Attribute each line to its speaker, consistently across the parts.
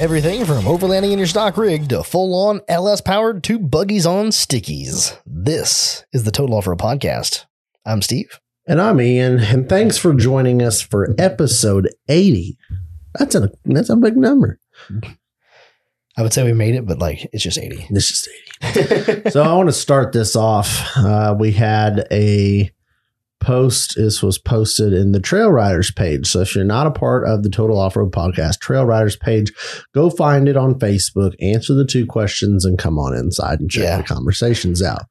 Speaker 1: Everything from overlanding in your stock rig to full on LS powered two buggies on stickies. This is the Total Offer Podcast. I'm Steve.
Speaker 2: And I'm Ian, and thanks for joining us for episode 80. That's a that's a big number.
Speaker 1: I would say we made it, but like it's just 80.
Speaker 2: This is 80. so I want to start this off. Uh, we had a post. This was posted in the Trail Riders page. So if you're not a part of the Total Off Road Podcast Trail Riders page, go find it on Facebook, answer the two questions, and come on inside and check
Speaker 1: Yeah.
Speaker 2: the conversations out.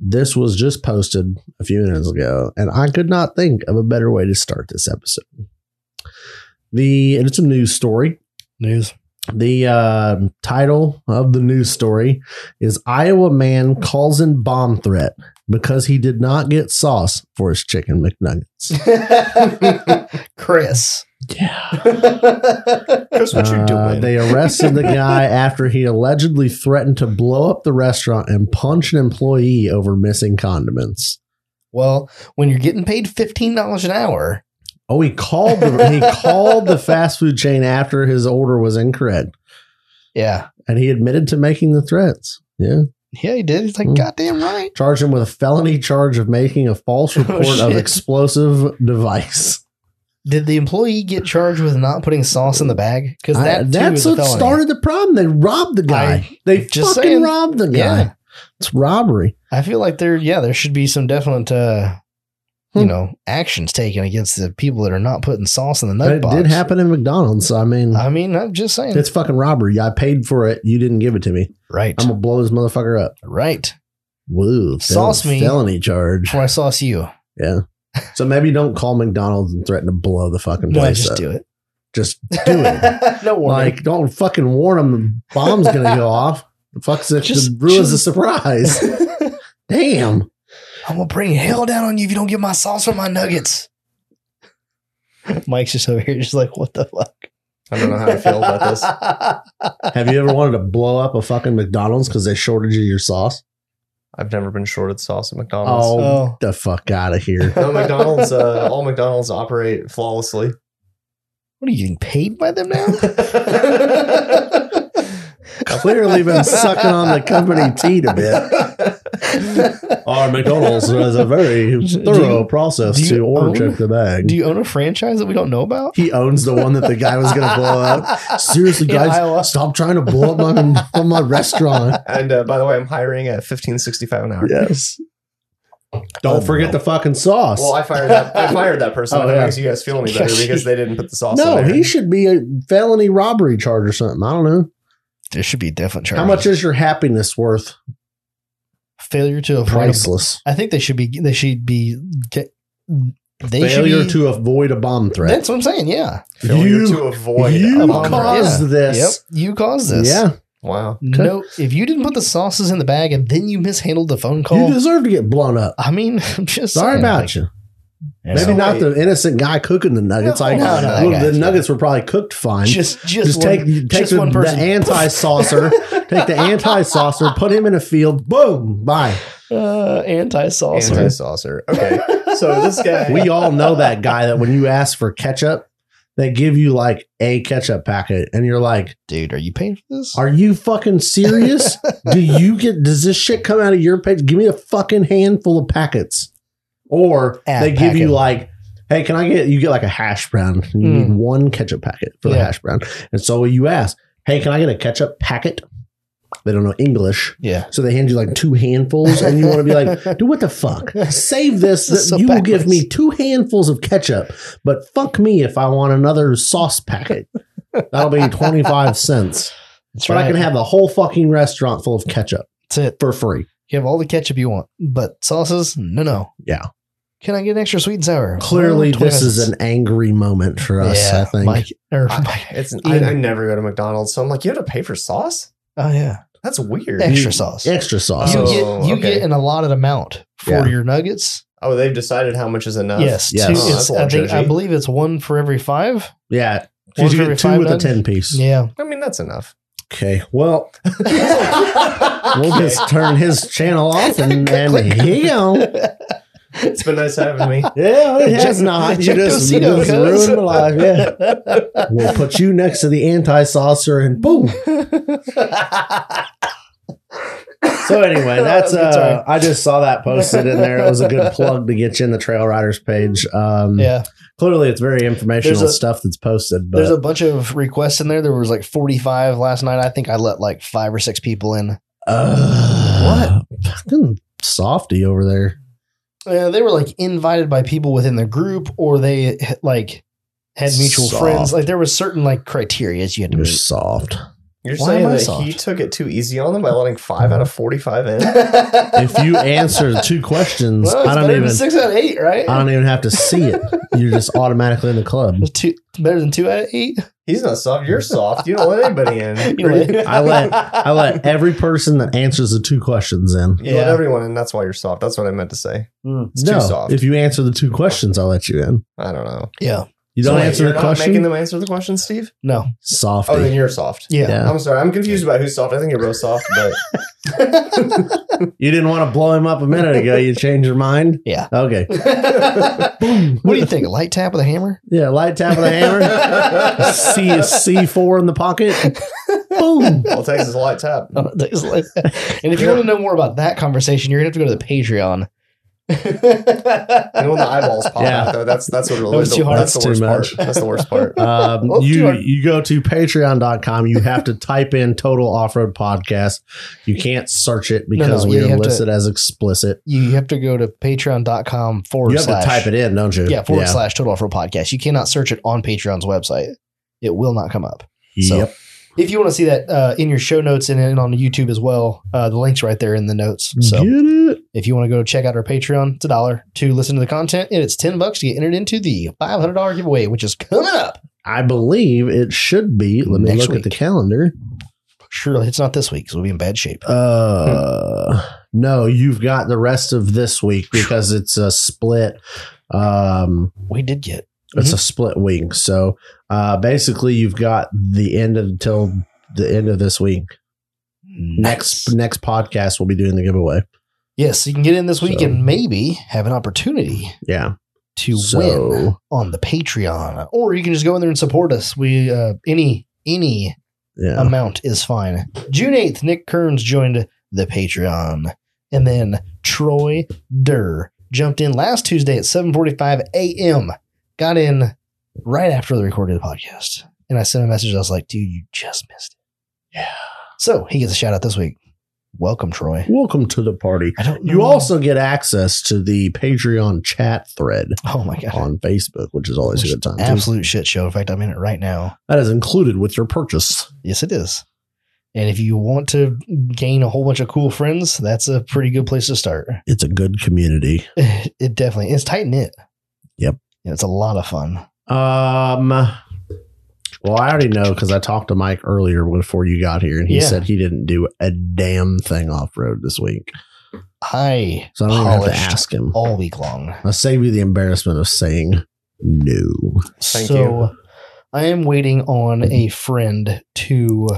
Speaker 2: This was just posted a few minutes ago, and I could not think of a better way to start this episode. The and it's a news story.
Speaker 1: News.
Speaker 2: The uh, title of the news story is Iowa man calls in bomb threat because he did not get sauce for his chicken McNuggets.
Speaker 1: Chris.
Speaker 2: Yeah. Uh,
Speaker 1: Chris,
Speaker 2: they arrested the guy after he allegedly threatened to blow up the restaurant and punch an employee over missing condiments.
Speaker 1: well, when you're getting paid $15 an hour,
Speaker 2: Oh, he called the, he called the fast food chain after his order was incorrect,
Speaker 1: yeah.
Speaker 2: and he admitted to making the threats. Yeah.
Speaker 1: Yeah, he did. He's like,
Speaker 2: Mm.
Speaker 1: goddamn right.
Speaker 2: charged him with a felony charge of making a false report of
Speaker 1: shit.
Speaker 2: explosive device.
Speaker 1: Did the employee get charged with not putting sauce in the bag? Because
Speaker 2: I-
Speaker 1: that too
Speaker 2: that's
Speaker 1: is a
Speaker 2: what
Speaker 1: felony.
Speaker 2: started the problem. They robbed the guy.
Speaker 1: I-
Speaker 2: they
Speaker 1: just
Speaker 2: fucking
Speaker 1: saying.
Speaker 2: robbed the guy.
Speaker 1: Yeah.
Speaker 2: It's robbery.
Speaker 1: I feel like there, yeah, there should be some definite, uh, you
Speaker 2: Hmm.
Speaker 1: know, actions taken against the people that are not putting sauce in the
Speaker 2: But
Speaker 1: nut
Speaker 2: it
Speaker 1: box.
Speaker 2: did happen in McDonald's. So I mean,
Speaker 1: I mean, I'm just saying.
Speaker 2: it's fucking robbery. I paid for it. You didn't give it to me.
Speaker 1: right,
Speaker 2: I'm gonna blow this motherfucker up.
Speaker 1: right.
Speaker 2: Woo! fel-
Speaker 1: Sauce me.
Speaker 2: felony charge.
Speaker 1: Before I sauce you,
Speaker 2: Yeah. So maybe don't call McDonald's and threaten to blow the fucking
Speaker 1: no,
Speaker 2: place
Speaker 1: just
Speaker 2: up.
Speaker 1: do it.
Speaker 2: Just do it.
Speaker 1: no warning.
Speaker 2: Like, don't fucking warn them. The bomb's gonna go off. The fuck's it?
Speaker 1: Just-
Speaker 2: Just ruins the
Speaker 1: just-
Speaker 2: surprise. Damn.
Speaker 1: I'm gonna bring hell down on you if you don't get my sauce for my nuggets. Mike's just over here, just like, what the fuck?
Speaker 3: I don't know how I feel about this.
Speaker 2: Have you ever wanted to blow up a fucking McDonald's because they shorted you your sauce?
Speaker 3: I've never been shorted sauce at McDonald's.
Speaker 2: Oh,
Speaker 1: Oh.
Speaker 2: the fuck out of here.
Speaker 3: No, McDonald's, uh, all McDonald's operate flawlessly.
Speaker 1: What are you getting paid by them now?
Speaker 2: Clearly been sucking on the company teat a bit. Our Oh, McDonald's has a very
Speaker 1: Do you-
Speaker 2: thorough process
Speaker 1: do you
Speaker 2: to order
Speaker 1: own-
Speaker 2: check the bag.
Speaker 1: Do you own a franchise that we don't know about?
Speaker 2: he owns the one that the guy was going to blow
Speaker 3: um,
Speaker 2: up. Seriously,
Speaker 1: In Iowa.
Speaker 2: guys, stop trying to blow up my, my restaurant.
Speaker 3: and uh, by the way, I'm hiring at fifteen sixty five an hour.
Speaker 2: Yes.
Speaker 1: Oh,
Speaker 2: Don't forget
Speaker 1: no.
Speaker 2: the fucking sauce.
Speaker 3: Well, I fired that. I fired that person.
Speaker 2: Oh,
Speaker 3: that
Speaker 2: yeah.
Speaker 3: makes you guys feel any better because they didn't put the sauce.
Speaker 2: no,
Speaker 3: in there.
Speaker 2: he should be a felony robbery charge or something. I don't know.
Speaker 1: There should be a definite charge.
Speaker 2: How much is your happiness worth?
Speaker 1: failure to avoid? a-
Speaker 2: Priceless.
Speaker 1: I think they should be. They should be. Get, they
Speaker 2: Failure
Speaker 1: should be,
Speaker 2: to avoid a bomb threat.
Speaker 1: That's what I'm saying. Yeah.
Speaker 3: failure
Speaker 2: You-
Speaker 3: to avoid.
Speaker 2: you
Speaker 3: a bomb threat.
Speaker 2: caused this.
Speaker 1: Yep. You caused this.
Speaker 2: Yeah,
Speaker 3: Wow.
Speaker 1: No. If you didn't put the sauces in the bag and then you mishandled the phone call,
Speaker 2: you deserve to get blown up.
Speaker 1: I mean, I'm just
Speaker 2: Sorry
Speaker 1: saying,
Speaker 2: about
Speaker 1: like,
Speaker 2: you.
Speaker 1: you.
Speaker 2: Maybe
Speaker 3: So
Speaker 2: not
Speaker 3: wait.
Speaker 2: the innocent guy cooking the nuggets.
Speaker 1: No,
Speaker 2: like
Speaker 1: no, no, that
Speaker 2: look,
Speaker 1: guy's
Speaker 2: the
Speaker 1: good.
Speaker 2: nuggets were probably cooked fine. Just,
Speaker 1: Just, just, one-
Speaker 2: take take
Speaker 1: just
Speaker 2: the,
Speaker 1: one
Speaker 2: the
Speaker 1: person.
Speaker 2: anti saucer. take the anti saucer. Put him in a field. Boom. Bye.
Speaker 1: uh, anti
Speaker 3: Anti
Speaker 1: saucer.
Speaker 3: saucer. Okay. So this guy.
Speaker 2: We all know that guy that when you ask for ketchup, they give you like a ketchup packet, and you're like.
Speaker 1: Dude, are you paying for this?
Speaker 2: Are you fucking serious? Do you get does this shit come out of your page? Give me a fucking handful of packets. Or
Speaker 1: Ah,
Speaker 2: they give
Speaker 1: packet.
Speaker 2: you like, hey, can I get you get like a hash brown? You need one ketchup packet for the
Speaker 1: Yeah.
Speaker 2: hash brown. And so you ask, hey, can I get a ketchup packet? They don't know English.
Speaker 1: yeah.
Speaker 2: So they hand you like two handfuls, and you want to be like, dude, what the fuck? Save this.
Speaker 1: This is so
Speaker 2: you will give
Speaker 1: backwards.
Speaker 2: me two handfuls of ketchup, but fuck me if I want another sauce packet. That'll be 25 cents
Speaker 1: That's
Speaker 2: but I can have the whole fucking restaurant full of ketchup
Speaker 1: That's it.
Speaker 2: for free.
Speaker 1: You have all the ketchup you want, but sauces, no, no.
Speaker 2: Yeah.
Speaker 1: Can I get an extra sweet and sour?
Speaker 2: Clearly,
Speaker 1: Well,
Speaker 2: this
Speaker 1: 20
Speaker 2: is an angry moment for us.
Speaker 1: yeah,
Speaker 2: I think.
Speaker 1: Mike, er, or
Speaker 3: I,
Speaker 1: Mike.
Speaker 3: it's, I, I never go to McDonald's, so I'm like, you have to pay for sauce.
Speaker 1: Oh yeah,
Speaker 3: That's weird.
Speaker 1: extra sauce.
Speaker 2: Extra sauce.
Speaker 1: you
Speaker 3: Oh,
Speaker 1: get you
Speaker 3: okay.
Speaker 1: get an allotted amount for
Speaker 2: Yeah.
Speaker 1: your nuggets.
Speaker 3: Oh, they've decided how much is enough.
Speaker 1: yes,
Speaker 2: yes.
Speaker 1: two-
Speaker 2: Oh,
Speaker 1: it's-
Speaker 3: that's a little
Speaker 1: I think I
Speaker 3: judgy.
Speaker 1: believe it's one for every five.
Speaker 2: yeah,
Speaker 1: One
Speaker 2: did you
Speaker 1: for every
Speaker 2: get two
Speaker 1: five
Speaker 2: with a
Speaker 1: nug?
Speaker 2: ten piece?
Speaker 1: Yeah,
Speaker 3: I mean that's enough.
Speaker 2: Okay. Well,
Speaker 3: Okay.
Speaker 2: we'll just turn his channel off and and here you go.
Speaker 3: It's been nice having me.
Speaker 2: Yeah, it
Speaker 1: Jack-
Speaker 2: has not. You
Speaker 1: Jack
Speaker 2: just, you
Speaker 1: Dosito,
Speaker 2: just
Speaker 1: cuz.
Speaker 2: ruined my life. Yeah. We'll put you next to the anti saucer and boom. So anyway, that's
Speaker 1: Good time.
Speaker 2: uh I just saw that posted in there. It was a good plug to get you in the Trail Riders page. Um
Speaker 1: yeah.
Speaker 2: clearly it's very informational
Speaker 1: There's a-
Speaker 2: stuff that's posted,
Speaker 1: There's a
Speaker 2: but
Speaker 1: bunch of requests in there. There was like 45 last night. I think I let like five or six people in.
Speaker 2: uh, what? Fucking softy over there.
Speaker 1: Uh, they were like invited by people within the group, or they like had mutual
Speaker 2: Soft.
Speaker 1: friends. Like there was certain like criteria you had to
Speaker 2: You're
Speaker 1: meet.
Speaker 2: soft.
Speaker 3: You're
Speaker 1: Why
Speaker 3: saying
Speaker 1: am I
Speaker 3: that
Speaker 1: soft?
Speaker 3: he took it too easy on them by letting five out of forty-five in.
Speaker 2: If you answer the two questions,
Speaker 1: Well, it's
Speaker 2: I don't
Speaker 1: better
Speaker 2: even
Speaker 1: than six out of eight, right?
Speaker 2: I don't even have to see it. You're just automatically in the club.
Speaker 1: It's two, it's better than two out of eight.
Speaker 3: He's not soft. You're soft. You don't let anybody in.
Speaker 1: You know,
Speaker 2: I let- I let every person that answers the two questions in.
Speaker 3: You let
Speaker 1: Yeah.
Speaker 3: everyone in. That's why you're soft. That's what I meant to say.
Speaker 2: mm.
Speaker 3: It's too soft.
Speaker 2: if you answer the two questions, I'll let you in.
Speaker 3: I don't know.
Speaker 1: yeah,
Speaker 2: You don't
Speaker 3: So wait,
Speaker 2: answer
Speaker 3: you're
Speaker 2: the
Speaker 3: not
Speaker 2: question,
Speaker 3: Making them answer the question, Steve.
Speaker 1: no,
Speaker 2: softy.
Speaker 3: Oh, then you're soft.
Speaker 1: yeah.
Speaker 2: yeah.
Speaker 3: I'm sorry. I'm confused about who's soft. I think you're both soft, but
Speaker 2: You didn't want to blow him up a minute ago. You changed your mind?
Speaker 1: Yeah.
Speaker 2: Okay.
Speaker 1: What do you think? A light tap with a hammer?
Speaker 2: Yeah, light tap of the hammer. C C4 in the pocket. Boom.
Speaker 3: all it takes is a light tap.
Speaker 1: I don't think it's like that. and if you want to know more about that conversation, you're gonna have to go to the Patreon.
Speaker 3: And when the eyeballs pop
Speaker 2: Yeah.
Speaker 3: out, though, that's that's what
Speaker 1: was too hard.
Speaker 3: That's,
Speaker 2: That's
Speaker 3: the worst
Speaker 2: too
Speaker 3: part. That's the worst part.
Speaker 2: Um,
Speaker 1: Well,
Speaker 2: you
Speaker 1: do I-
Speaker 2: you go to patreon.com. You have to type in total off road podcast. You can't search it
Speaker 1: no,
Speaker 2: because
Speaker 1: yeah, you
Speaker 2: we
Speaker 1: have
Speaker 2: list
Speaker 1: to-
Speaker 2: it as explicit.
Speaker 1: You have to go to patreon.com forward
Speaker 2: You have
Speaker 1: slash
Speaker 2: to type it in, don't you?
Speaker 1: Yeah, forward slash total offer podcast. You cannot search it on Patreon's website. It will not come up. So-
Speaker 2: Yep.
Speaker 1: If you want to see that uh, in your show notes and, and on YouTube as well, uh, the link's right there in the notes. So
Speaker 2: Get it?
Speaker 1: if you want to go check out our Patreon, it's a dollar to listen to the content, and it's ten bucks to get entered into the five hundred dollar giveaway, which is coming up.
Speaker 2: I believe it should be. Let me
Speaker 1: Next
Speaker 2: look at the
Speaker 1: week.
Speaker 2: calendar.
Speaker 1: Surely it's not this week because we'll be in bad shape.
Speaker 2: Uh, no, you've got the rest of this week because it's a split. Um,
Speaker 1: We did get
Speaker 2: it's a split week. So, uh, basically, you've got the end of till the end of this week. Next next podcast, we'll be doing the giveaway.
Speaker 1: Yes, you can get in this week
Speaker 2: So-
Speaker 1: and maybe have an opportunity
Speaker 2: Yeah.
Speaker 1: to
Speaker 2: So-
Speaker 1: win on the Patreon, or you can just go in there and support us. We uh, any any
Speaker 2: Yeah.
Speaker 1: amount is fine. June 8th, Nick Kearns joined the Patreon. And then Troy Durr jumped in last Tuesday at 7.45 a.m. Got in right after the recorded podcast. And I sent him a message. I was like, dude, you just missed it.
Speaker 2: Yeah.
Speaker 1: So he gets a shout out this week. Welcome, Troy.
Speaker 2: Welcome to the party.
Speaker 1: I don't
Speaker 2: You
Speaker 1: know-
Speaker 2: also get access to the Patreon chat thread
Speaker 1: Oh my God.
Speaker 2: on Facebook, which is always Oh, a good time. too.
Speaker 1: Absolute shit show. In fact, I'm in it right now.
Speaker 2: That is included with your purchase.
Speaker 1: Yes, it is. And if you want to gain a whole bunch of cool friends, that's a pretty good place to start.
Speaker 2: It's a good community.
Speaker 1: It definitely it's tight knit.
Speaker 2: Yep.
Speaker 1: Yeah, it's a lot of fun.
Speaker 2: Um. Well, I already know because I talked to Mike earlier before you got here, and he
Speaker 1: Yeah.
Speaker 2: said he didn't do a damn thing off road this week.
Speaker 1: I
Speaker 2: So I don't even have to
Speaker 1: Polished.
Speaker 2: ask him.
Speaker 1: all week long.
Speaker 2: I'll save you the embarrassment of saying no.
Speaker 3: Thank
Speaker 1: so I am waiting on a friend to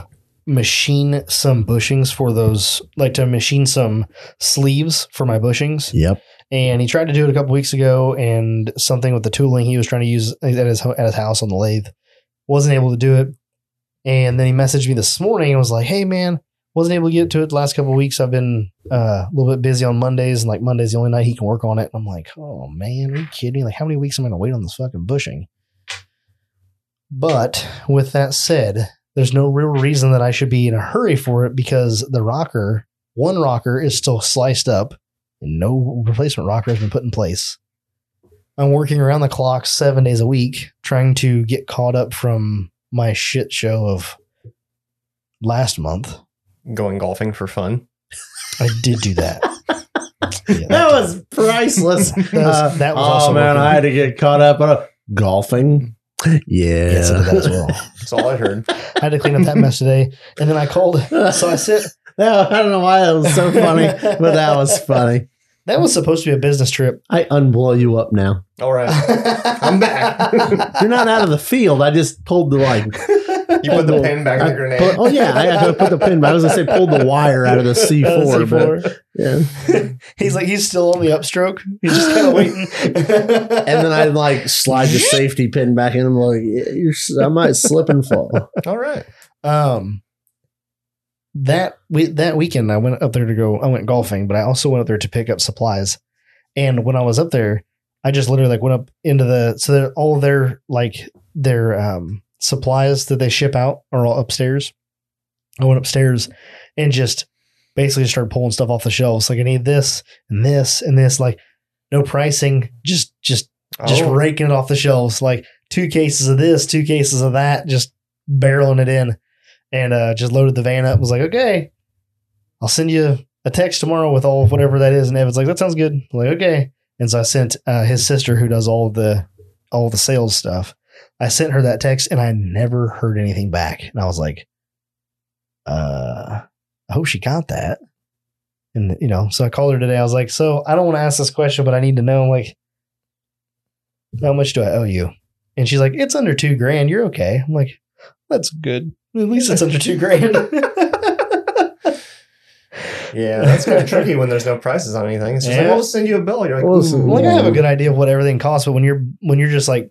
Speaker 1: machine some bushings for those like to machine some sleeves for my bushings.
Speaker 2: Yep.
Speaker 1: And he tried to do it a couple weeks ago and something with the tooling he was trying to use at his at his house on the lathe wasn't able to do it. And then he messaged me this morning and was like, "Hey man, wasn't able to get to it the last couple of weeks. I've been uh, a little bit busy on Mondays, and like Monday's the only night he can work on it." And I'm like, "Oh man, are you kidding me? Like, how many weeks am I gonna wait on this fucking bushing?" But with that said, there's no real reason that I should be in a hurry for it because the rocker, one rocker, is still sliced up, and no replacement rocker has been put in place. I'm working around the clock seven days a week trying to get caught up from my shit show of last month.
Speaker 3: you. Going golfing for fun.
Speaker 1: I did do that. Yeah,
Speaker 2: That was priceless.
Speaker 1: that was,
Speaker 2: Uh,
Speaker 1: that was
Speaker 2: oh
Speaker 1: also
Speaker 2: man,
Speaker 1: working.
Speaker 2: I had to get caught up on a- golfing. Yeah.
Speaker 1: yes, I did that as well.
Speaker 3: That's all I heard.
Speaker 1: I had to clean up that mess today, and then I called. So I sent.
Speaker 2: No, I don't know why that was so funny, but that was funny.
Speaker 1: That was supposed to be a business trip.
Speaker 2: I unblow you up now.
Speaker 3: All right. I'm back.
Speaker 2: You're not out of the field. I just pulled the like
Speaker 3: You put the pin back in
Speaker 2: I
Speaker 3: the grenade.
Speaker 2: put- oh yeah, I had to put the pin. But I was gonna say pulled the wire out of the C
Speaker 1: Out of
Speaker 2: four,
Speaker 1: the
Speaker 2: but
Speaker 1: C4.
Speaker 2: yeah.
Speaker 1: Uh, He's like, he's still on the upstroke. He's just kind of waiting.
Speaker 2: And then I like slide the safety pin back in. I'm like, yeah, you're, s- I might slip and fall.
Speaker 3: All right.
Speaker 1: Um, that we that weekend I went up there to go. I went golfing, but I also went up there to pick up supplies. And when I was up there, I just literally like went up into the so that all their like their um supplies that they ship out are all upstairs. I went upstairs and just basically just started pulling stuff off the shelves. Like I need this and this and this. Like no pricing, just just just
Speaker 3: Oh.
Speaker 1: raking it off the shelves like two cases of this two cases of that just barreling it in and uh just loaded the van up was like okay i'll send you a text tomorrow with all of whatever that is and evan's like that sounds good I'm like okay and so i sent uh, his sister who does all the all the sales stuff i sent her that text and i never heard anything back and i was like uh i hope she got that and you know so i called her today i was like so i don't want to ask this question but i need to know like how much do I owe you? And she's like, it's under two grand. You're okay. I'm like, that's good. At least it's under two grand.
Speaker 3: Yeah, that's kind of tricky when there's no prices on anything. It's just like,
Speaker 1: Yeah.
Speaker 3: we'll just send you a bill. You're like,
Speaker 2: We'll send-
Speaker 3: ooh.
Speaker 1: like I have a good idea of what everything costs, but when you're when you're just like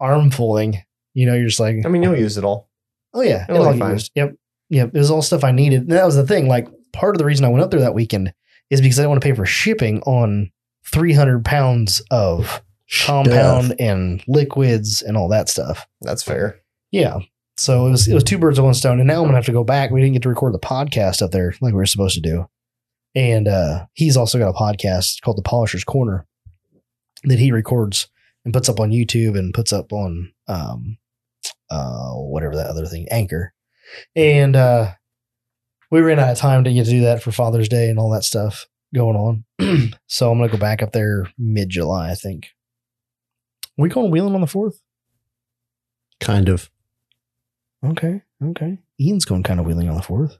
Speaker 1: armfuling, you know, you're just like,
Speaker 3: I mean, you'll use it all.
Speaker 1: oh yeah,
Speaker 3: It'll
Speaker 1: it'll all
Speaker 3: be
Speaker 1: get
Speaker 3: fine.
Speaker 1: used. Yep, yep. It was all stuff I needed. And that was the thing. Like part of the reason I went up there that weekend is because I didn't want to pay for shipping on 300 pounds of compound and liquids and all that stuff.
Speaker 3: That's fair.
Speaker 1: Yeah. So it was it was two birds with one stone, and now I'm gonna have to go back. We didn't get to record the podcast up there like we were supposed to do, and uh, he's also got a podcast called The Polisher's Corner that he records and puts up on YouTube and puts up on um, uh, whatever that other thing Anchor, and uh, we ran out of time to get to do that for Father's Day and all that stuff going on. so I'm gonna go back up there mid July, I think. We going wheeling on the fourth.
Speaker 2: Kind of.
Speaker 1: Okay. Okay. Ian's going kind of wheeling on the fourth.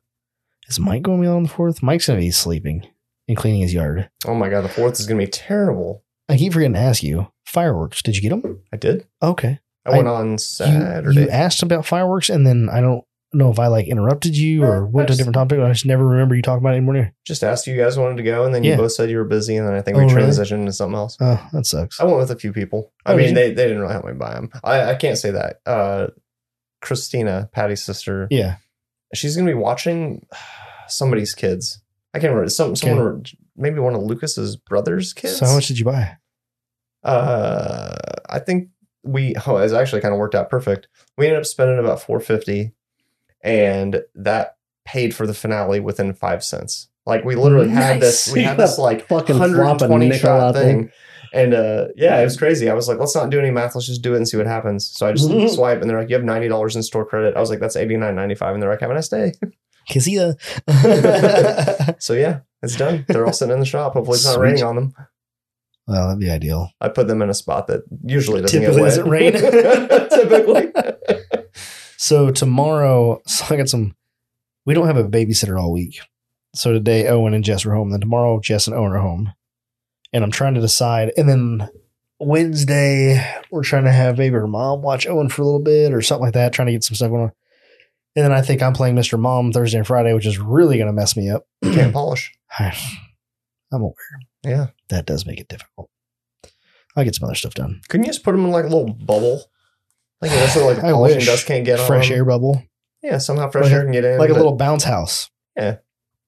Speaker 1: Is Mike going wheeling on the fourth? Mike's going to be sleeping and cleaning his yard.
Speaker 3: Oh my god, the fourth is gonna be terrible.
Speaker 1: I keep forgetting to ask you fireworks. Did you get them?
Speaker 3: I did.
Speaker 1: Okay.
Speaker 3: I,
Speaker 1: I-
Speaker 3: went on
Speaker 1: You-
Speaker 3: Saturday.
Speaker 1: You, asked about fireworks, and then I don't know if I like interrupted you or
Speaker 3: No,
Speaker 1: went to a
Speaker 3: that's-
Speaker 1: different topic. I just never remember you talking about it anymore.
Speaker 3: just asked you guys wanted to go, and then
Speaker 1: Yeah.
Speaker 3: you both said you were busy, and then I think we
Speaker 1: Oh, really?
Speaker 3: transitioned to something else.
Speaker 1: Oh, that sucks.
Speaker 3: I went with a few people. I
Speaker 1: Oh, did
Speaker 3: mean,
Speaker 1: you?
Speaker 3: they, they didn't really help me buy them. I, I can't say that. Uh, Christina, Patty's sister,
Speaker 1: Yeah.
Speaker 3: she's gonna be watching somebody's kids. I can't remember. Some
Speaker 1: Okay.
Speaker 3: someone maybe one of Lucas's brother's kids.
Speaker 1: So how much did you buy?
Speaker 3: Uh, I think we oh, it's actually kind of worked out perfect. We ended up spending about four fifty, and that paid for the finale within five cents. Like we literally had this, we had this like
Speaker 2: Fucking flop a
Speaker 3: 120
Speaker 2: nickel out
Speaker 3: shot
Speaker 2: there.
Speaker 3: thing. And uh, yeah, it was crazy. I was like, let's not do any math. Let's just do it and see what happens. So I just
Speaker 1: Mhm.
Speaker 3: swipe, and they're like, you have ninety dollars in store credit. I was like, that's eighty nine ninety five, and they're like, have a nice day.
Speaker 1: Cause he, uh,
Speaker 3: So yeah, it's done. They're all sitting in the shop. Hopefully, it's not
Speaker 1: Sweet.
Speaker 3: raining on them.
Speaker 1: well, that'd be ideal.
Speaker 3: I put them in a spot that usually doesn't
Speaker 1: Typically
Speaker 3: get
Speaker 1: doesn't
Speaker 3: wet.
Speaker 1: rain.
Speaker 3: Typically,
Speaker 1: So tomorrow, so I got some. We don't have a babysitter all week, so today Owen and Jess were home. Then tomorrow, Jess and Owen are home, and I'm trying to decide. And then Wednesday, we're trying to have maybe her mom watch Owen for a little bit or something like that, trying to get some stuff going on. And then I think I'm playing Mr. Mom Thursday and Friday, which is really going to mess me up.
Speaker 3: can't polish.
Speaker 1: I'm aware
Speaker 3: Yeah,
Speaker 1: that does make it difficult. I'll get some other stuff done.
Speaker 3: couldn't you just put them in like a little bubble? Like that's what, like
Speaker 1: I
Speaker 3: polishing
Speaker 1: wish.
Speaker 3: dust can't get on
Speaker 1: Fresh
Speaker 3: them.
Speaker 1: air bubble.
Speaker 3: Yeah, somehow fresh
Speaker 1: Like a-
Speaker 3: air can get in.
Speaker 1: like a
Speaker 3: but-
Speaker 1: little bounce house.
Speaker 3: Yeah.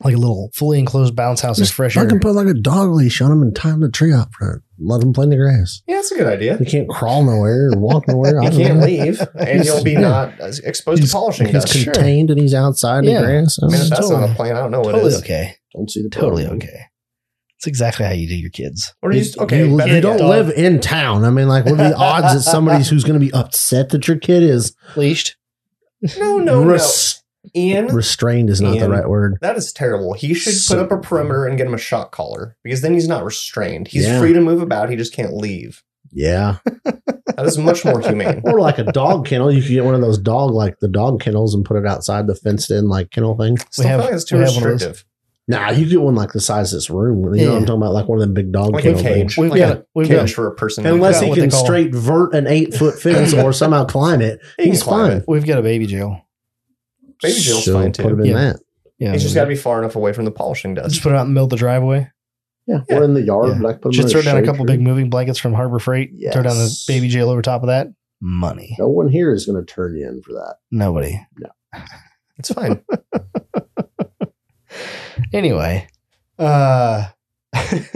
Speaker 1: Like a little fully enclosed bounce house is
Speaker 2: Just
Speaker 1: fresh air.
Speaker 2: Fucking put like a dog leash on him and tie him to the tree out front. Let him play in the grass.
Speaker 3: Yeah, that's a good idea.
Speaker 2: He can't crawl nowhere or walk nowhere. I
Speaker 3: You
Speaker 2: don't
Speaker 3: can't
Speaker 2: know.
Speaker 3: leave, and you'll be
Speaker 2: Yeah.
Speaker 3: not as exposed to
Speaker 2: He's-
Speaker 3: polishing
Speaker 2: He's
Speaker 3: dust.
Speaker 1: Sure.
Speaker 2: contained and he's outside in
Speaker 1: Yeah.
Speaker 2: the grass. I
Speaker 3: I
Speaker 2: don't
Speaker 3: mean, if
Speaker 2: know.
Speaker 3: that's not
Speaker 1: totally-
Speaker 3: a plane, I don't know what
Speaker 1: Totally
Speaker 3: is.
Speaker 1: okay.
Speaker 2: Don't see the
Speaker 1: Totally
Speaker 2: problem.
Speaker 1: okay. It's exactly how you do your kids.
Speaker 3: Or you,
Speaker 2: You-
Speaker 3: okay,
Speaker 2: you,
Speaker 3: better
Speaker 2: you
Speaker 3: yet,
Speaker 2: don't
Speaker 3: dog.
Speaker 2: live in town. I mean, like, what are the odds that somebody's who's going to be upset that your kid is
Speaker 1: Leashed.
Speaker 3: No, no, no.
Speaker 2: res-
Speaker 3: Ian,
Speaker 2: restrained is not
Speaker 3: Ian.
Speaker 2: the right word.
Speaker 3: that is terrible. He should
Speaker 2: So-
Speaker 3: put up a perimeter and get him a shot collar because then he's not restrained. He's
Speaker 2: Yeah.
Speaker 3: free to move about. He just can't leave.
Speaker 2: Yeah,
Speaker 3: That is much more humane.
Speaker 2: or like a dog kennel. You could get one of those dog like the dog kennels and put it outside the fenced in like kennel thing.
Speaker 3: Still
Speaker 1: have-
Speaker 3: feel like it's too
Speaker 1: we have one of those.
Speaker 3: restrictive.
Speaker 2: Nah, you get one like the size of this room. You know what I'm
Speaker 1: Yeah.
Speaker 2: talking about? Like one of them big dog
Speaker 3: Like a
Speaker 2: kennel
Speaker 3: cage.
Speaker 2: things.
Speaker 1: We've
Speaker 3: like
Speaker 1: got
Speaker 3: a
Speaker 1: it. We've got
Speaker 3: cage for a person.
Speaker 2: Unless
Speaker 1: Yeah,
Speaker 2: he
Speaker 1: what they
Speaker 2: can
Speaker 1: call-
Speaker 2: straight vert an eight foot fence or somehow climb it.
Speaker 3: He can
Speaker 2: He's
Speaker 3: climb
Speaker 2: fine.
Speaker 3: it.
Speaker 1: we've got a baby jail.
Speaker 3: Baby Jill's
Speaker 2: So
Speaker 3: fine
Speaker 2: Put him
Speaker 3: too.
Speaker 2: in
Speaker 1: Yeah.
Speaker 2: that.
Speaker 1: Yeah,
Speaker 3: He's just got to be far enough away from the polishing
Speaker 1: just
Speaker 3: desk.
Speaker 1: put it out in the middle of the driveway.
Speaker 2: Yeah.
Speaker 3: Yeah.
Speaker 2: Or in the yard.
Speaker 1: Yeah.
Speaker 2: Like put him
Speaker 1: Just
Speaker 2: in
Speaker 1: throw down a
Speaker 2: shade
Speaker 1: couple
Speaker 2: tree.
Speaker 1: big moving blankets from Harbor Freight. Throw down the
Speaker 2: Yes.
Speaker 1: baby jail over top of that. Money.
Speaker 2: No one here is going to turn you in for that.
Speaker 1: Nobody.
Speaker 3: It's fine.
Speaker 1: Anyway, uh,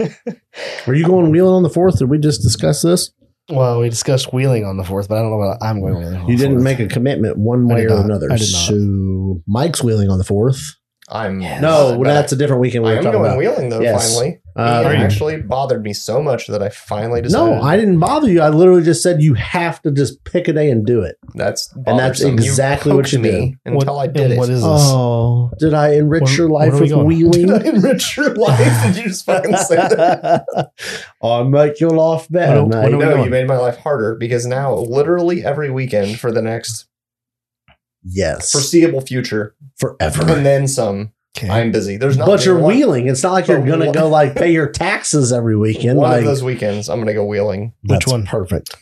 Speaker 2: Were you going wheeling on the fourth? Did we just discuss this?
Speaker 1: well, we discussed wheeling on the fourth, but I don't know about I'm going wheeling. on
Speaker 2: You
Speaker 1: the
Speaker 2: didn't
Speaker 1: fourth.
Speaker 2: make a commitment one
Speaker 1: I
Speaker 2: way
Speaker 1: did
Speaker 2: or
Speaker 1: not.
Speaker 2: another.
Speaker 1: I did not.
Speaker 2: So Mike's wheeling on the fourth.
Speaker 3: I'm
Speaker 1: Yes.
Speaker 2: No,
Speaker 3: not,
Speaker 2: well,
Speaker 3: but
Speaker 2: that's a different weekend we
Speaker 3: I
Speaker 2: were
Speaker 3: am
Speaker 2: talking
Speaker 3: going
Speaker 2: about.
Speaker 3: wheeling though.
Speaker 2: Yes.
Speaker 3: Finally,
Speaker 2: Uh,
Speaker 3: it
Speaker 1: Are you?
Speaker 3: actually bothered me so much that I finally decided.
Speaker 1: uh,
Speaker 2: no, I didn't bother you. I literally just said you have to just pick a day and do it.
Speaker 3: That's
Speaker 2: And that's
Speaker 3: bothersome.
Speaker 2: exactly what
Speaker 3: poked
Speaker 2: you
Speaker 3: me until I
Speaker 1: What-
Speaker 3: did
Speaker 1: and
Speaker 3: it.
Speaker 1: What is this?
Speaker 2: Oh, did I enrich
Speaker 1: Where-
Speaker 2: your life
Speaker 1: where are we
Speaker 2: with
Speaker 1: going?
Speaker 2: wheeling?
Speaker 3: Did I enrich your life? Did you just fucking say that?
Speaker 2: I'll make your life better.
Speaker 1: What do- what do
Speaker 2: mate.
Speaker 1: we-
Speaker 3: No, you
Speaker 1: going?
Speaker 3: made my life harder because now, literally every weekend for the next
Speaker 2: yes,
Speaker 3: foreseeable future,
Speaker 2: forever.
Speaker 3: and then some,
Speaker 1: okay.
Speaker 3: I'm busy. There's not
Speaker 2: But you're
Speaker 3: one,
Speaker 2: wheeling. It's not like you're
Speaker 3: But
Speaker 2: gonna
Speaker 3: one-
Speaker 2: go like pay your taxes every
Speaker 3: One
Speaker 2: weekend. Like
Speaker 3: of those weekends, I'm gonna go wheeling.
Speaker 2: that's
Speaker 1: Which one?
Speaker 2: Perfect.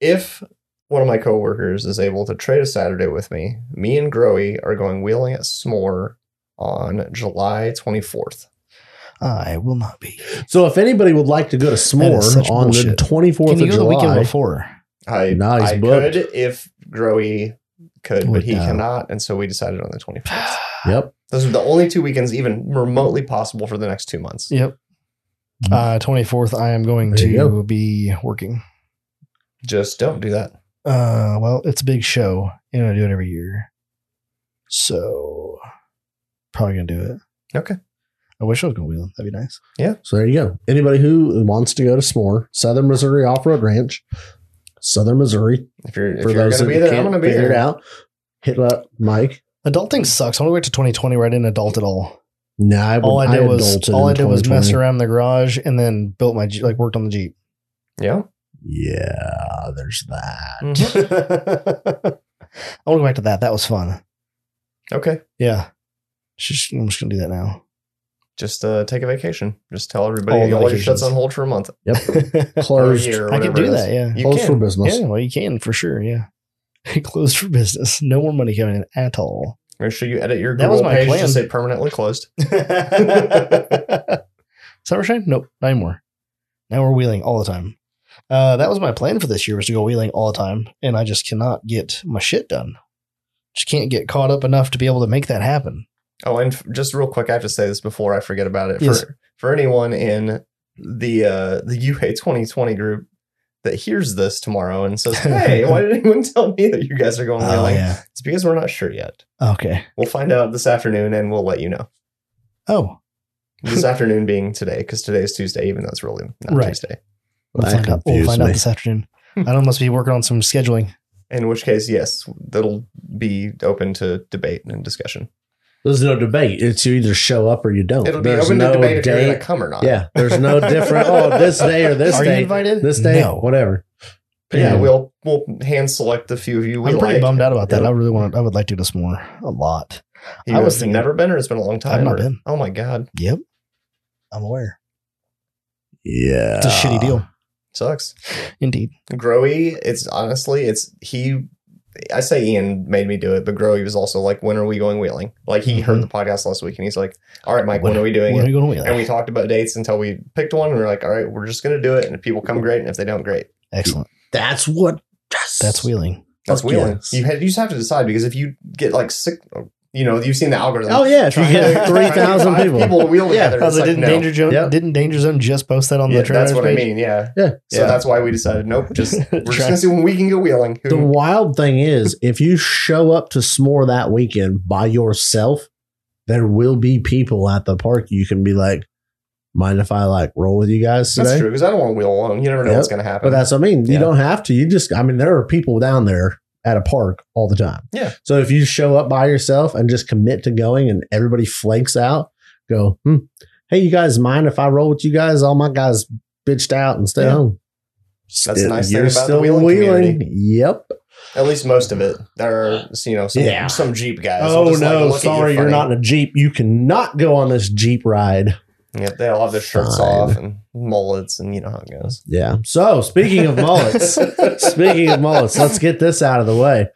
Speaker 3: If one of my coworkers is able to trade a Saturday with me, me and Growy are going wheeling at S'more on July 24th.
Speaker 1: I will not be.
Speaker 2: So if anybody would like to go to
Speaker 1: That is
Speaker 2: S'more
Speaker 1: such
Speaker 2: on
Speaker 1: bullshit.
Speaker 2: the 24th
Speaker 1: Can you
Speaker 2: of
Speaker 1: go the weekend
Speaker 2: July,
Speaker 1: before?
Speaker 3: I,
Speaker 2: Nice
Speaker 3: I
Speaker 2: book.
Speaker 3: could if Growy could,
Speaker 1: Would
Speaker 3: but he
Speaker 1: not.
Speaker 3: cannot, and so we decided on the 24th.
Speaker 2: yep,
Speaker 3: Those are the only two weekends even remotely possible for the next two months.
Speaker 1: Yep. Uh, 24th, I am going
Speaker 2: There
Speaker 1: to
Speaker 2: you go.
Speaker 1: be working.
Speaker 3: Just don't do that.
Speaker 1: Uh, well, it's a big show, and I do it every year. So, probably gonna do it.
Speaker 3: Okay.
Speaker 1: I wish I was going wheeling. That'd be nice.
Speaker 2: So there you go. Anybody who wants to go to S'more, Southern Missouri Off Road Ranch, Southern Missouri.
Speaker 3: If you're if
Speaker 2: For
Speaker 3: you're
Speaker 2: those
Speaker 3: gonna
Speaker 2: that
Speaker 3: be there, I'm
Speaker 2: can't
Speaker 3: gonna be
Speaker 2: figure
Speaker 3: there.
Speaker 2: it out, hit up Mike.
Speaker 1: Adulting sucks. I want to wait to 2020 where I didn't adult at all.
Speaker 2: No, I,
Speaker 1: All I did was
Speaker 2: adulted
Speaker 1: all
Speaker 2: in
Speaker 1: I did was mess
Speaker 2: 2020.
Speaker 1: around in the garage and then built my Jeep- like worked on the Jeep.
Speaker 3: Yeah.
Speaker 2: Yeah, there's that.
Speaker 3: Mhm.
Speaker 1: I want to go back to that. That was fun.
Speaker 3: Mm-hmm. Okay.
Speaker 1: Yeah. Just- I'm just gonna do that now.
Speaker 3: Just uh, take a vacation. Just tell everybody
Speaker 1: All
Speaker 3: all, your
Speaker 1: vacations.
Speaker 3: shit's on hold for a month. Or a
Speaker 2: Closed.
Speaker 3: year, or
Speaker 1: I could
Speaker 3: whatever
Speaker 1: do
Speaker 3: it is.
Speaker 1: that. Yeah.
Speaker 3: You
Speaker 2: Closed
Speaker 3: can.
Speaker 2: for business.
Speaker 1: Yeah, well, you can for sure. Yeah, closed for business. No more money coming in at all.
Speaker 3: Make sure you edit your
Speaker 1: That
Speaker 3: Google
Speaker 1: was my
Speaker 3: page
Speaker 1: plan.
Speaker 3: to say permanently closed.
Speaker 1: Summershine? Nope, not anymore. Now we're wheeling all the time. Uh, that was my plan for this year was to go wheeling all the time, and I just cannot get my shit done. Just can't get caught up enough to be able to make that happen.
Speaker 3: Oh, and f- just real quick, I have to say this before I forget about it.
Speaker 1: Yes.
Speaker 3: For for anyone in the uh, the UA 2020 group that hears this tomorrow and says, "Hey, why did anyone tell me that you guys are going
Speaker 2: Oh,
Speaker 3: whaling?"
Speaker 1: Oh, yeah.
Speaker 3: It's because we're not sure yet.
Speaker 1: Okay.
Speaker 3: We'll find out this afternoon, and we'll let you know.
Speaker 1: Oh,
Speaker 3: This afternoon being today, because today is Tuesday, even though it's really not
Speaker 1: Right.
Speaker 3: Tuesday.
Speaker 1: we'll
Speaker 2: That
Speaker 1: find, out. We'll
Speaker 2: confused
Speaker 1: find out
Speaker 2: me.
Speaker 1: this afternoon. I don't must be working on some scheduling.
Speaker 3: In which case, yes, that'll be open to debate and discussion.
Speaker 2: There's no debate. It's you either show up or you don't.
Speaker 3: It'll be
Speaker 2: There's
Speaker 3: open
Speaker 2: no
Speaker 3: to debate if you're
Speaker 2: day-
Speaker 3: gonna come or not.
Speaker 2: Yeah, there's no different. oh, this day or this
Speaker 1: Are you
Speaker 2: day,
Speaker 1: invited?
Speaker 2: this day,
Speaker 1: No.
Speaker 2: whatever.
Speaker 3: But yeah,
Speaker 2: Yeah.
Speaker 3: we'll we'll hand select a few of you. We
Speaker 1: I'm pretty
Speaker 3: like.
Speaker 1: bummed out about that.
Speaker 2: Yep.
Speaker 1: I really want. I would like to do this more. A lot.
Speaker 3: You
Speaker 1: I was
Speaker 3: have
Speaker 1: thinking-
Speaker 3: never been, or it's been a long time.
Speaker 1: I've not
Speaker 3: or-
Speaker 1: been.
Speaker 3: Oh my god,
Speaker 1: Yep. I'm aware.
Speaker 2: Yeah,
Speaker 1: It's a shitty deal.
Speaker 3: sucks.
Speaker 1: Uh, Indeed.
Speaker 3: Growy, it's honestly, it's he. I say Ian made me do it, but Growy was also like, "When are we going wheeling?" Like he heard the podcast last week, and he's like, "All right, Mike, when, are we doing
Speaker 1: When
Speaker 3: it?"
Speaker 1: are we going to
Speaker 3: and
Speaker 1: wheeling?
Speaker 3: we talked about dates until we picked one, and we are like, "All right, we're just gonna do it." And if people come, great, and if they don't, great.
Speaker 1: Excellent.
Speaker 2: That's what. Yes.
Speaker 1: That's wheeling.
Speaker 3: That's
Speaker 2: Fuck
Speaker 3: wheeling.
Speaker 2: yes.
Speaker 3: You had, you just have to decide because if you get like sick, you know, you've seen the algorithm.
Speaker 2: Oh yeah, if you
Speaker 3: Trying to-
Speaker 2: get three
Speaker 3: trying to get
Speaker 2: thousand
Speaker 3: five
Speaker 2: people.
Speaker 3: people to wheel
Speaker 2: Yeah,
Speaker 3: together.
Speaker 1: How's
Speaker 3: it's
Speaker 1: it
Speaker 3: like,
Speaker 1: didn't
Speaker 3: no.
Speaker 1: Danger Zone
Speaker 2: Yep.
Speaker 1: didn't Danger Zone just post that on
Speaker 3: Yeah,
Speaker 1: the trailer?
Speaker 3: that's what I
Speaker 1: page?
Speaker 3: mean. Yeah.
Speaker 2: Yeah.
Speaker 3: So that's why we decided, nope, just we're just
Speaker 1: Try-
Speaker 3: gonna see when we can go wheeling. Who,
Speaker 2: The wild thing is, if you show up to S'more that weekend by yourself, there will be people at the park. You can be like, "Mind if I like roll with you guys today?"
Speaker 3: that's true because I don't want to wheel alone. You never know
Speaker 2: Yep.
Speaker 3: what's gonna
Speaker 2: But
Speaker 3: happen.
Speaker 2: that's what I mean. You
Speaker 3: Yeah.
Speaker 2: don't have to. You just, I mean, there are people down there at a park all the time.
Speaker 3: Yeah.
Speaker 2: So if you show up by yourself and just commit to going and everybody flakes out, go, hmm, hey, you guys mind if I roll with you guys? All my guys bitched out and stay
Speaker 3: Yeah.
Speaker 2: home.
Speaker 3: That's the nice thing about the
Speaker 2: still
Speaker 3: wheeling community.
Speaker 2: Yep.
Speaker 3: At least most of it. There are you know some,
Speaker 2: Yeah.
Speaker 3: some Jeep guys. will
Speaker 2: oh
Speaker 3: just, like,
Speaker 2: no,
Speaker 3: look at you
Speaker 2: sorry, you're
Speaker 3: funny.
Speaker 2: not in a jeep. You cannot go on this jeep ride.
Speaker 3: Yep, they all have their shirts
Speaker 2: Fine.
Speaker 3: off and mullets, and you know how it goes.
Speaker 2: Yeah. So speaking of mullets, Speaking of mullets, let's get this out of the way.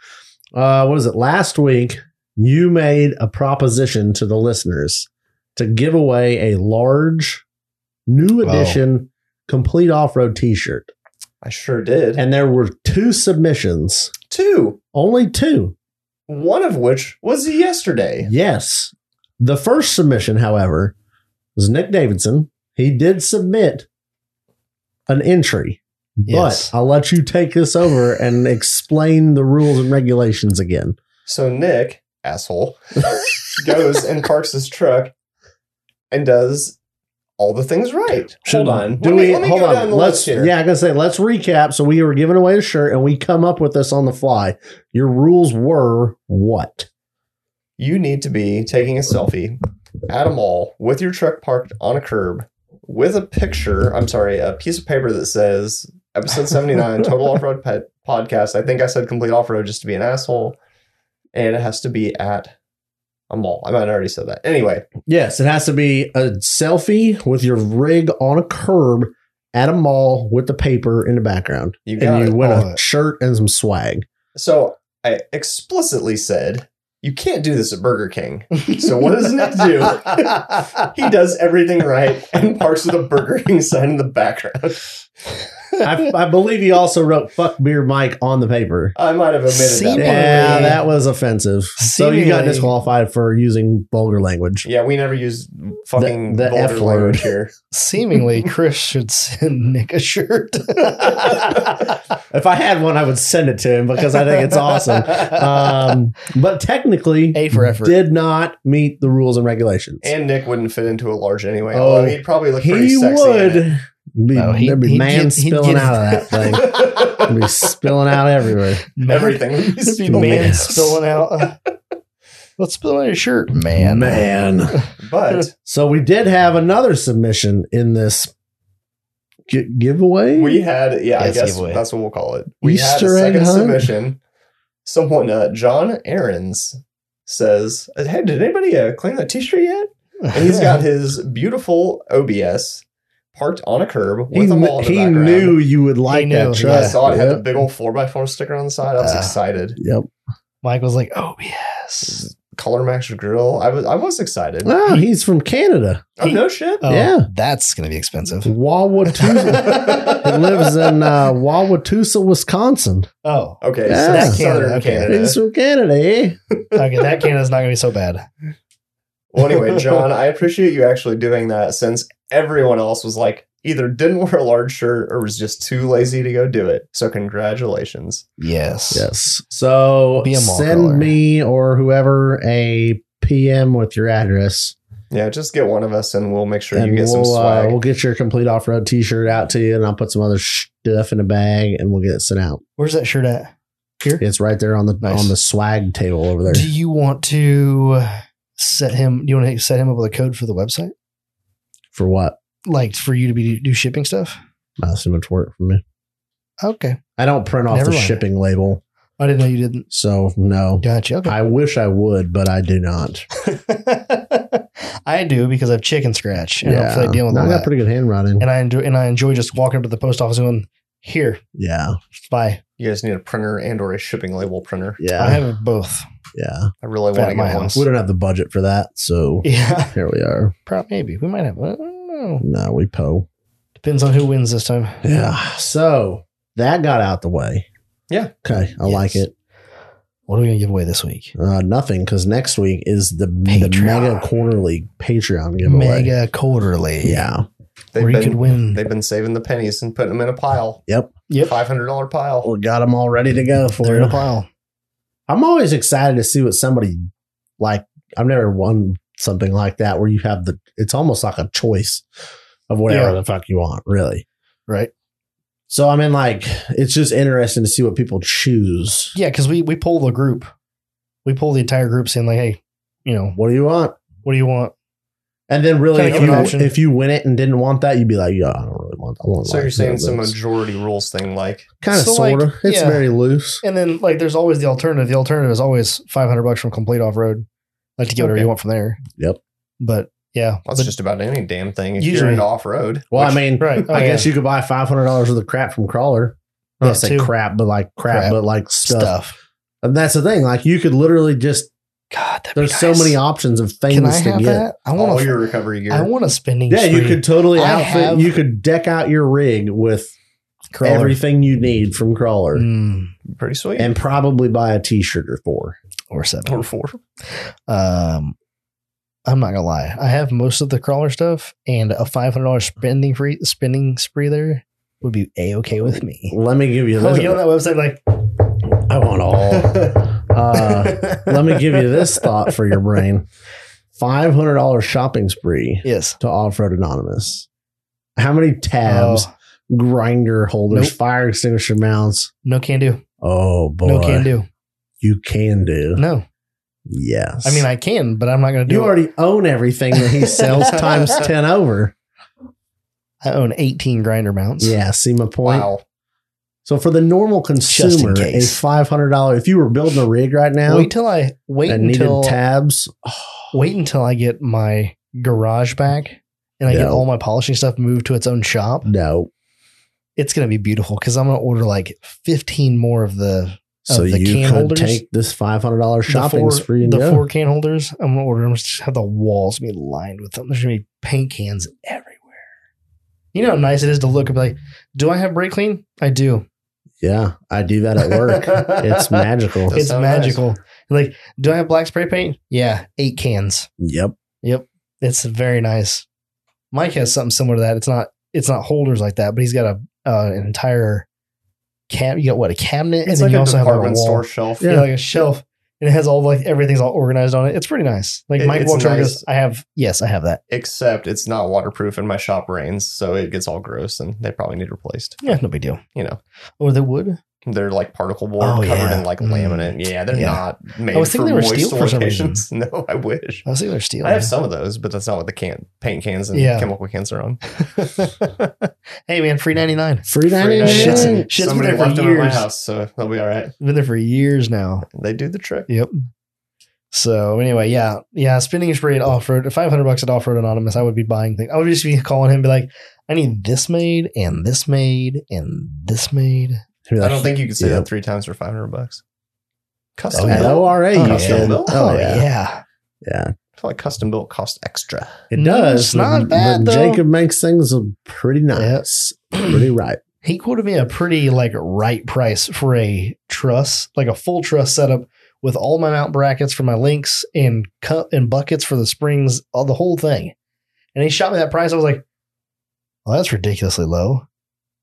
Speaker 2: Uh, what was it? Last week, you made a proposition to the listeners to give away a large, new
Speaker 1: Oh.
Speaker 2: edition, complete off road t shirt.
Speaker 3: I sure did.
Speaker 2: And there were two submissions,
Speaker 3: two,
Speaker 2: only two.
Speaker 3: one of which was yesterday.
Speaker 2: Yes. The first submission, however, was Nick Davidson. He did submit an entry. But
Speaker 1: Yes.
Speaker 2: I'll let you take this over and explain the rules and regulations again.
Speaker 3: So Nick, asshole, goes and parks his truck and does all the things right.
Speaker 2: Should-
Speaker 3: hold on.
Speaker 2: Do
Speaker 3: let
Speaker 2: we
Speaker 3: me, let me
Speaker 2: hold
Speaker 3: go
Speaker 2: on?
Speaker 3: down the
Speaker 2: let's
Speaker 3: list here.
Speaker 2: yeah, I gotta say let's recap. So we were giving away a shirt, and we come up with this on the fly. Your rules were what?
Speaker 3: You need to be taking a selfie at a mall with your truck parked on a curb with a picture, I'm sorry, a piece of paper that says episode 79 total off-road pet podcast. I think I said complete off-road just to be an asshole and it has to be at a mall. I might have already said that. Anyway,
Speaker 2: Yes, it has to be a selfie with your rig on a curb at a mall with the paper in the background,
Speaker 3: you got
Speaker 2: and
Speaker 3: it.
Speaker 2: you win
Speaker 1: All
Speaker 2: a
Speaker 1: right.
Speaker 2: shirt and some swag.
Speaker 3: So I explicitly said, you can't do this at Burger King. So what does Nick do? he does everything right and parks with a Burger King sign in the background.
Speaker 2: I, I believe he also wrote "fuck beer Mike" on the paper.
Speaker 3: I might have omitted
Speaker 1: Seemingly.
Speaker 3: that.
Speaker 2: Yeah, that was offensive. So you got
Speaker 1: Seemingly.
Speaker 2: disqualified for using vulgar language.
Speaker 3: Yeah, we never use fucking
Speaker 2: The- the
Speaker 3: vulgar
Speaker 2: F word.
Speaker 3: language here.
Speaker 1: Seemingly, Chris should send Nick a shirt.
Speaker 2: If I had one, I would send it to him because I think it's awesome. Um, but technically,
Speaker 1: A for effort.
Speaker 2: did not meet the rules and regulations.
Speaker 3: And Nick wouldn't fit into a large anyway.
Speaker 2: Oh,
Speaker 3: although he'd probably look pretty
Speaker 2: he
Speaker 3: sexy.
Speaker 2: would
Speaker 3: In it.
Speaker 2: be,
Speaker 1: No, Oh, he-
Speaker 2: there'd be
Speaker 1: he'd
Speaker 2: man
Speaker 1: get- he'd
Speaker 2: spilling
Speaker 1: get-
Speaker 2: out of that thing. It'd be spilling out everywhere.
Speaker 3: Everything. would be
Speaker 1: It'd be
Speaker 3: spilled.
Speaker 1: man
Speaker 2: Yes.
Speaker 1: spilling out. Let's spill on your shirt, man.
Speaker 2: Man.
Speaker 3: But
Speaker 2: So we did have another submission in this gi- giveaway.
Speaker 3: we had, yeah, I
Speaker 1: Yes,
Speaker 3: guess
Speaker 1: giveaway.
Speaker 3: that's what we'll call it. We
Speaker 2: Easter
Speaker 3: had
Speaker 2: egg
Speaker 3: a second
Speaker 2: hunt?
Speaker 3: submission. Someone, uh, John Ahrens, says, "Hey, did anybody uh, clean that T-shirt yet?" And he's got his beautiful OBS parked on a curb
Speaker 2: he
Speaker 3: with a
Speaker 2: kn-
Speaker 3: mall in the
Speaker 2: he
Speaker 3: background.
Speaker 2: knew you would like
Speaker 1: knew,
Speaker 2: that
Speaker 1: yeah.
Speaker 2: truck.
Speaker 3: I saw it had the
Speaker 2: Yep. Ah.
Speaker 3: big old four x four sticker on the side. I was
Speaker 1: Uh,
Speaker 3: excited.
Speaker 2: yep.
Speaker 1: Mike was like, "Oh yes."
Speaker 3: Color Max Grill. I was I was excited.
Speaker 2: Ah, he's from Canada.
Speaker 3: oh no shit.
Speaker 1: Oh,
Speaker 2: Yeah.
Speaker 1: that's gonna be expensive.
Speaker 2: Wawatusa. He lives in uh, Wawatusa, Wisconsin.
Speaker 1: Oh,
Speaker 3: Okay,
Speaker 2: Yeah.
Speaker 3: so
Speaker 2: That's
Speaker 3: Southern
Speaker 1: Canada, okay.
Speaker 3: Canada.
Speaker 2: He's from Canada, eh?
Speaker 1: okay. That can is not gonna be so bad.
Speaker 3: Well, anyway, John, I appreciate you actually doing that since everyone else was like either didn't wear a large shirt or was just too lazy to go do it. So congratulations.
Speaker 1: Yes.
Speaker 2: Yes. So
Speaker 1: Be a mall
Speaker 2: send
Speaker 1: crawler.
Speaker 2: me or whoever a PM with your address,
Speaker 3: Yeah, just get one of us and we'll make sure
Speaker 2: and
Speaker 3: you get
Speaker 2: we'll
Speaker 3: some
Speaker 2: uh,
Speaker 3: swag.
Speaker 2: we'll get your complete off road T shirt out to you, and I'll put some other stuff in a bag, and we'll get it sent out.
Speaker 1: Where's that shirt at? Here.
Speaker 2: It's right there on the
Speaker 1: Nice.
Speaker 2: on the swag table over there.
Speaker 1: Do you want to set him? Do you want to set him up with a code for the website,
Speaker 2: For what?
Speaker 1: like for you to be do shipping stuff?
Speaker 2: That's too much work for me.
Speaker 1: Okay,
Speaker 2: I don't print off
Speaker 1: Never
Speaker 2: the
Speaker 1: mind.
Speaker 2: shipping label,
Speaker 1: I didn't know you didn't.
Speaker 2: so no.
Speaker 1: Gotcha. Okay.
Speaker 2: I wish I would, but I do not.
Speaker 1: I do because I've chicken scratch and I don't feel like dealing with
Speaker 2: No, I
Speaker 1: all
Speaker 2: got
Speaker 1: that.
Speaker 2: pretty good handwriting.
Speaker 1: and I enjoy and I enjoy just walking up to the post office and going, here,
Speaker 2: Yeah,
Speaker 1: bye.
Speaker 3: you guys need a printer and or a shipping label printer.
Speaker 2: yeah,
Speaker 1: I have both.
Speaker 2: yeah.
Speaker 3: I really
Speaker 1: At
Speaker 3: want to
Speaker 1: my
Speaker 3: get one.
Speaker 1: house.
Speaker 2: We don't have the budget for that, so
Speaker 1: Yeah.
Speaker 2: here we are.
Speaker 1: Probably maybe. We might have I don't know.
Speaker 2: No, we po.
Speaker 1: Depends on who wins this time.
Speaker 2: Yeah. So that got out the way.
Speaker 3: Yeah.
Speaker 2: Okay. I
Speaker 1: Yes.
Speaker 2: like it.
Speaker 1: What are we gonna give away this week?
Speaker 2: Uh, nothing because next week is the, the
Speaker 1: Patreon.
Speaker 2: mega quarterly Patreon giveaway.
Speaker 1: Mega quarterly.
Speaker 2: Yeah.
Speaker 3: They've
Speaker 1: where you could
Speaker 3: been,
Speaker 1: win.
Speaker 3: they've been saving the pennies and putting them in a pile.
Speaker 2: Yep.
Speaker 1: Yep.
Speaker 3: $500 pile.
Speaker 2: We got them all ready to go for
Speaker 1: They're in a
Speaker 2: you.
Speaker 1: pile.
Speaker 2: I'm always excited to see what somebody like. I've never won something like that where you have the, it's almost like a choice of whatever
Speaker 1: Yeah.
Speaker 2: the fuck you want, really.
Speaker 1: Right.
Speaker 2: So, I mean, like, it's just interesting to see what people choose.
Speaker 1: Yeah, because we we pull the group. We pull the entire group saying like, hey, you know,
Speaker 2: What do you want?
Speaker 1: what do you want?
Speaker 2: And then really,
Speaker 1: Kinda
Speaker 2: if
Speaker 1: give an
Speaker 2: you,
Speaker 1: option.
Speaker 2: if you win it and didn't want that, you'd be like, yeah, I don't really want along. along
Speaker 3: So you're
Speaker 2: lines,
Speaker 3: saying
Speaker 2: but
Speaker 3: it's a
Speaker 2: it's
Speaker 3: majority rules thing, like
Speaker 2: kind of
Speaker 1: So, like,
Speaker 2: sort of. It's
Speaker 1: yeah.
Speaker 2: very loose.
Speaker 1: And then like there's always the alternative. The alternative is always 500 bucks from complete off road. Like to get whatever
Speaker 3: Okay.
Speaker 1: you want from there.
Speaker 2: Yep.
Speaker 1: But yeah,
Speaker 3: that's
Speaker 1: but-
Speaker 3: just about any damn thing. If you're
Speaker 1: Usually-
Speaker 3: into off road,
Speaker 2: Well, I mean,
Speaker 1: right. Oh,
Speaker 2: I
Speaker 1: yeah.
Speaker 2: guess you could buy five hundred dollars worth of crap from Crawler. I
Speaker 1: Yeah,
Speaker 2: don't say
Speaker 1: too.
Speaker 2: crap, but like crap,
Speaker 1: Crap.
Speaker 2: but like stuff.
Speaker 1: stuff.
Speaker 2: And that's the thing. Like you could literally just.
Speaker 1: God, that'd be
Speaker 2: There's so
Speaker 1: nice.
Speaker 2: many options of things
Speaker 1: Can I
Speaker 2: to
Speaker 1: have
Speaker 2: get.
Speaker 1: that? I want
Speaker 3: all
Speaker 1: to.
Speaker 3: your recovery gear.
Speaker 1: I want a spending.
Speaker 2: Yeah, you
Speaker 1: spree.
Speaker 2: could totally
Speaker 1: I
Speaker 2: outfit.
Speaker 1: have-
Speaker 2: you could deck out your rig with
Speaker 1: Crawler.
Speaker 2: everything you need from Crawler,
Speaker 1: Mm,
Speaker 3: Pretty sweet.
Speaker 2: and probably buy a T-shirt or four.
Speaker 1: or seven.
Speaker 3: or four.
Speaker 1: Um, I'm not gonna lie. I have most of the crawler stuff, and a five hundred dollars spending free spending spree there would be a okay with me.
Speaker 2: Let me give you
Speaker 1: Oh,
Speaker 2: this.
Speaker 1: you know that website like.
Speaker 2: I want all. Uh, let me give you this thought for your brain: five hundred dollars shopping spree
Speaker 1: Yes.
Speaker 2: to Off Road Anonymous. How many tabs,
Speaker 1: Oh,
Speaker 2: grinder holders,
Speaker 1: Nope.
Speaker 2: fire extinguisher mounts?
Speaker 1: no can do.
Speaker 2: Oh boy,
Speaker 1: No can do.
Speaker 2: you can do.
Speaker 1: No.
Speaker 2: Yes,
Speaker 1: I mean, I can, but I'm not gonna do.
Speaker 2: you
Speaker 1: it.
Speaker 2: already own everything that he sells times ten over.
Speaker 1: I own 18 grinder mounts.
Speaker 2: Yeah, see my point.
Speaker 3: Wow.
Speaker 2: So for the normal
Speaker 1: in
Speaker 2: consumer,
Speaker 1: case.
Speaker 2: is five hundred dollars. If you were building a rig right now
Speaker 1: Wait till I wait
Speaker 2: and needed
Speaker 1: until
Speaker 2: tabs, oh,
Speaker 1: wait until I get my garage back and I get
Speaker 2: No.
Speaker 1: all my polishing stuff moved to its own shop.
Speaker 2: no.
Speaker 1: It's gonna be beautiful because I'm gonna order like 15 more of the
Speaker 2: So
Speaker 1: the
Speaker 2: you
Speaker 1: can
Speaker 2: could
Speaker 1: holders?
Speaker 2: take this five hundred dollars shopping
Speaker 1: the four,
Speaker 2: spree and
Speaker 1: the
Speaker 2: go.
Speaker 1: four can holders. I'm gonna order them. Just have the walls be lined with them. There's gonna be paint cans everywhere. You know how nice it is to look and be like, do I have brake clean? I do.
Speaker 2: yeah, I do that at work. it's magical.
Speaker 3: Does
Speaker 1: it's
Speaker 3: sound
Speaker 1: magical. Like, do I have black spray paint? Yeah, eight cans.
Speaker 2: yep.
Speaker 1: It's very nice. Mike has something similar to that. It's not it's not holders like that, but he's got a uh, an entire cab. You got what a cabinet,
Speaker 3: It's
Speaker 1: and then
Speaker 3: like
Speaker 1: you
Speaker 3: a
Speaker 1: also have like a
Speaker 3: department store
Speaker 1: wall,
Speaker 3: shelf.
Speaker 1: yeah. like a shelf, and it has all like everything's all organized on it. It's pretty nice. Like
Speaker 3: It-
Speaker 1: Mike
Speaker 3: it's
Speaker 1: walks over and
Speaker 3: nice.
Speaker 1: goes, "I have yes, I have that.
Speaker 3: Except it's not waterproof, and my shop rains, so it gets all gross, and they probably need replaced.
Speaker 1: Yeah, no big deal."
Speaker 3: You know,
Speaker 1: Or the wood.
Speaker 3: they're like particle board
Speaker 1: Oh,
Speaker 3: covered
Speaker 1: yeah.
Speaker 3: in like
Speaker 1: Mm.
Speaker 3: laminate. Yeah, they're
Speaker 1: Yeah.
Speaker 3: not made
Speaker 1: I was
Speaker 3: for
Speaker 1: thinking they were
Speaker 3: moist
Speaker 1: steel for some
Speaker 3: locations. No, I wish.
Speaker 1: I was thinking they're steel.
Speaker 3: I have
Speaker 1: yeah.
Speaker 3: some of those, but that's not what the can paint cans and
Speaker 1: Yeah.
Speaker 3: chemical cans are on.
Speaker 1: hey man, free ninety nine.
Speaker 2: Free ninety
Speaker 3: $3.99.
Speaker 1: Shit's,
Speaker 2: nine.
Speaker 1: shit's been
Speaker 3: Somebody
Speaker 1: there for
Speaker 3: left them at my
Speaker 1: years.
Speaker 3: house, so they'll be all right.
Speaker 1: Been there for years now.
Speaker 3: They do the trick.
Speaker 1: Yep. So anyway, yeah, yeah, spinning spree at off road, five hundred bucks at off road anonymous. I would be buying things. I would just be calling him, and be like, I need this made and this made and this made.
Speaker 3: I don't think you can say
Speaker 2: Yeah.
Speaker 3: that three times for five hundred bucks.
Speaker 2: Oh,
Speaker 3: Custom
Speaker 2: yeah.
Speaker 3: built.
Speaker 2: ORA,
Speaker 1: Oh,
Speaker 2: you
Speaker 1: yeah.
Speaker 2: said.
Speaker 3: Oh,
Speaker 1: Oh, yeah.
Speaker 2: yeah.
Speaker 3: I feel like custom built costs extra.
Speaker 2: It
Speaker 1: Mm,
Speaker 2: does.
Speaker 1: it's not
Speaker 2: but-
Speaker 1: bad,
Speaker 2: but
Speaker 1: though.
Speaker 2: Jacob makes things pretty nice, pretty right.
Speaker 1: He quoted me a pretty like right price for a truss, like a full truss setup with all my mount brackets for my links and cup and buckets for the springs, all the whole thing. And he shot me that price. I was like, well, that's ridiculously low.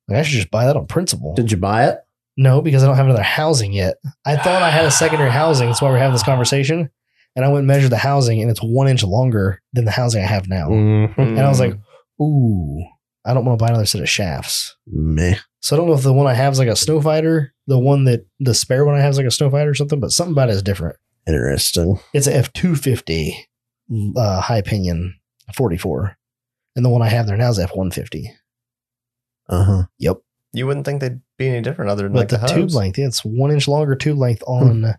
Speaker 1: Like, I should just buy that on principle.
Speaker 2: Did you buy it?
Speaker 1: No, because I don't have another housing yet. I thought I had a secondary housing. That's why we're having this conversation. And I went and measured the housing, and it's one inch longer than the housing I have now. And I was like, ooh, I don't want to buy another set of shafts.
Speaker 2: Meh.
Speaker 1: So I don't know if the one I have is like a snow fighter, the one that the spare one I have is like a snow fighter or something, but something about it is different.
Speaker 2: Interesting.
Speaker 1: It's a F 250 uh, high pinion 44. And the one I have there now is F 150.
Speaker 2: Uh huh.
Speaker 3: you wouldn't think they'd be any different other than
Speaker 1: But
Speaker 3: like
Speaker 1: the,
Speaker 3: the,
Speaker 1: tube
Speaker 3: hubs.
Speaker 1: length, yeah, it's one inch longer tube length on
Speaker 2: Hmm.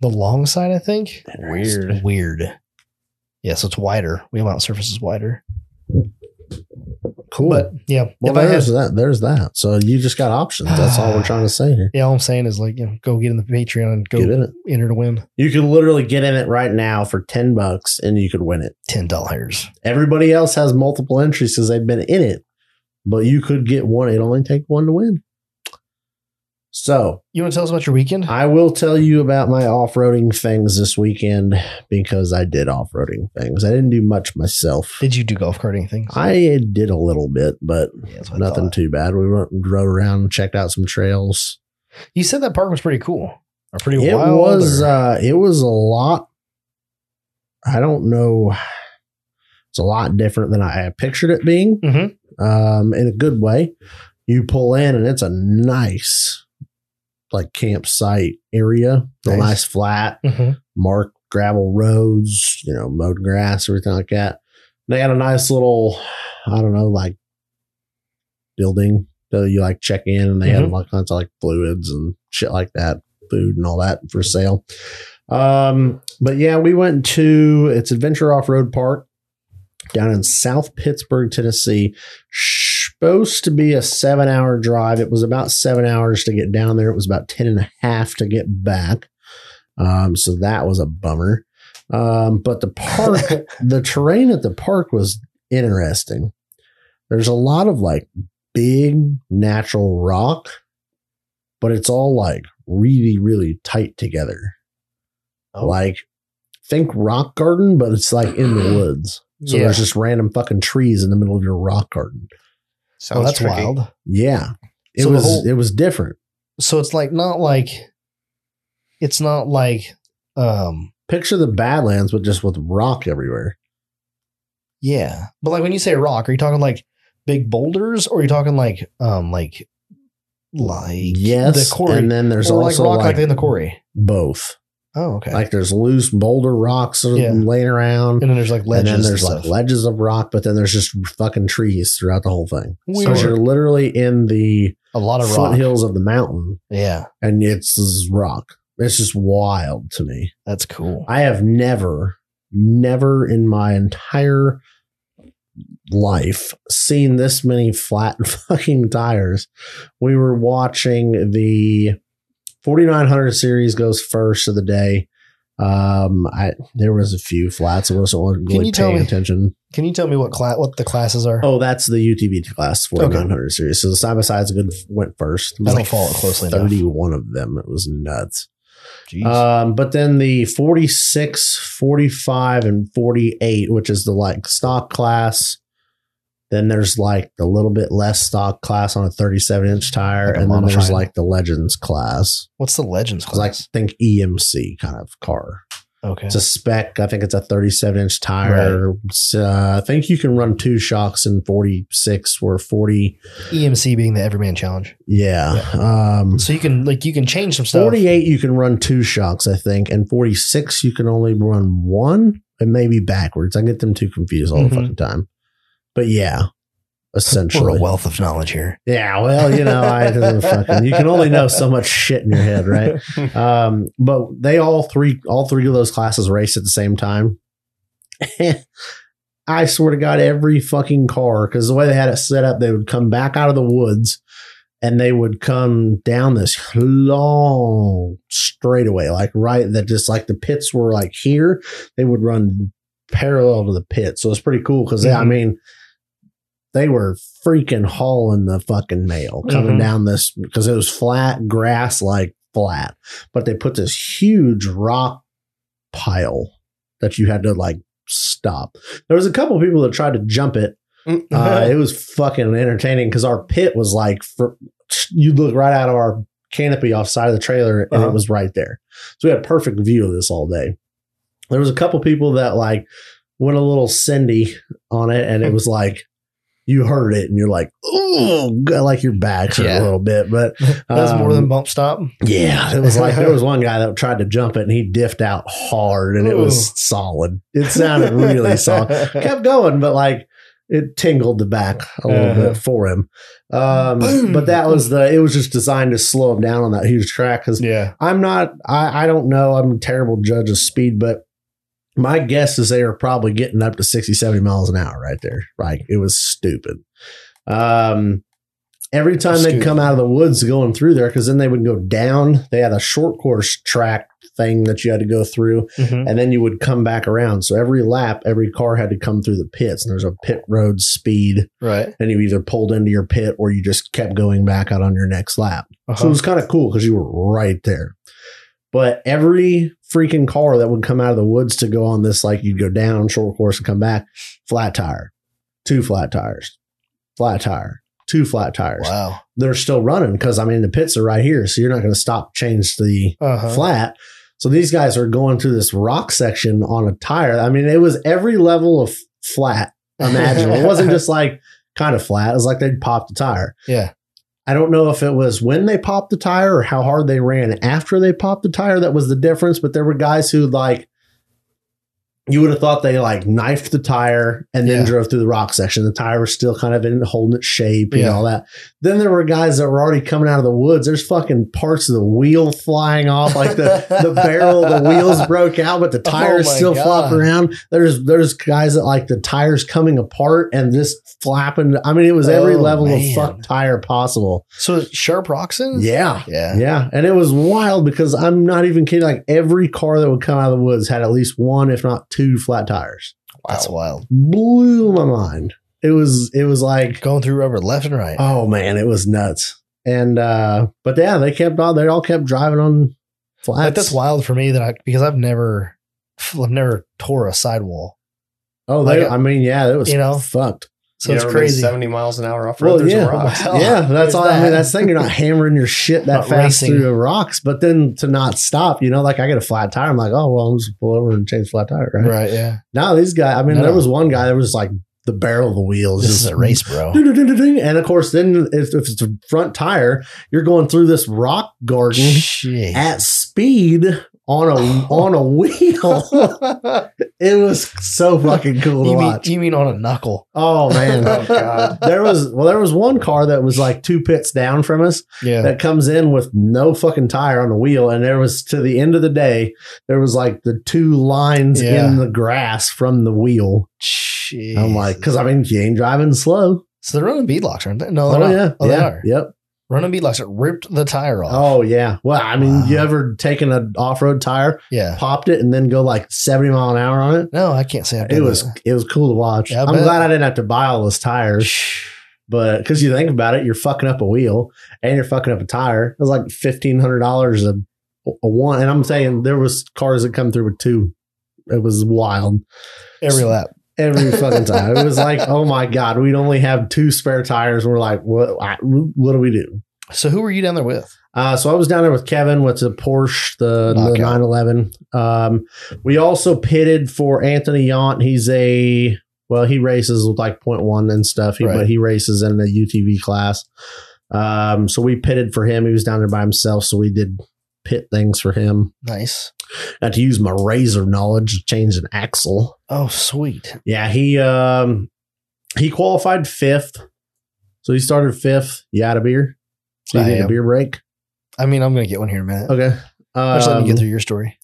Speaker 1: the long side, I think.
Speaker 3: Weird.
Speaker 1: Weird. Yeah, so it's wider. Wheel mount surface is wider.
Speaker 2: Cool.
Speaker 1: But yeah,
Speaker 2: well,
Speaker 1: if I had,
Speaker 2: there's that. There's that. So you just got options. That's all we're trying to say here.
Speaker 1: yeah, all I'm saying is like, you know, go get in the Patreon and
Speaker 2: Get
Speaker 1: go
Speaker 2: in it.
Speaker 1: enter to win
Speaker 2: You could literally get in it right now for ten bucks, and you could win it.
Speaker 1: ten dollars.
Speaker 2: Everybody else has multiple entries because they've been in it, but you could get one. It only take one to win. So
Speaker 1: You want to tell us about your weekend?
Speaker 2: I will tell you about my off roading things this weekend because I did off roading things. I didn't do much myself.
Speaker 1: Did you do golf karting things?
Speaker 2: I did a little bit, but
Speaker 1: Yeah, that's what I
Speaker 2: nothing
Speaker 1: thought.
Speaker 2: too bad. We went and drove around, and checked out some trails.
Speaker 1: You said that park was pretty cool. Or pretty
Speaker 2: It
Speaker 1: wild.
Speaker 2: was
Speaker 1: or-
Speaker 2: uh, it was a lot. I don't know. It's a lot different than I had pictured it being,
Speaker 1: Mhm.
Speaker 2: um, in a good way. You pull in, and it's a nice, like campsite area, a
Speaker 1: Nice.
Speaker 2: nice flat,
Speaker 1: Mhm.
Speaker 2: marked gravel roads, you know, mowed grass, everything like that. They had a nice little, I don't know, like building. So you like check in and they
Speaker 1: Mhm.
Speaker 2: have like kinds of like fluids and shit like that, food and all that for sale. Um, but yeah, we went to it's Adventure Off Road Park down in South Pittsburgh, Tennessee. Supposed to be a seven hour drive. It was about seven hours to get down there. It was about ten and a half to get back. Um, so that was a bummer. Um, but the park the terrain at the park was interesting. There's a lot of like big natural rock, but it's all like really, really tight together.
Speaker 1: Oh.
Speaker 2: Like, think rock garden, but it's like in the woods. So
Speaker 1: Yeah.
Speaker 2: there's just random fucking trees in the middle of your rock garden.
Speaker 1: Oh, that's
Speaker 3: tricky.
Speaker 1: wild.
Speaker 2: Yeah. It
Speaker 1: So the
Speaker 2: was
Speaker 1: whole-
Speaker 2: it was different.
Speaker 1: So it's like not like it's not like um
Speaker 2: Picture the Badlands, but just with rock everywhere.
Speaker 1: yeah. But like when you say rock, are you talking like big boulders or are you talking like um like like
Speaker 2: Yes.
Speaker 1: the quarry
Speaker 2: and then there's
Speaker 1: or like
Speaker 2: also
Speaker 1: rock like,
Speaker 2: like,
Speaker 1: in the quarry?
Speaker 2: both.
Speaker 1: Oh okay.
Speaker 2: Like there's loose boulder rocks sort of
Speaker 1: Yeah.
Speaker 2: laying around.
Speaker 1: and then there's like ledges.
Speaker 2: and
Speaker 1: And
Speaker 2: then there's like
Speaker 1: stuff.
Speaker 2: ledges of rock, but then there's just fucking trees throughout the whole thing.
Speaker 1: Weird.
Speaker 2: So you're literally in the
Speaker 1: a lot of rock.
Speaker 2: foothills of the mountain,
Speaker 1: Yeah,
Speaker 2: and it's this rock. It's just wild to me.
Speaker 1: that's cool.
Speaker 2: I have never, never in my entire life seen this many flat fucking tires. We were watching the 4900 series goes first of the day. Um, I there was a few flats. I wasn't
Speaker 1: Can you
Speaker 2: really
Speaker 1: tell
Speaker 2: paying
Speaker 1: me-
Speaker 2: attention.
Speaker 1: Can you tell me what cla- what the classes are?
Speaker 2: Oh, that's the UTV class
Speaker 1: Okay.
Speaker 2: 4900 series. So the side by sides good went first. It was
Speaker 1: I don't follow it closely enough.
Speaker 2: 31 of them. It was nuts.
Speaker 1: Jeez.
Speaker 2: Um, but then the 46, 45, and 48, which is the like stock class. Then there's like the little bit less stock class on a 37 inch tire.
Speaker 1: Like a
Speaker 2: and then there's
Speaker 1: modified.
Speaker 2: like the legends class.
Speaker 1: What's the legends
Speaker 2: It's like
Speaker 1: class?
Speaker 2: think EMC kind of car.
Speaker 1: okay,
Speaker 2: It's a spec. I think it's a 37 inch tire. It's, uh, I think you can run two shocks in 46 or 40.
Speaker 1: EMC E being the Everyman Challenge.
Speaker 2: Yeah. Um,
Speaker 1: So you can like you can change some stuff.
Speaker 2: 48, you can run two shocks, I think. And 46, you can only run one. It may be backwards. I get them too confused all
Speaker 1: Mhm.
Speaker 2: the fucking time. But yeah,
Speaker 1: We're a
Speaker 2: essentially.
Speaker 1: wealth of knowledge here.
Speaker 2: Yeah, well, you know, I fucking, you can only know so much shit in your head, right? um, but they all three all three of those classes race at the same time. I swear to God, every fucking car, because the way they had it set up, they would come back out of the woods and they would come down this long straightaway, like right that just like the pits were like here. They would run parallel to the pit. So it's pretty cool because I
Speaker 1: Mhm.
Speaker 2: mean they were freaking hauling the fucking mail coming
Speaker 1: Mhm.
Speaker 2: down this because it was flat grass like flat but they put this huge rock pile that you had to like stop there was a couple people that tried to jump it uh, it was fucking entertaining because our pit was like fr you'd look right out of our canopy off side of the trailer and
Speaker 3: Uh-huh.
Speaker 2: it was right there so we had a perfect view of this all day there was a couple people that like went a little cindy on it and it was like you heard it and you're like oh like your back hurt
Speaker 1: Yeah.
Speaker 2: a little bit but
Speaker 1: That's more
Speaker 2: um,
Speaker 1: than bump stop.
Speaker 2: yeah, it was like there was one guy that tried to jump it and he diffed out hard and it
Speaker 1: Ooh.
Speaker 2: was solid. It sounded really solid. Kept going, but like it tingled the back a little
Speaker 3: Uh-huh.
Speaker 2: bit for him. Um,
Speaker 1: Boom.
Speaker 2: but that was the it was just designed to slow him down on that huge track because
Speaker 1: Yeah.
Speaker 2: I'm not I, I don't know. I'm a terrible judge of speed, but my guess is they are probably getting up to 60, 70 miles an hour right there. Like it was stupid. Um every time they'd
Speaker 1: Stupid.
Speaker 2: come out of the woods going through there, because then they would go down, they had a short course track thing that you had to go through,
Speaker 1: Mhm.
Speaker 2: and then you would come back around. So every lap, every car had to come through the pits, and there's a pit road speed,
Speaker 1: Right.
Speaker 2: and you either pulled into your pit or you just kept going back out on your next lap. So it
Speaker 1: Uh-huh.
Speaker 2: was kind of cool because you were right there. But every freaking car that would come out of the woods to go on this, like you'd go down short course and come back, flat tire, two flat tires, flat tire, two flat tires.
Speaker 1: Wow.
Speaker 2: They're still running because I mean the pits are right here, so you're not going to stop change the
Speaker 1: Uh-huh.
Speaker 2: flat. So these guys are going through this rock section on a tire. I mean, it was every level of flat imaginable. it wasn't just like kind of flat. It was like they'd popped a tire.
Speaker 1: Yeah.
Speaker 2: I don't know if it was when they popped the tire or how hard they ran after they popped the tire that was the difference, but there were guys who like you would have thought they like knifed the tire and then
Speaker 1: Yeah.
Speaker 2: drove through the rock section. The tire was still kind of in holding its shape and
Speaker 1: Yeah.
Speaker 2: all that. Then there were guys that were already coming out of the woods. There's fucking parts of the wheel flying off, like the, the barrel, the wheels broke out, but the
Speaker 1: Oh
Speaker 2: tires
Speaker 1: my
Speaker 2: still
Speaker 1: God.
Speaker 2: flop around. There's there's guys that like the tires coming apart and this flapping. I mean, it was every
Speaker 1: Oh,
Speaker 2: level
Speaker 1: man.
Speaker 2: of fuck tire possible.
Speaker 1: So Sharp Roxon?
Speaker 2: Yeah.
Speaker 1: Yeah.
Speaker 2: Yeah, and it was wild because I'm not even kidding. Like every car that would come out of the woods had at least one, if not two, flat tires.
Speaker 1: That's wild.
Speaker 2: Blew my mind. It was it was like
Speaker 1: Going through rubber left and right.
Speaker 2: oh man, it was nuts. And uh but yeah, they kept all they all kept driving on flats.
Speaker 1: Like, that's wild for me that I because I've never I've never tore a sidewall.
Speaker 2: Oh, they,
Speaker 1: Like,
Speaker 2: I mean, yeah, it was
Speaker 1: you know?
Speaker 2: fucked.
Speaker 1: So
Speaker 3: You
Speaker 1: it's
Speaker 3: ever been
Speaker 1: crazy.
Speaker 3: Seventy miles an hour off road.
Speaker 2: Well,
Speaker 3: there's
Speaker 2: yeah. Oh,
Speaker 3: a rock.
Speaker 1: Hell,
Speaker 2: yeah, that's
Speaker 1: there's
Speaker 2: all. I mean,
Speaker 1: that.
Speaker 2: that's the thing. You're not hammering your shit that
Speaker 1: Not
Speaker 2: fast
Speaker 1: racing.
Speaker 2: through the rocks, but then to not stop, you know, like I get a flat tire, I'm like, oh well, I'm just pull over and change the flat tire, right?
Speaker 1: Right, yeah.
Speaker 2: No, these guys. I mean,
Speaker 1: No.
Speaker 2: there was one guy that was like the barrel of the wheels.
Speaker 1: This is a race, bro.
Speaker 2: doo-doo-doo-doo-doo. And of course, then if, if it's a front tire, you're going through this rock garden
Speaker 1: Shit.
Speaker 2: at speed on a on a wheel. it was so fucking cool to
Speaker 1: You mean,
Speaker 2: watch.
Speaker 1: you mean on a knuckle?
Speaker 2: Oh man.
Speaker 3: Oh, God.
Speaker 2: There was well, there was one car that was like two pits down from us
Speaker 1: Yeah.
Speaker 2: that comes in with no fucking tire on the wheel. And there was to the end of the day, there was like the two lines
Speaker 1: Yeah.
Speaker 2: in the grass from the wheel.
Speaker 1: Shit.
Speaker 2: I'm like, because I mean, you ain't driving slow.
Speaker 1: so they're running beadlocks, aren't they? No,
Speaker 2: Oh,
Speaker 1: they're not.
Speaker 2: yeah,
Speaker 1: Oh, they
Speaker 2: yeah,
Speaker 1: are.
Speaker 2: yep.
Speaker 1: Running beadlocks that ripped the tire off.
Speaker 2: Oh yeah. Well, I mean,
Speaker 1: Wow.
Speaker 2: you ever taken an off-road tire,
Speaker 1: Yeah.
Speaker 2: popped it, and then go like 70 mile an hour on it?
Speaker 1: No, I can't say I've done
Speaker 2: It was
Speaker 1: that.
Speaker 2: it was cool to watch.
Speaker 1: Yeah, I
Speaker 2: I'm
Speaker 1: bet.
Speaker 2: glad I didn't have to buy all those tires, but because you think about it, you're fucking up a wheel and you're fucking up a tire. It was like fifteen hundred dollars a a one, and I'm saying there was cars that come through with two. It was wild.
Speaker 1: every lap.
Speaker 2: every fucking time. It was like, oh my god, we'd only have two spare tires. We're like, what? I- What do we do?
Speaker 1: So who were you down there with?
Speaker 2: Uh, so I was down there with Kevin with the Porsche, the, the
Speaker 1: Knockout.
Speaker 2: 911. Um, we also pitted for Anthony Yount. He's a well, he races with like point one and stuff, he,
Speaker 1: Right.
Speaker 2: but he races in the UTV class. Um, so we pitted for him. He was down there by himself, so we did pit things for him.
Speaker 1: Nice.
Speaker 2: I had to use my razor knowledge to change an axle.
Speaker 1: Oh, sweet.
Speaker 2: Yeah, he um he qualified fifth. So he started fifth. You out of beer? So you
Speaker 1: I
Speaker 2: need a
Speaker 1: am.
Speaker 2: beer break?
Speaker 1: I mean, I'm gonna get one here in a minute.
Speaker 2: Okay.
Speaker 1: I'm just letting you
Speaker 2: Um,
Speaker 1: get through your story.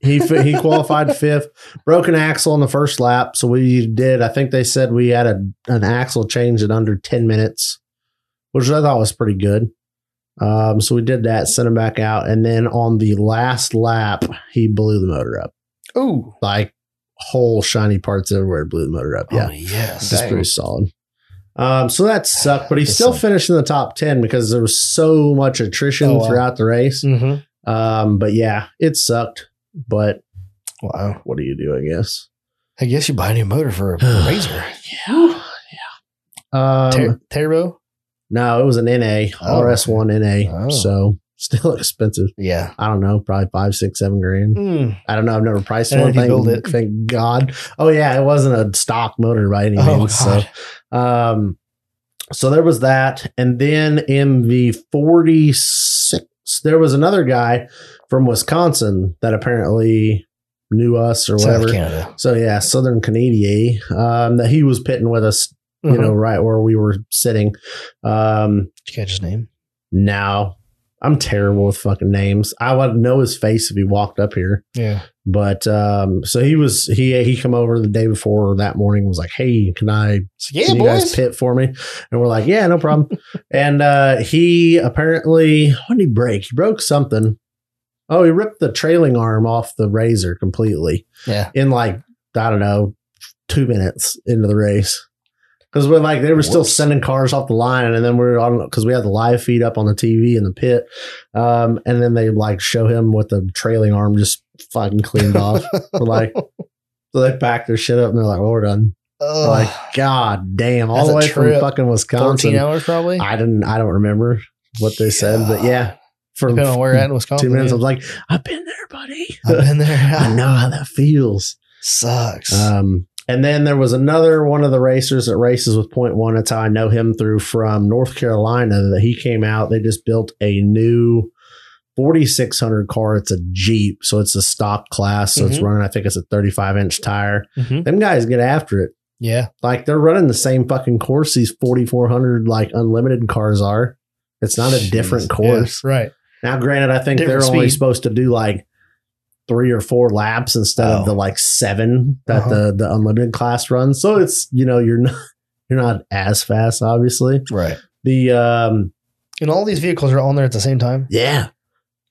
Speaker 2: he fi- he qualified fifth, broken axle on the first lap. So we did. I think they said we had a, an axle change in under ten minutes, which I thought was pretty good. Um, so we did that, sent him back out, and then on the last lap, he blew the motor up.
Speaker 1: Ooh.
Speaker 2: Like whole shiny parts everywhere blew the motor up. Yeah,
Speaker 1: Oh, yes.
Speaker 2: That's
Speaker 3: Dang.
Speaker 2: pretty solid. Um, so that sucked, but he
Speaker 1: That
Speaker 2: still
Speaker 1: sucked.
Speaker 2: finished in the top ten because there was so much attrition
Speaker 1: Oh, wow.
Speaker 2: throughout the race.
Speaker 1: Mm-hmm.
Speaker 2: Um, but yeah, it sucked. But
Speaker 1: Wow.
Speaker 2: what do you do? I guess.
Speaker 1: I guess you buy a new motor for a
Speaker 2: Um,
Speaker 1: razor.
Speaker 2: Yeah, yeah. Um,
Speaker 1: Ter- turbo?
Speaker 2: no, it was an NA
Speaker 1: Oh,
Speaker 2: RS one NA,
Speaker 1: Oh.
Speaker 2: so still expensive.
Speaker 1: Yeah.
Speaker 2: I don't know, probably five, six, seven grand.
Speaker 1: Mm.
Speaker 2: I don't know. I've never priced
Speaker 1: And
Speaker 2: one.
Speaker 1: if you
Speaker 2: Thank,
Speaker 1: build it.
Speaker 2: thank God. Oh yeah, it wasn't a stock motor by any
Speaker 1: Oh, God.
Speaker 2: means. So Um, so there was that, and then in the forty six, there was another guy from Wisconsin that apparently knew us or
Speaker 1: South
Speaker 2: whatever.
Speaker 1: Canada.
Speaker 2: So yeah, Southern Canadian. Um, that he was pitting with us, you
Speaker 1: Mhm.
Speaker 2: know, right where we were sitting. Um,
Speaker 1: Did you catch his name?
Speaker 2: now I'm terrible with fucking names. I would know his face if he walked up here.
Speaker 1: Yeah.
Speaker 2: But um, so he was he he come over the day before or that morning and was like, hey, can I
Speaker 1: So, yeah,
Speaker 2: can you guys
Speaker 1: boys.
Speaker 2: pit for me? And we're like, yeah, no problem. and uh, he apparently, what did he break? He broke something. Oh, he ripped the trailing arm off the razor completely
Speaker 1: Yeah.
Speaker 2: in like, I don't know, two minutes into the race. Because we're like, they were still
Speaker 1: Whoops.
Speaker 2: sending cars off the line. And then we're on, because we had the live feed up on the TV in the pit. Um, and then they like show him with the trailing arm just fucking cleaned off. We're like, so they pack their shit up and they're like, well, we're done.
Speaker 1: Ugh.
Speaker 2: Like, God damn, all
Speaker 1: That's
Speaker 2: the
Speaker 1: a
Speaker 2: way from
Speaker 1: trip.
Speaker 2: fucking
Speaker 1: 14
Speaker 2: Wisconsin.
Speaker 1: hours probably.
Speaker 2: I didn't I don't remember what they said, but yeah. For
Speaker 1: Depending on where you're at in Wisconsin.
Speaker 2: two minutes, I
Speaker 1: dude.
Speaker 2: was like, I've been there, buddy.
Speaker 1: I've been there.
Speaker 2: I know how that feels.
Speaker 1: Sucks.
Speaker 2: Um and then there was another one of the racers that races with point one. That's how I know him through from North Carolina that he came out. They just built a new 4600 car. It's a Jeep, so it's a stock class. So it's
Speaker 1: Mhm.
Speaker 2: running. I think it's a 35 inch tire.
Speaker 1: Mm-hmm.
Speaker 2: Them guys get after it.
Speaker 1: Yeah.
Speaker 2: Like they're running the same fucking course these 4400 like unlimited cars are. It's not a different
Speaker 3: Jeez.
Speaker 2: course.
Speaker 1: Yeah, right.
Speaker 2: Now, granted, I think
Speaker 1: Different
Speaker 2: they're only
Speaker 1: speed.
Speaker 2: supposed to do like three or four laps instead
Speaker 1: Oh.
Speaker 2: of the like seven that
Speaker 1: Uh-huh.
Speaker 2: the the unlimited class runs. So it's you know you're not you're not as fast, obviously.
Speaker 1: Right.
Speaker 2: The um
Speaker 1: And all these vehicles are on there at the same time.
Speaker 2: yeah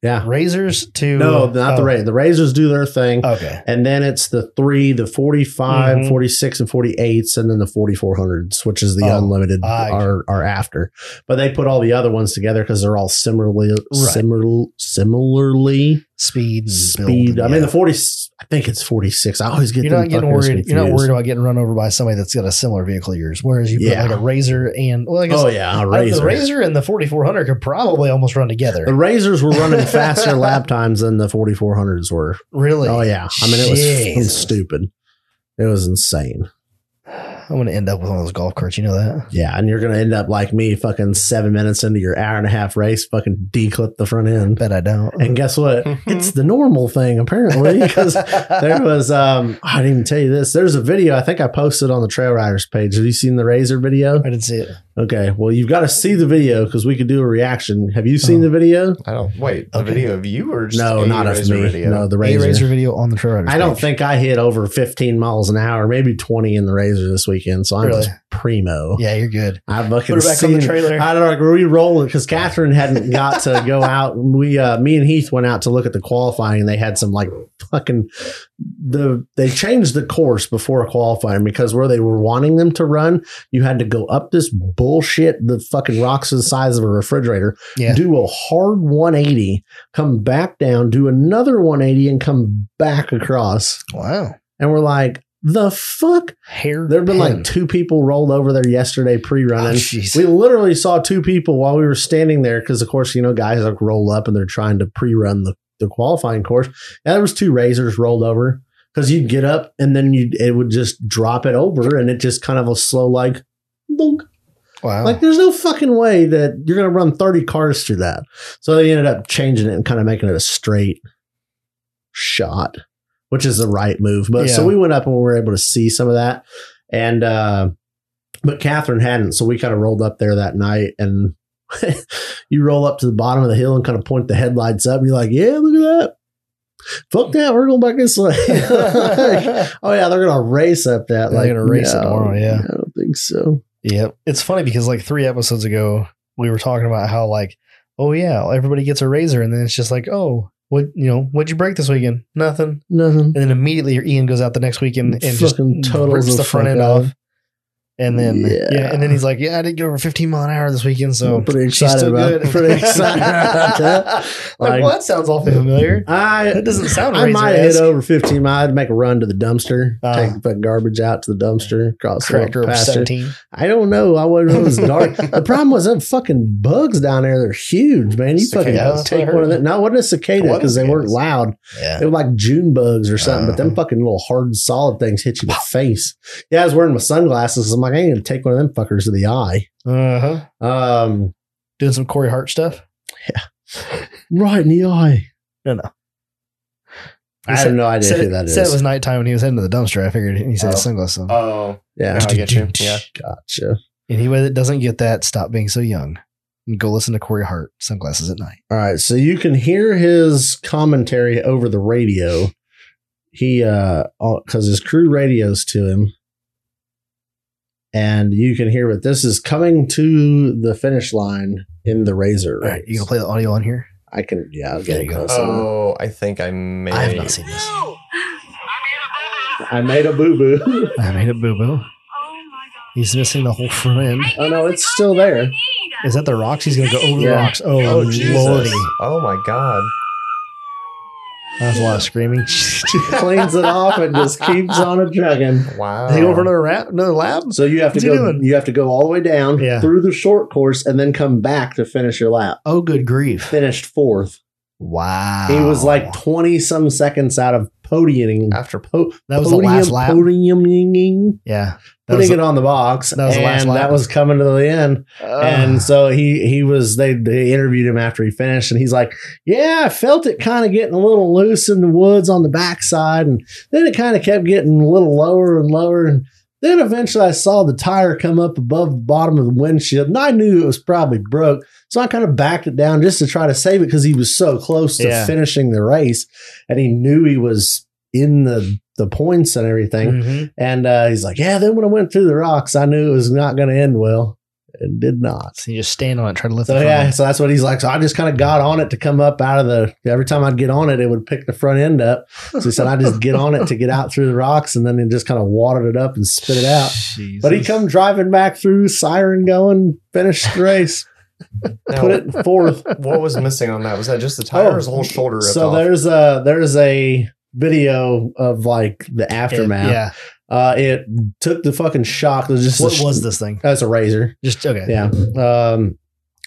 Speaker 2: yeah
Speaker 1: Razors to
Speaker 2: no not the
Speaker 1: oh,
Speaker 2: Ra- the Razors do their thing.
Speaker 1: Okay.
Speaker 2: And then it's the three, the 45,
Speaker 1: Mhm.
Speaker 2: 46, and 48s, and then the 4400s, which is the
Speaker 1: Oh,
Speaker 2: unlimited
Speaker 1: I-
Speaker 2: are, are after. But they put all the other ones together because they're all similarly similar, similarly
Speaker 1: Speed. and
Speaker 2: speed.
Speaker 1: build,
Speaker 2: I mean,
Speaker 1: yeah.
Speaker 2: the 40, I think it's 46. I always get
Speaker 1: you're not
Speaker 2: them
Speaker 1: getting
Speaker 2: fuckers
Speaker 1: worried. You're not
Speaker 2: confused.
Speaker 1: worried about getting run over by somebody that's got a similar vehicle to yours. Whereas you
Speaker 2: Yeah.
Speaker 1: put like a razor and well, I guess
Speaker 2: Oh, yeah.
Speaker 1: I
Speaker 2: A
Speaker 1: think
Speaker 2: razor.
Speaker 1: the razor and the 4400 could probably almost run together.
Speaker 2: The Razors were running faster lap times than the 4400s were.
Speaker 1: really?
Speaker 2: Oh, yeah. I mean, it was fucking
Speaker 1: Jesus.
Speaker 2: stupid. It was insane.
Speaker 1: I'm gonna end up with one of those golf carts. You know that?
Speaker 2: Yeah, and you're gonna end up like me, fucking seven minutes into your hour and a half race, fucking declip the front end.
Speaker 1: Bet I don't.
Speaker 2: And guess what?
Speaker 1: Mm-hmm.
Speaker 3: Mm-hmm.
Speaker 2: it's the normal thing apparently because there was um I didn't even tell you this. There's a video I think I posted on the Trail Riders page. Have you seen the Razor video?
Speaker 1: I didn't see it.
Speaker 2: Okay, well you've got to see the video because we could do a reaction. Have you seen
Speaker 1: Oh.
Speaker 2: the video?
Speaker 3: I don't wait. A
Speaker 1: Okay.
Speaker 3: video of you or just
Speaker 2: No,
Speaker 3: a
Speaker 2: not of
Speaker 3: razor
Speaker 2: me.
Speaker 3: video?
Speaker 2: No, the
Speaker 1: A
Speaker 2: Razor.
Speaker 1: razor video on the trail riders.
Speaker 2: I don't
Speaker 1: page.
Speaker 2: think I hit over 15 miles an hour, maybe 20 in the Razor this weekend. So I'm
Speaker 1: Really?
Speaker 2: just primo.
Speaker 1: Yeah, you're good.
Speaker 2: I fucking
Speaker 1: Put it back on
Speaker 2: seen
Speaker 1: the
Speaker 2: it.
Speaker 1: trailer.
Speaker 2: I don't know. We rolled it because Catherine hadn't got to go out. We, uh, me and Heath went out to look at the qualifying. and They had some like fucking the they changed the course before qualifying because where they were wanting them to run, you had to go up this bullshit. The fucking rocks the size of a refrigerator.
Speaker 1: Yeah.
Speaker 2: Do a hard 180, come back down, do another 180, and come back across.
Speaker 1: Wow.
Speaker 2: And we're like, the fuck.
Speaker 1: Hair.
Speaker 2: There have been
Speaker 1: pin.
Speaker 2: like two people rolled over there yesterday
Speaker 1: Oh,
Speaker 2: pre-running.
Speaker 1: jeez.
Speaker 2: we literally saw two people while we were standing there because, of course, you know, guys like roll up and they're trying to pre-run the, the qualifying course. And there was two razors rolled over because you'd get up and then you it would just drop it over and it just kind of a slow like. Bonk.
Speaker 1: wow.
Speaker 2: Like, there's no fucking way that you're going to run 30 cars through that. So they ended up changing it and kind of making it a straight shot, which is the right move. But so
Speaker 1: Yeah.
Speaker 2: we went up and we were able to see some of that. And, uh, but Catherine hadn't. So we kind of rolled up there that night and you roll up to the bottom of the hill and kind of point the headlights up. And you're like, yeah, look at that. Fuck that. We're going back this way. Like, oh, yeah. They're going to race up that.
Speaker 1: They're
Speaker 2: like,
Speaker 1: gonna race it tomorrow, yeah.
Speaker 2: I don't think so.
Speaker 1: Yep. It's funny because like three episodes ago, we were talking about how like, oh yeah, everybody gets a razor, and then it's just like, oh, what you know, what'd you break this weekend? Nothing.
Speaker 2: Nothing.
Speaker 1: And then immediately your Ian goes out the next weekend and just
Speaker 2: Fucking totals
Speaker 1: rips
Speaker 2: the
Speaker 1: the front
Speaker 2: fuck
Speaker 1: end
Speaker 2: out.
Speaker 1: off. And then
Speaker 2: Yeah.
Speaker 1: yeah. and then he's like, yeah, I didn't get over 15 mile an hour this weekend, so
Speaker 2: I'm pretty
Speaker 1: she's
Speaker 2: excited
Speaker 1: still
Speaker 2: about
Speaker 1: good.
Speaker 2: pretty excited about that.
Speaker 1: like,
Speaker 2: Like-
Speaker 1: well, that sounds awfully familiar.
Speaker 2: I
Speaker 1: That doesn't sound.
Speaker 2: I
Speaker 1: razor
Speaker 2: might hit over 15 miles. I'd make a run to the dumpster,
Speaker 1: Uh.
Speaker 2: take the garbage out to the dumpster, cross the
Speaker 1: Cracker
Speaker 2: little
Speaker 1: over
Speaker 2: pasture.
Speaker 1: 17.
Speaker 2: I don't know. I was it was dark. the problem was them fucking bugs down there. They're huge, man. You fucking
Speaker 3: Cicadas, that's what
Speaker 2: take
Speaker 3: I
Speaker 2: one of
Speaker 3: heard.
Speaker 2: them. No, it wasn't a cicada
Speaker 3: What?
Speaker 2: because they weren't loud.
Speaker 1: Yeah.
Speaker 2: They were like June bugs or something, but them fucking little hard solid things hit you in the face. Yeah, I was wearing my sunglasses. I'm like, I ain't gonna take one of them fuckers to the eye.
Speaker 1: Uh huh.
Speaker 2: Um,
Speaker 1: Doing some Corey Hart stuff.
Speaker 2: right in the eye.
Speaker 1: No, no.
Speaker 2: I have no idea
Speaker 1: said,
Speaker 2: who that is.
Speaker 1: Said it was nighttime when he was heading to the dumpster. I figured he said
Speaker 3: Oh.
Speaker 1: his sunglasses. on.
Speaker 3: Oh,
Speaker 2: yeah.
Speaker 3: now I get you. Yeah.
Speaker 2: Gotcha.
Speaker 1: Anyway, that doesn't get that, stop being so young and go listen to Corey Hart, Sunglasses at Night.
Speaker 2: All right. So you can hear his commentary over the radio. He, uh, because his crew radios to him. And you can hear it. This is coming to the finish line in the Razor.
Speaker 1: All right, you gonna play the audio on here?
Speaker 2: I can, yeah, I'll
Speaker 1: There
Speaker 2: get it
Speaker 1: you go.
Speaker 2: close. over.
Speaker 3: Oh, I think I may.
Speaker 1: I have not seen this.
Speaker 2: I made a boo boo.
Speaker 1: I made a boo boo. He's missing the whole front end.
Speaker 2: oh, no, it's still there.
Speaker 1: Is that the rocks? He's gonna go over
Speaker 2: Yeah.
Speaker 1: the rocks. Oh,
Speaker 3: Oh, Jesus.
Speaker 1: lordy,
Speaker 3: Oh my God.
Speaker 1: that's a lot of screaming.
Speaker 2: Cleans it off and just keeps on a jugging.
Speaker 3: Wow.
Speaker 1: Does he go for another rap, another lab?
Speaker 2: So you have to
Speaker 1: What's he
Speaker 2: go.
Speaker 1: doing?
Speaker 2: You have to go all the way down
Speaker 1: Yeah.
Speaker 2: through the short course and then come back to finish your lap.
Speaker 1: Oh, good grief!
Speaker 2: Finished fourth.
Speaker 1: Wow,
Speaker 2: He was like twenty some seconds out of podiuming.
Speaker 3: after
Speaker 2: Po-
Speaker 1: That was the last lap.
Speaker 2: Podiuming,
Speaker 1: Yeah. That was
Speaker 2: putting it on the box,
Speaker 1: that was the
Speaker 2: and
Speaker 1: last lap.
Speaker 2: that was coming to the end. and so he he was they, they interviewed him after he finished and he's like yeah i felt it kind of getting a little loose in the woods on the backside and then it kind of kept getting a little lower and lower and then eventually i saw the tire come up above the bottom of the windshield and i knew it was probably broke so i kind of backed it down just to try to save it because he was so close to
Speaker 1: Yeah.
Speaker 2: finishing the race and he knew he was in the the points and everything
Speaker 1: Mhm.
Speaker 2: and uh, he's like yeah then when i went through the rocks i knew it was not going to end well it did not
Speaker 1: So you just stand on it, try to lift
Speaker 2: so
Speaker 1: it. from
Speaker 2: yeah,
Speaker 1: it.
Speaker 2: so that's what he's like. So I just kind of got on it to come up out of the. Every time I'd get on it, it would pick the front end up. So he said I just get on it to get out through the rocks, and then it just kind of watered it up and spit it out.
Speaker 1: Jesus.
Speaker 2: But he come driving back through, siren going, finished the race,
Speaker 3: Now,
Speaker 2: put it in fourth.
Speaker 3: what was missing on that? Was that just the tire or was the whole shoulder ripped
Speaker 2: Oh, So
Speaker 3: off?
Speaker 2: there's a there's a video of like the
Speaker 1: It-
Speaker 2: aftermath.
Speaker 1: yeah.
Speaker 2: Uh, it took the fucking shock. It was just
Speaker 1: What was this thing?
Speaker 2: That's a razor.
Speaker 1: Just okay.
Speaker 2: Yeah. Um,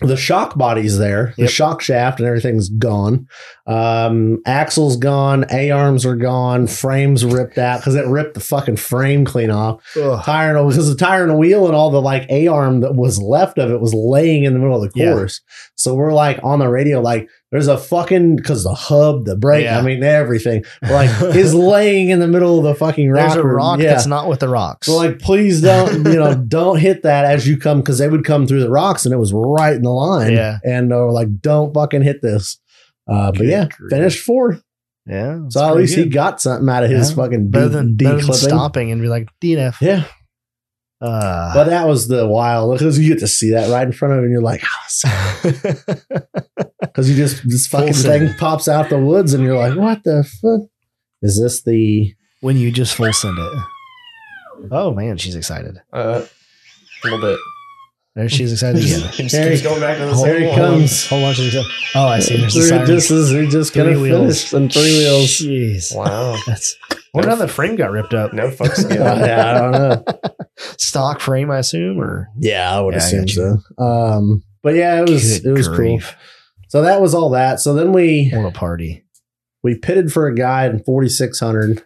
Speaker 2: the shock body's there. The
Speaker 1: Yep.
Speaker 2: shock shaft and everything's gone. Um, axle's gone. A arms are gone. Frames ripped out because it ripped the fucking frame clean off.
Speaker 1: Ugh.
Speaker 2: Tire and because the tire and the wheel and all the like A arm that was left of it was laying in the middle of the
Speaker 1: Yeah.
Speaker 2: course. So we're like on the radio, like there's a fucking because the hub, the brake,
Speaker 1: Yeah.
Speaker 2: I mean everything, like is laying in the middle of the fucking rock.
Speaker 1: There's a
Speaker 2: or-
Speaker 1: rock
Speaker 2: yeah.
Speaker 1: that's not with the rocks.
Speaker 2: So like, please don't, you know, don't hit that as you come because they would come through the rocks and it was right in the line.
Speaker 1: Yeah.
Speaker 2: And they were like, don't fucking hit this. Uh, but
Speaker 1: Good
Speaker 2: yeah,
Speaker 1: grief.
Speaker 2: finished fourth.
Speaker 1: yeah. that's
Speaker 2: so at
Speaker 1: pretty
Speaker 2: least he
Speaker 1: good.
Speaker 2: got something out of his
Speaker 1: Yeah.
Speaker 2: fucking
Speaker 1: better
Speaker 2: D,
Speaker 1: than,
Speaker 2: D
Speaker 1: better than
Speaker 2: clipping.
Speaker 1: stopping and be like DNF.
Speaker 2: Yeah.
Speaker 1: Uh,
Speaker 2: But that was the wild because you get to see that right in front of him and you're like, because you just, this fucking
Speaker 1: Full
Speaker 2: thing pops out the woods and you're like, what the fuck? Is this the.
Speaker 1: when you just full send it. Oh man, she's excited.
Speaker 3: uh, a little bit.
Speaker 1: There she's excited again.
Speaker 3: He just
Speaker 2: There
Speaker 3: keeps
Speaker 2: he-
Speaker 3: going back to the
Speaker 2: there
Speaker 3: same
Speaker 2: he
Speaker 3: one.
Speaker 2: comes.
Speaker 1: Whole bunch of excited. Oh, I see. There's the
Speaker 2: Three-
Speaker 1: siren.
Speaker 2: This is, they're just going to
Speaker 1: Three wheels.
Speaker 2: finish in three wheels.
Speaker 1: Jeez.
Speaker 3: Wow.
Speaker 1: That's. Wonder how the frame got ripped up.
Speaker 3: No fucks given.
Speaker 2: yeah, I don't know.
Speaker 1: Stock frame, I assume, or
Speaker 2: Yeah, I would
Speaker 1: Yeah, I
Speaker 2: assume
Speaker 1: got
Speaker 2: so. Um, but yeah, it was
Speaker 1: Good
Speaker 2: it was
Speaker 1: grief.
Speaker 2: cool. So that was all that. So then we
Speaker 1: what a party.
Speaker 2: we pitted for a guy in 4600.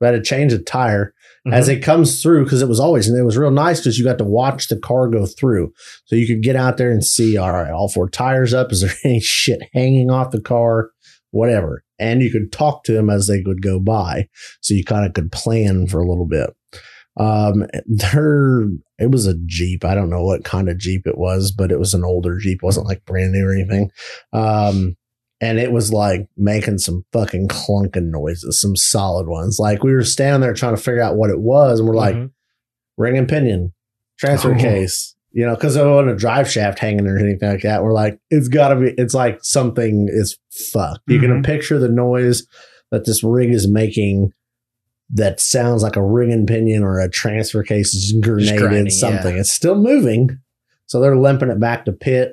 Speaker 2: We had to change a tire as
Speaker 1: Mm-hmm.
Speaker 2: it comes through because it was always and it was real nice because you got to watch the car go through, so you could get out there and see all right, all four tires up. Is there any shit hanging off the car? Whatever, and you could talk to them as they would go by, so you kind of could plan for a little bit. Um, there it was a Jeep. I don't know what kind of Jeep it was, but it was an older Jeep. It wasn't like brand new or anything. Um, and it was like making some fucking clunking noises, some solid ones. Like we were standing there trying to figure out what it was, and we're like,
Speaker 1: Mhm.
Speaker 2: ring and pinion, transfer
Speaker 1: Oh.
Speaker 2: case, you know, because there wasn't a drive shaft hanging or anything like that. We're like, it's got to be, it's like something is fucked. You can
Speaker 1: Mhm.
Speaker 2: picture the noise that this rig is making that sounds like a ring and pinion or a transfer case is
Speaker 1: grinding,
Speaker 2: grenaded, something. It's still moving. So they're limping it back to pit.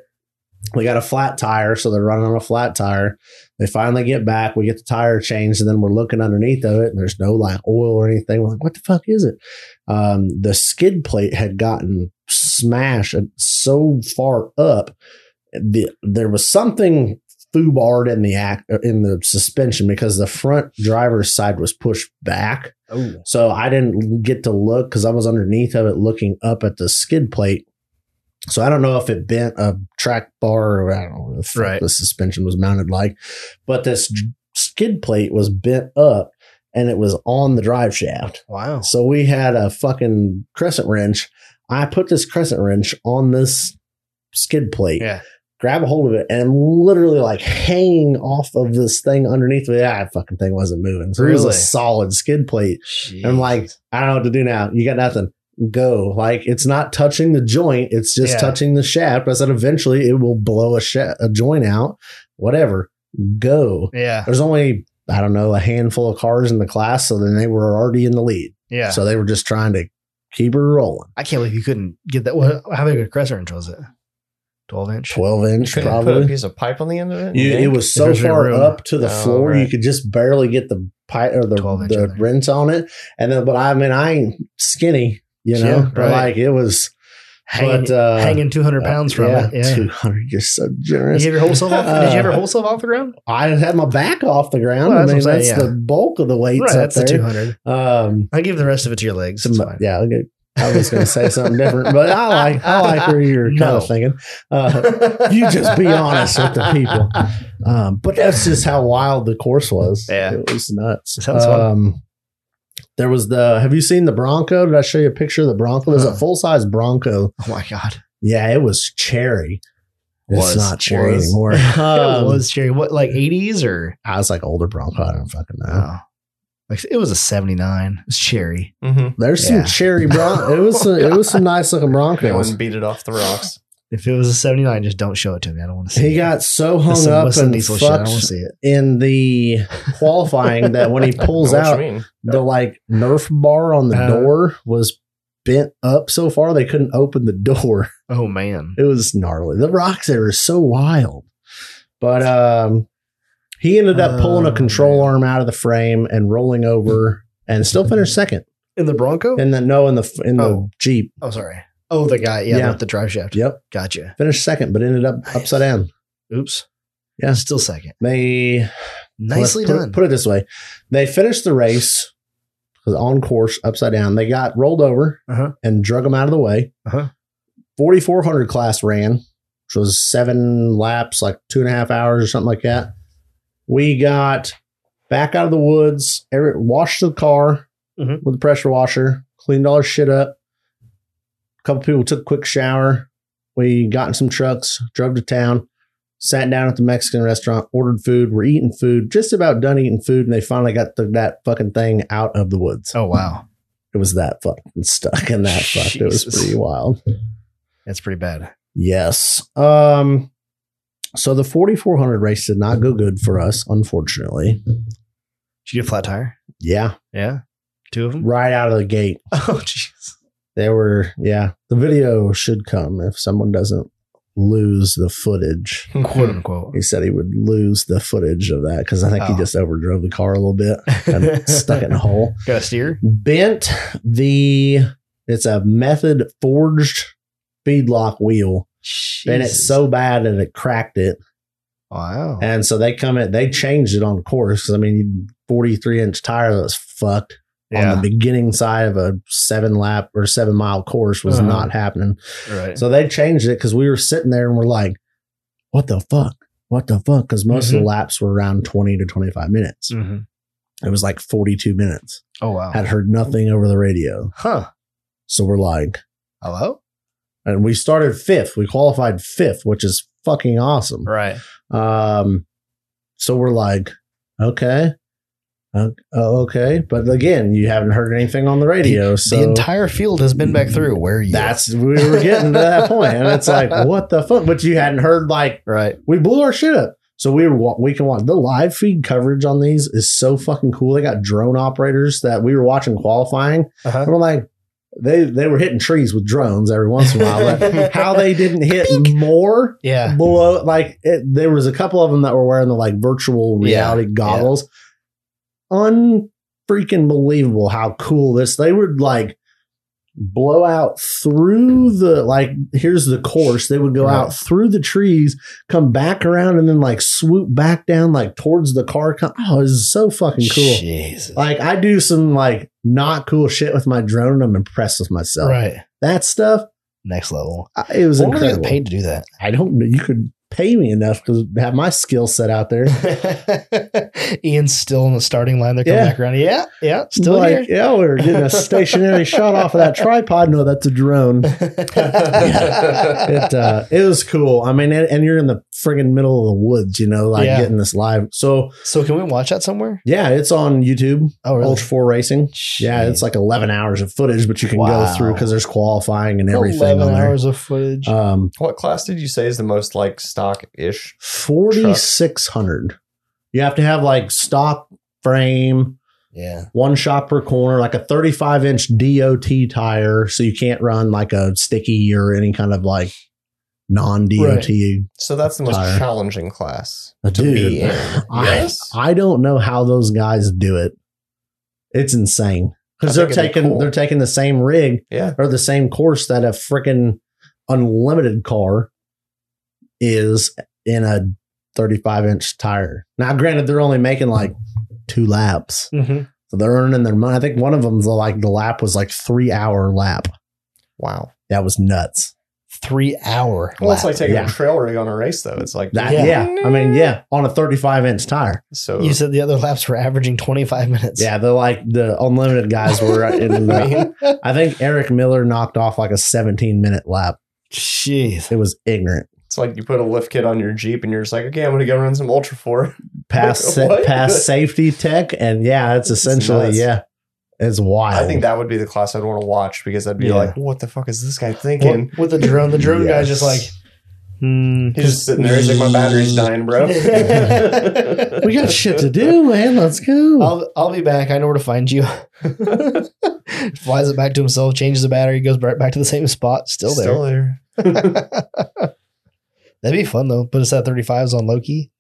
Speaker 2: We got a flat tire, so they're running on a flat tire. They finally get back. We get the tire changed, and then we're looking underneath of it, and there's no like oil or anything. We're like, what the fuck is it? Um, the skid plate had gotten smashed uh, so far up. The, there was something foobarred in the act uh, in the suspension because the front driver's side was pushed back.
Speaker 1: Oh,
Speaker 2: So I didn't get to look because I was underneath of it looking up at the skid plate. So I don't know if it bent a track bar or I don't know if
Speaker 1: Right.
Speaker 2: the suspension was mounted like, but this j- skid plate was bent up and it was on the drive shaft.
Speaker 1: wow.
Speaker 2: So we had a fucking crescent wrench. I put this crescent wrench on this skid plate
Speaker 1: Yeah.
Speaker 2: grab a hold of it and literally like hanging off of this thing underneath me. That fucking thing wasn't moving. So it
Speaker 1: Really?
Speaker 2: was a solid skid plate. And I'm like, I don't know what to do now. You got nothing. Go. Like it's not touching the joint. It's just
Speaker 1: Yeah.
Speaker 2: touching the shaft. I said eventually it will blow a, sha- a joint out. Whatever. Go.
Speaker 1: yeah,
Speaker 2: There's only I don't know a handful of cars in the class, so then they were already in the lead.
Speaker 1: yeah.
Speaker 2: So they were just trying to keep her rolling.
Speaker 1: I can't believe you couldn't get that. What, how big a crescent wrench was it? Twelve inch.
Speaker 2: Twelve inch,
Speaker 3: Couldn't
Speaker 2: probably.
Speaker 3: put a piece of pipe on the end of it.
Speaker 2: You, it was so
Speaker 1: There's no
Speaker 2: far
Speaker 1: room.
Speaker 2: up to the
Speaker 3: Oh,
Speaker 2: floor,
Speaker 3: right.
Speaker 2: you could just barely get the pipe or the,
Speaker 1: 12 inch in
Speaker 2: the
Speaker 1: there.
Speaker 2: rinse on it. And then, but I mean, I ain't skinny, you know,
Speaker 1: Yeah,
Speaker 2: but
Speaker 1: right.
Speaker 2: like it was,
Speaker 1: hanging,
Speaker 2: but uh,
Speaker 1: hanging 200 pounds from
Speaker 2: yeah,
Speaker 1: it. Yeah.
Speaker 2: two hundred. You're so
Speaker 1: You
Speaker 2: generous.
Speaker 1: have your whole self off, did you have your
Speaker 2: Uh,
Speaker 1: whole self off the ground?
Speaker 2: I had my back off the ground.
Speaker 1: Well,
Speaker 2: I
Speaker 1: that's
Speaker 2: mean,
Speaker 1: what I'm
Speaker 2: that's
Speaker 1: saying,
Speaker 2: the bulk of the weights
Speaker 1: Right,
Speaker 2: up
Speaker 1: that's
Speaker 2: there.
Speaker 1: the 200.
Speaker 2: Um,
Speaker 1: I give the rest of it to your legs. It's
Speaker 2: some-
Speaker 1: fine.
Speaker 2: yeah, okay. I was going to say something different, but I like I like where you're kind
Speaker 1: No.
Speaker 2: of thinking. Uh, you just be honest with the people. Um, but that's just how wild the course was.
Speaker 1: Yeah.
Speaker 2: it was nuts.
Speaker 1: Sounds fun.
Speaker 2: Um, there was the. Have you seen the Bronco? Did I show you a picture of the Bronco? It was a
Speaker 1: Uh-uh.
Speaker 2: full size Bronco.
Speaker 1: Oh my god,
Speaker 2: Yeah, it was cherry.
Speaker 1: Was,
Speaker 2: it's not cherry
Speaker 1: was.
Speaker 2: anymore.
Speaker 1: it
Speaker 2: Um,
Speaker 1: was cherry. What like eighties or
Speaker 2: I was like older Bronco. I don't fucking know.
Speaker 1: oh, like it was a seventy nine. It was cherry.
Speaker 3: Mhm.
Speaker 2: There's
Speaker 1: Yeah.
Speaker 2: some cherry Bronco. It was some, it was some nice looking
Speaker 3: Go
Speaker 2: Broncos.
Speaker 3: and beat it off the rocks.
Speaker 1: If it was a seventy nine, just don't show it to me. I don't want to see.
Speaker 2: He
Speaker 1: it.
Speaker 2: got so
Speaker 1: That's
Speaker 2: hung
Speaker 1: some
Speaker 2: up
Speaker 1: Winston
Speaker 2: and
Speaker 1: Diesel shit. I don't want to
Speaker 2: fucked
Speaker 1: see it.
Speaker 2: in the qualifying that when he pulls
Speaker 3: I know what
Speaker 2: out,
Speaker 3: you mean.
Speaker 2: the like Nerf bar on the
Speaker 1: Uh,
Speaker 2: door was bent up so far they couldn't open the door.
Speaker 1: Oh man,
Speaker 2: It was gnarly. The rocks there are so wild. But um he ended up pulling a
Speaker 1: Oh,
Speaker 2: control
Speaker 1: man.
Speaker 2: arm out of the frame and rolling over and still finished second.
Speaker 1: in the Bronco.
Speaker 2: And then no in the in the
Speaker 1: Oh.
Speaker 2: Jeep.
Speaker 1: oh sorry. Oh, the guy. Yeah,
Speaker 2: Yeah.
Speaker 1: not the drive shaft.
Speaker 2: Yep.
Speaker 1: Gotcha.
Speaker 2: Finished second, but ended up upside down.
Speaker 1: Oops.
Speaker 2: Yeah.
Speaker 1: Still second.
Speaker 2: They
Speaker 1: Nicely
Speaker 2: Let's put it-
Speaker 1: done.
Speaker 2: put it this way: they finished the race on course, upside down. They got rolled over
Speaker 1: Uh-huh.
Speaker 2: and drug them out of the way.
Speaker 1: Uh-huh.
Speaker 2: Forty-four hundred class ran, which was seven laps, like two and a half hours or something like that. We got back out of the woods, every, washed the car
Speaker 1: Mhm.
Speaker 2: with a pressure washer, cleaned all our shit up. A couple people took a quick shower. We got in some trucks, drove to town sat down at the Mexican restaurant, ordered food, we're eating food, just about done eating food, and they finally got the, that fucking thing out of the woods.
Speaker 1: oh wow,
Speaker 2: It was that fucking stuck and that fucked. It was
Speaker 1: Jesus.
Speaker 2: pretty wild.
Speaker 1: that's pretty bad.
Speaker 2: Yes. Um. So the 4400 race did not go good for us, unfortunately.
Speaker 1: Did you get a flat tire?
Speaker 2: Yeah,
Speaker 1: Yeah, two of them.
Speaker 2: right out of the gate,
Speaker 1: Oh jeez.
Speaker 2: they were. Yeah, the video should come if someone doesn't lose the footage.
Speaker 1: Quote unquote.
Speaker 2: He said he would lose the footage of that because I think he
Speaker 1: Oh.
Speaker 2: just overdrove the car a little bit and stuck it in a hole.
Speaker 1: Got a steer.
Speaker 2: bent the it's a method forged feedlock wheel and it's
Speaker 1: Jesus.
Speaker 2: so bad that it cracked it
Speaker 1: wow.
Speaker 2: and so they come in they changed it on course 'Cause, i mean 43 inch tire that was fucked
Speaker 1: yeah.
Speaker 2: on the beginning side of a seven lap or seven mile course was
Speaker 1: Uh-huh.
Speaker 2: not happening
Speaker 1: right.
Speaker 2: so they changed it because we were sitting there and we're like what the fuck what the fuck because most
Speaker 1: Mm-hmm.
Speaker 2: of the laps were around 20 to 25 minutes
Speaker 1: Mhm.
Speaker 2: it was like 42 minutes
Speaker 1: Oh wow.
Speaker 2: had heard nothing over the radio
Speaker 1: Huh.
Speaker 2: so we're like
Speaker 1: Hello.
Speaker 2: and we started fifth. We qualified fifth, which is fucking awesome.
Speaker 1: Right.
Speaker 2: Um, so we're like, okay, uh, oh, okay, but again, you haven't heard anything on the radio, so
Speaker 1: the entire field has been back through. Where are you?
Speaker 2: that's we were getting to that point, and it's like, what the fuck? But you hadn't heard like
Speaker 1: right.
Speaker 2: we blew our shit up. So we were wa- we can watch the live feed coverage on these is so fucking cool. They got drone operators that we were watching qualifying,
Speaker 1: Uh-huh.
Speaker 2: and we're like, they they were hitting trees with drones every once in a while. Like, how they didn't hit more
Speaker 1: Yeah.
Speaker 2: below like it, there was a couple of them that were wearing the like virtual
Speaker 1: Yeah,
Speaker 2: reality goggles unfreaking believable how cool this they would like blow out through the like here's the course they would go
Speaker 1: Right.
Speaker 2: out through the trees come back around and then like swoop back down like towards the car co- oh it's so fucking cool
Speaker 1: Jesus.
Speaker 2: like i do some like not cool shit with my drone and i'm impressed with myself
Speaker 1: right.
Speaker 2: that stuff
Speaker 1: Next level.
Speaker 2: I- it was
Speaker 1: I wonder if they
Speaker 2: incredible
Speaker 1: get paid to do
Speaker 2: I don't know. You could pay me enough to have my skill set out there.
Speaker 1: that. Ian's still in the starting line. They're coming
Speaker 2: Yeah.
Speaker 1: back around. Yeah. Yeah. Still
Speaker 2: like, yeah, we were getting a stationary shot off of that tripod. No, that's a drone.
Speaker 1: here.
Speaker 2: It uh, it was cool. I mean, and, and you're in the friggin' middle of the woods, you know, like
Speaker 1: Yeah.
Speaker 2: getting this live. So
Speaker 1: so can we watch that somewhere?
Speaker 2: yeah, it's on YouTube,
Speaker 1: Oh really?
Speaker 2: Ultra Four Racing. Yeah, it's like 11 hours of footage, but you can go
Speaker 1: Wow.
Speaker 2: through because there's qualifying and everything
Speaker 1: eleven
Speaker 2: on there.
Speaker 1: hours of footage.
Speaker 2: Um,
Speaker 3: what class did you say is the most like stock ish?
Speaker 2: 4600. You have to have like stock frame.
Speaker 1: yeah.
Speaker 2: one shot per corner, like a 35 inch DOT tire. So you can't run like a sticky or any kind of like non DOT.
Speaker 3: So that's the most
Speaker 2: Tire.
Speaker 3: challenging class. To
Speaker 2: Dude,
Speaker 3: be in.
Speaker 2: I,
Speaker 3: Yes.
Speaker 2: I don't know how those guys do it. It's insane
Speaker 3: I
Speaker 2: because they're
Speaker 3: think it'd be
Speaker 2: taking
Speaker 3: cool.
Speaker 2: they're taking the same rig
Speaker 3: Yeah.
Speaker 2: or the same course that a freaking unlimited car is in a 35 inch tire. Now, granted, they're only making like two laps.
Speaker 1: Mm-hmm.
Speaker 2: So they're earning their money. I think one of them's like the lap was like three hour lap.
Speaker 3: Wow.
Speaker 2: That was nuts.
Speaker 1: Three hour.
Speaker 3: Well, it's
Speaker 1: lap.
Speaker 3: like taking
Speaker 2: Yeah.
Speaker 3: a trail rig on a race, though. It's like
Speaker 2: That,
Speaker 1: Yeah.
Speaker 2: yeah. I mean, yeah, on a 35 inch tire.
Speaker 3: So
Speaker 1: you said the other laps were averaging 25 minutes.
Speaker 2: Yeah, they're like the unlimited guys were in
Speaker 3: I
Speaker 2: the.
Speaker 3: mean,
Speaker 2: I think Eric Miller knocked off like a 17 minute lap.
Speaker 1: Jeez.
Speaker 2: It was ignorant.
Speaker 3: it's like you put a lift kit on your Jeep and you're just like, okay, I'm going to go run some Ultra 4.
Speaker 2: Past
Speaker 3: What?
Speaker 2: past safety tech, and yeah, it's essentially
Speaker 3: nuts.
Speaker 2: yeah, it's wild.
Speaker 3: I think that would be the class I'd want to watch because I'd be
Speaker 2: Yeah.
Speaker 3: like, what the fuck is this guy thinking?
Speaker 1: With, with the drone, the drone guy's just like,
Speaker 2: Yes.
Speaker 1: hmm.
Speaker 3: He's just sitting there. He's like, my battery's dying, bro.
Speaker 2: we got shit to do, man. Let's go.
Speaker 1: I'll, I'll be back. I know where to find you. Flies it back to himself, changes the battery, goes right back to the same spot. Still there.
Speaker 3: Still there.
Speaker 1: That'd be fun though. Put us at 35s on Loki.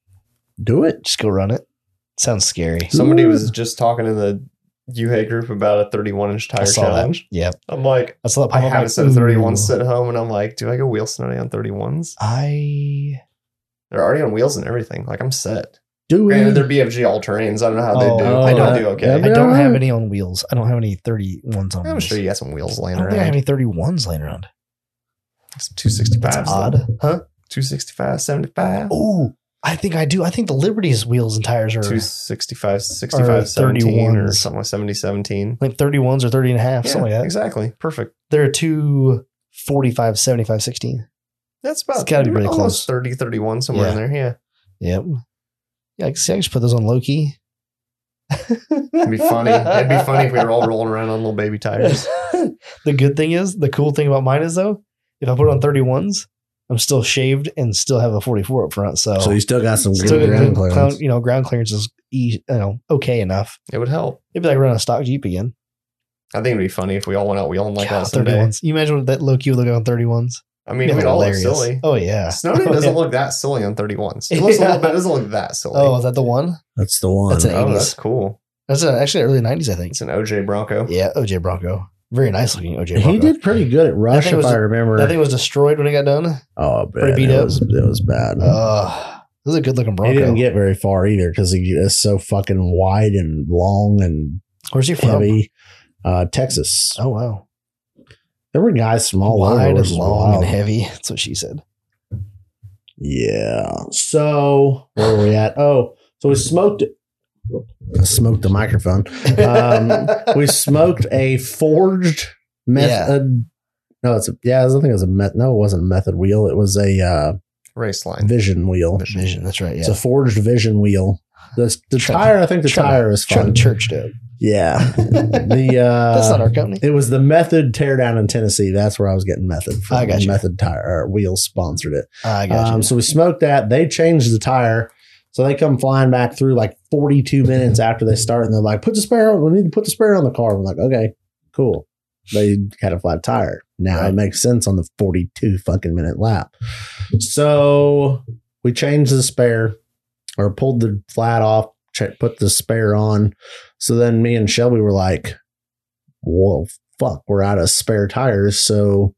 Speaker 2: do it.
Speaker 1: Just go run it. Sounds scary.
Speaker 3: Somebody was just talking in the UHA group about a 31 inch
Speaker 1: I
Speaker 3: tire
Speaker 1: saw
Speaker 3: challenge.
Speaker 1: that. Yep.
Speaker 3: I'm like, "Oh,
Speaker 1: I saw that
Speaker 3: I
Speaker 1: pop up.
Speaker 3: have a
Speaker 1: like,
Speaker 3: set of
Speaker 1: ooh.
Speaker 3: 31s at home, and I'm like, do I go wheel snowing on 31s?
Speaker 1: I
Speaker 3: They're already on wheels and everything. Like, I'm set.
Speaker 2: Do
Speaker 3: Granted,
Speaker 2: it.
Speaker 3: they're BFG all terrains. I don't know how
Speaker 1: Oh,
Speaker 3: they do.
Speaker 2: oh,
Speaker 3: I don't
Speaker 2: that-
Speaker 3: do okay.
Speaker 1: I
Speaker 2: Yeah,
Speaker 1: don't have
Speaker 2: right.
Speaker 1: any on wheels. I don't have any 31s on
Speaker 3: I'm
Speaker 1: wheels.
Speaker 3: sure you got some wheels
Speaker 1: I
Speaker 3: laying
Speaker 1: don't
Speaker 3: around.
Speaker 1: think I have any 31s laying around.
Speaker 3: Some 265s.
Speaker 1: That's
Speaker 3: though.
Speaker 1: odd.
Speaker 3: Huh? 265, 75.
Speaker 1: Oh, I think I do. I think the Liberty's wheels and tires are
Speaker 3: 265, 65, 17, or
Speaker 1: 31s.
Speaker 3: something like 70, 17.
Speaker 1: like 31s or 30 and a half, something like that.
Speaker 3: Exactly. Perfect.
Speaker 1: There are two 45, 75, 16.
Speaker 3: That's about
Speaker 1: It's gotta be pretty close.
Speaker 3: almost 30, 31, somewhere in there. Yeah.
Speaker 1: Yep. Yeah, I can see I can just put those on Loki.
Speaker 3: It'd be funny. It'd be funny if we were all rolling around on little baby tires.
Speaker 1: the good thing is, the cool thing about mine is though, if I put it on 31s, I'm still shaved and still have a 44 up front. So,
Speaker 2: So you still got some
Speaker 1: still
Speaker 2: good ground
Speaker 1: ground
Speaker 2: clearance.
Speaker 1: you know, ground clearance is e- you know, okay enough.
Speaker 3: It would help.
Speaker 1: It'd be like running a stock Jeep again.
Speaker 3: I think it'd be funny if we all went out wheeling like
Speaker 1: God,
Speaker 3: that someday.
Speaker 1: 31s. You imagine what that Loki would look on 31s?
Speaker 3: I mean,
Speaker 1: It'd be
Speaker 3: we'd all look
Speaker 1: hilarious.
Speaker 3: silly.
Speaker 1: Oh, yeah.
Speaker 3: Snowden
Speaker 1: Oh,
Speaker 3: doesn't
Speaker 1: yeah.
Speaker 3: look that silly on 31s. It looks a
Speaker 1: Yeah.
Speaker 3: little bit, it doesn't look that silly.
Speaker 1: Oh, is that the one?
Speaker 2: That's the one.
Speaker 1: That's it.
Speaker 3: Oh,
Speaker 1: 80s.
Speaker 3: that's cool.
Speaker 1: That's uh, actually early 90s, I think.
Speaker 3: It's an OJ Bronco.
Speaker 1: Yeah, OJ Bronco. Very nice looking OJ Bronco.
Speaker 2: He did pretty good at
Speaker 1: That
Speaker 2: rush,
Speaker 1: thing
Speaker 2: if
Speaker 1: was-
Speaker 2: I remember.
Speaker 1: That thing was destroyed when it got done.
Speaker 2: oh, bad.
Speaker 1: pretty beat
Speaker 2: it
Speaker 1: up.
Speaker 2: was it was bad.
Speaker 1: Uh, this is a good looking Bronco.
Speaker 2: he didn't get very far either because he is so fucking wide and long and
Speaker 1: Where's he from?
Speaker 2: heavy. Uh, Texas.
Speaker 1: Oh wow,
Speaker 2: There were guys small
Speaker 1: wide
Speaker 2: over,
Speaker 1: and
Speaker 2: which is
Speaker 1: long and
Speaker 2: wild.
Speaker 1: heavy. That's what she said.
Speaker 2: Yeah. So where were we at? Oh, so we smoked. I smoked the microphone. Um, we smoked a forged method. No, it's a, yeah. I think it was a met. No, it wasn't a method wheel. It was a uh,
Speaker 3: Race line.
Speaker 2: vision wheel.
Speaker 1: Vision. That's right. Yeah.
Speaker 2: It's a forged vision wheel. The, the
Speaker 1: Trying to-
Speaker 2: tire, I think the
Speaker 1: trying to-
Speaker 2: tire is
Speaker 1: trying
Speaker 2: fun.
Speaker 1: to church it. up.
Speaker 2: Yeah. the uh,
Speaker 1: That's not our company.
Speaker 2: It was the method teardown in Tennessee. That's where I was getting method from.
Speaker 1: I gotcha.
Speaker 2: Method tire or wheels sponsored it.
Speaker 1: I got you.
Speaker 2: Um, so we smoked that. They changed the tire. So they come flying back through like 42 minutes after they start, and they're like, "Put the spare on. We need to put the spare on the car." I'm like, "Okay, cool." They had a flat tire. Now
Speaker 1: Right.
Speaker 2: it makes sense on the 42 fucking minute lap. So we changed the spare, or pulled the flat off, che- put the spare on. So then me and Shelby were like, "Whoa, fuck, we're out of spare tires." So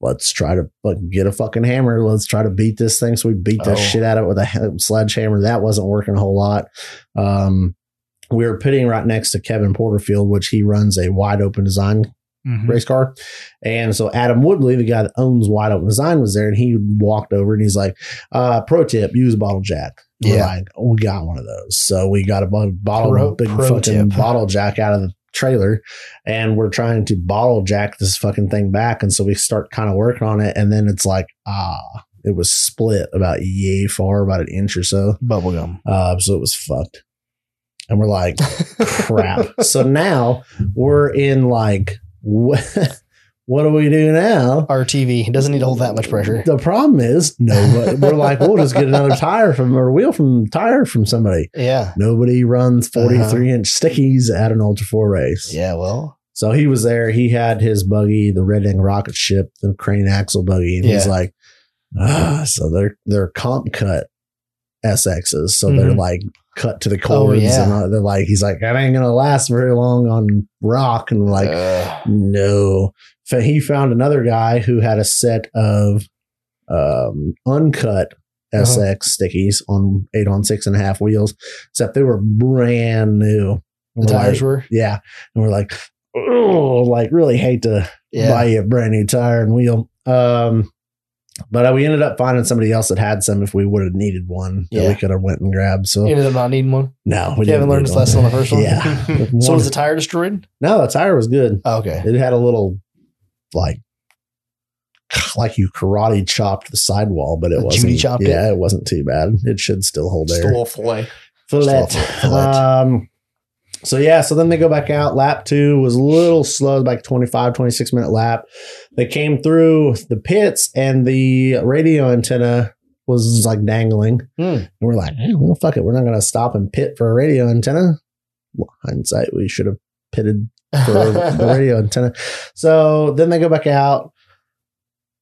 Speaker 2: let's try to fucking get a fucking hammer. Let's try to beat this thing. So we beat the
Speaker 1: Oh.
Speaker 2: shit out of it with a ha- sledgehammer. That wasn't working a whole lot. Um, we were pitting right next to Kevin Porterfield, which he runs a wide open design
Speaker 1: Mhm.
Speaker 2: race car. And so Adam Woodley, the guy that owns Wide Open Design, was there and he walked over and he's like, uh, pro tip, use a bottle jack. We're
Speaker 1: Yeah.
Speaker 2: like, "Oh, we got one of those. So we got a bu- bottle,
Speaker 1: Pro-
Speaker 2: big
Speaker 1: pro
Speaker 2: fucking
Speaker 1: tip.
Speaker 2: bottle jack out of the trailer and we're trying to bottle jack this fucking thing back. And so we start kind of working on it. And then it's like, ah, it was split about yay far, about an inch or so.
Speaker 1: Bubblegum.
Speaker 2: Uh, so it was fucked. And we're like, crap. so now we're in like, what, what do we do now?
Speaker 1: RTV It doesn't need to hold that much pressure.
Speaker 2: The problem is, no, we're like, we'll just get another tire from or wheel from tire from somebody.
Speaker 1: Yeah.
Speaker 2: Nobody runs 43 inch stickies at an Ultra 4 race.
Speaker 1: Uh-huh. Yeah. Well.
Speaker 2: So he was there. He had his buggy, the Red Wing rocket ship, the crane axle buggy. And he's
Speaker 1: Yeah.
Speaker 2: like, ah, so they're, they're comp cut SXs, so they're
Speaker 1: Mhm.
Speaker 2: like cut to the cords,
Speaker 1: Oh, yeah.
Speaker 2: and uh, they're like, he's like, that ain't gonna last very long on rock, and like,
Speaker 1: uh,
Speaker 3: Ugh.
Speaker 2: no. F- He found another guy who had a set of um, uncut
Speaker 1: Uh-huh.
Speaker 2: SX stickies on eight on six and a half wheels, except they were brand new.
Speaker 1: The tires
Speaker 2: like,
Speaker 1: were.
Speaker 2: yeah, and we're like, oh, like really hate to buy you a brand new tire and wheel. Um, but uh, we ended up finding somebody else that had some if we would have needed one that
Speaker 1: Yeah.
Speaker 2: we could have went and grabbed. So
Speaker 1: Ended up not needing one.
Speaker 2: no, we
Speaker 1: You haven't
Speaker 2: didn't
Speaker 1: learned
Speaker 2: need
Speaker 1: this
Speaker 2: one.
Speaker 1: lesson on the first one?
Speaker 2: Yeah.
Speaker 1: So
Speaker 2: One-
Speaker 1: was the tire destroyed?
Speaker 2: no, the tire was good.
Speaker 1: Oh, okay.
Speaker 2: It had a little like like you karate chopped the sidewall, but it
Speaker 1: Judy
Speaker 2: wasn't.
Speaker 1: chopped
Speaker 2: yeah, it? wasn't too bad. It should still hold
Speaker 3: Just
Speaker 2: air.
Speaker 3: a little fillet.
Speaker 2: Fillet.
Speaker 1: Still a fillet.
Speaker 2: Um, so yeah, so then they go back out. Lap two was a little slow, like 25, 26 minute lap. They came through the pits and the radio antenna was like dangling.
Speaker 1: Hmm.
Speaker 2: And we're like, hey, well, fuck it. We're not going to stop and pit for a radio antenna. Well, hindsight, we should have pitted for the radio antenna. So then they go back out.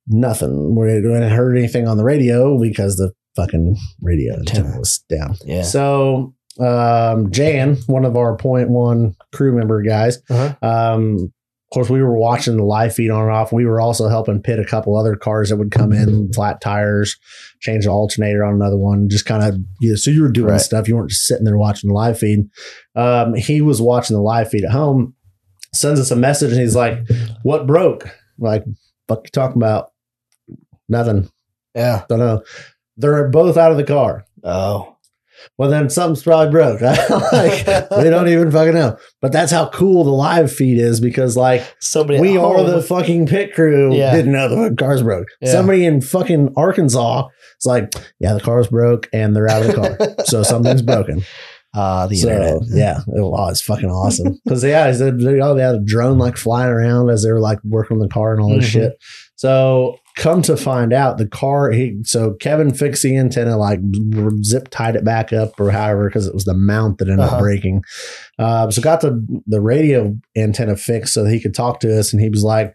Speaker 2: Nothing. We hadn't heard anything on the radio because the fucking radio antenna
Speaker 1: Antenna.
Speaker 2: was down.
Speaker 1: yeah.
Speaker 2: So um, Jan, one of our point one crew member guys,
Speaker 1: Uh-huh.
Speaker 2: um, of course, we were watching the live feed on and off. We were also helping pit a couple other cars that would come
Speaker 1: Mm-hmm.
Speaker 2: in, flat tires, change the alternator on another one, just kind of, you know, so you were doing
Speaker 1: Right.
Speaker 2: stuff. You weren't just sitting there watching the live feed. Um, he was watching the live feed at home, sends us a message, and he's like, What broke? Like, fuck you talking about? Nothing.
Speaker 1: Yeah.
Speaker 2: Don't know. They're both out of the car
Speaker 1: Oh.
Speaker 2: well then something's probably broke like we don't even fucking know but that's how cool the live feed is because like
Speaker 1: Somebody. at
Speaker 2: we are
Speaker 1: home-
Speaker 2: the fucking pit crew
Speaker 1: Yeah.
Speaker 2: didn't know the car's broke
Speaker 1: Yeah.
Speaker 2: somebody in fucking arkansas is like yeah the car's broke and they're out of the car so something's broken
Speaker 1: Ah, the
Speaker 2: so
Speaker 1: internet.
Speaker 2: yeah it was fucking awesome because yeah they, they all- they had a drone like flying around as they were like working on the car and all this
Speaker 1: Mhm.
Speaker 2: shit so come to find out the car he so kevin fixed the antenna like zip tied it back up or however because it was the mount that ended up
Speaker 1: Uh-huh.
Speaker 2: breaking uh, so got the the radio antenna fixed so that he could talk to us and he was like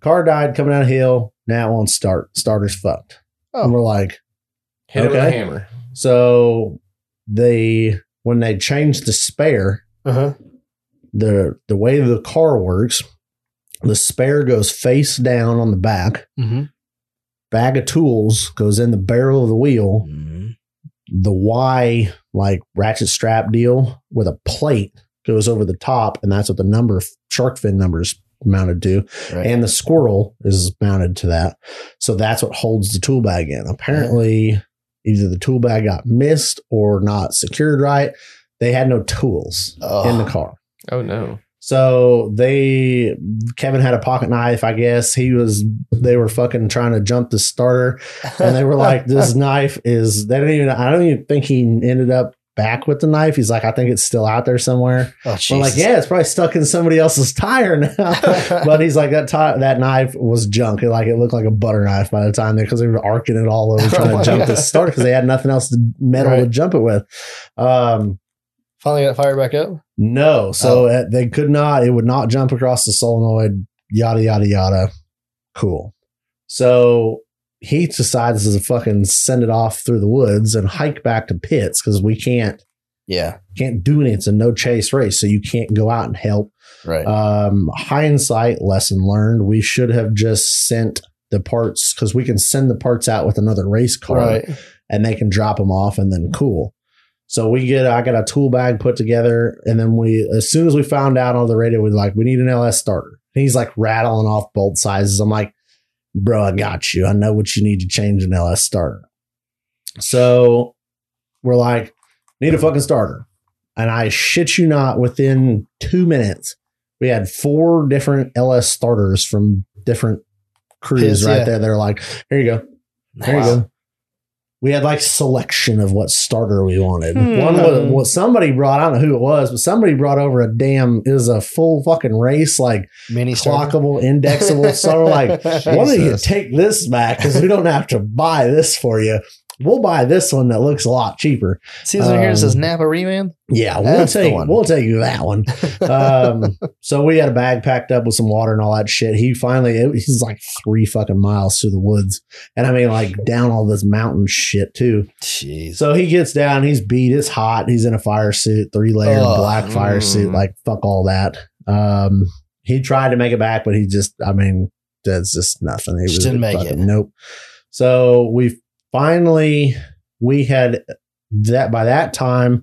Speaker 2: car died coming down a hill now it won't start starter's fucked
Speaker 1: Oh.
Speaker 2: and we're like
Speaker 3: Hit it with a
Speaker 2: Okay.
Speaker 3: hammer.
Speaker 2: so they when they changed the spare
Speaker 1: Uh-huh.
Speaker 2: the the way the car works, the spare goes face down on the back.
Speaker 1: Mm-hmm.
Speaker 2: Bag of tools goes in the barrel of the wheel.
Speaker 1: Mm-hmm.
Speaker 2: The Y like ratchet strap deal with a plate goes over the top, and that's what the number shark fin numbers mounted to,
Speaker 1: Right.
Speaker 2: and the squirrel is mounted to that. So that's what holds the tool bag in. Apparently, either the tool bag got missed or not secured right. They had no tools in the
Speaker 1: Ugh.
Speaker 2: car.
Speaker 3: Oh no.
Speaker 2: So they Kevin had a pocket knife, I guess. He was they were fucking trying to jump the starter and they were like, This knife is they don't even I don't even think he ended up back with the knife. He's like, I think it's still out there somewhere.
Speaker 1: oh,
Speaker 2: We're like,
Speaker 1: Jesus.
Speaker 2: Yeah, it's probably stuck in somebody else's tire now. but he's like that ti- that knife was junk. It, like it looked like a butter knife by the time because they were arcing it all over trying to jump the starter because they had nothing else to metal to
Speaker 1: Right.
Speaker 2: jump it with. Um
Speaker 1: Finally got fired back up.
Speaker 2: no, so uh, they could not. It would not jump across the solenoid. Yada yada yada. Cool. So he decides to fucking send it off through the woods and hike back to pits because we can't
Speaker 1: Yeah.
Speaker 2: can't do anything. It's a no chase race, so you can't go out and help.
Speaker 1: Right.
Speaker 2: Um, hindsight lesson learned. We should have just sent the parts because we can send the parts out with another race car
Speaker 1: right.
Speaker 2: and they can drop them off and then cool. So we get I got a tool bag put together and then we as soon as we found out on the radio we were like we need an LS starter. And he's like rattling off bolt sizes. I'm like, "Bro, I got you. I know what you need to change an LS starter." So we're like, "Need a fucking starter." And I shit you not within 2 minutes we had four different LS starters from different crews
Speaker 1: Yes,
Speaker 2: right
Speaker 1: yeah.
Speaker 2: there. They're like, "Here you go." There
Speaker 1: Wow.
Speaker 2: you go. We had like selection of what starter we wanted.
Speaker 1: Hmm.
Speaker 2: One was what somebody brought. I don't know who it was, but somebody brought over a damn is a full fucking race like
Speaker 1: Mini starter.
Speaker 2: clockable, indexable. So we're like, why don't you
Speaker 3: Jesus.
Speaker 2: take this back because we don't have to buy this for you. We'll buy this one that looks a lot cheaper.
Speaker 1: See, this one here
Speaker 2: Um,
Speaker 1: that says Napa Reman.
Speaker 2: Yeah, we'll
Speaker 1: That's the
Speaker 2: take
Speaker 1: one.
Speaker 2: we'll take that one. Um, so we had a bag packed up with some water and all that shit. He finally it, he's like three fucking miles through the woods, and I mean like down all this mountain shit too.
Speaker 1: Jeez.
Speaker 2: So he gets down, he's beat, it's hot, he's in a fire suit, three layer
Speaker 1: Ugh.
Speaker 2: black fire
Speaker 3: Mm.
Speaker 2: suit, like fuck all that. Um, he tried to make it back, but he just, I mean, that's just nothing. He
Speaker 1: Just didn't make
Speaker 2: fucking-
Speaker 1: it.
Speaker 2: Nope. So we finally we had that by that time.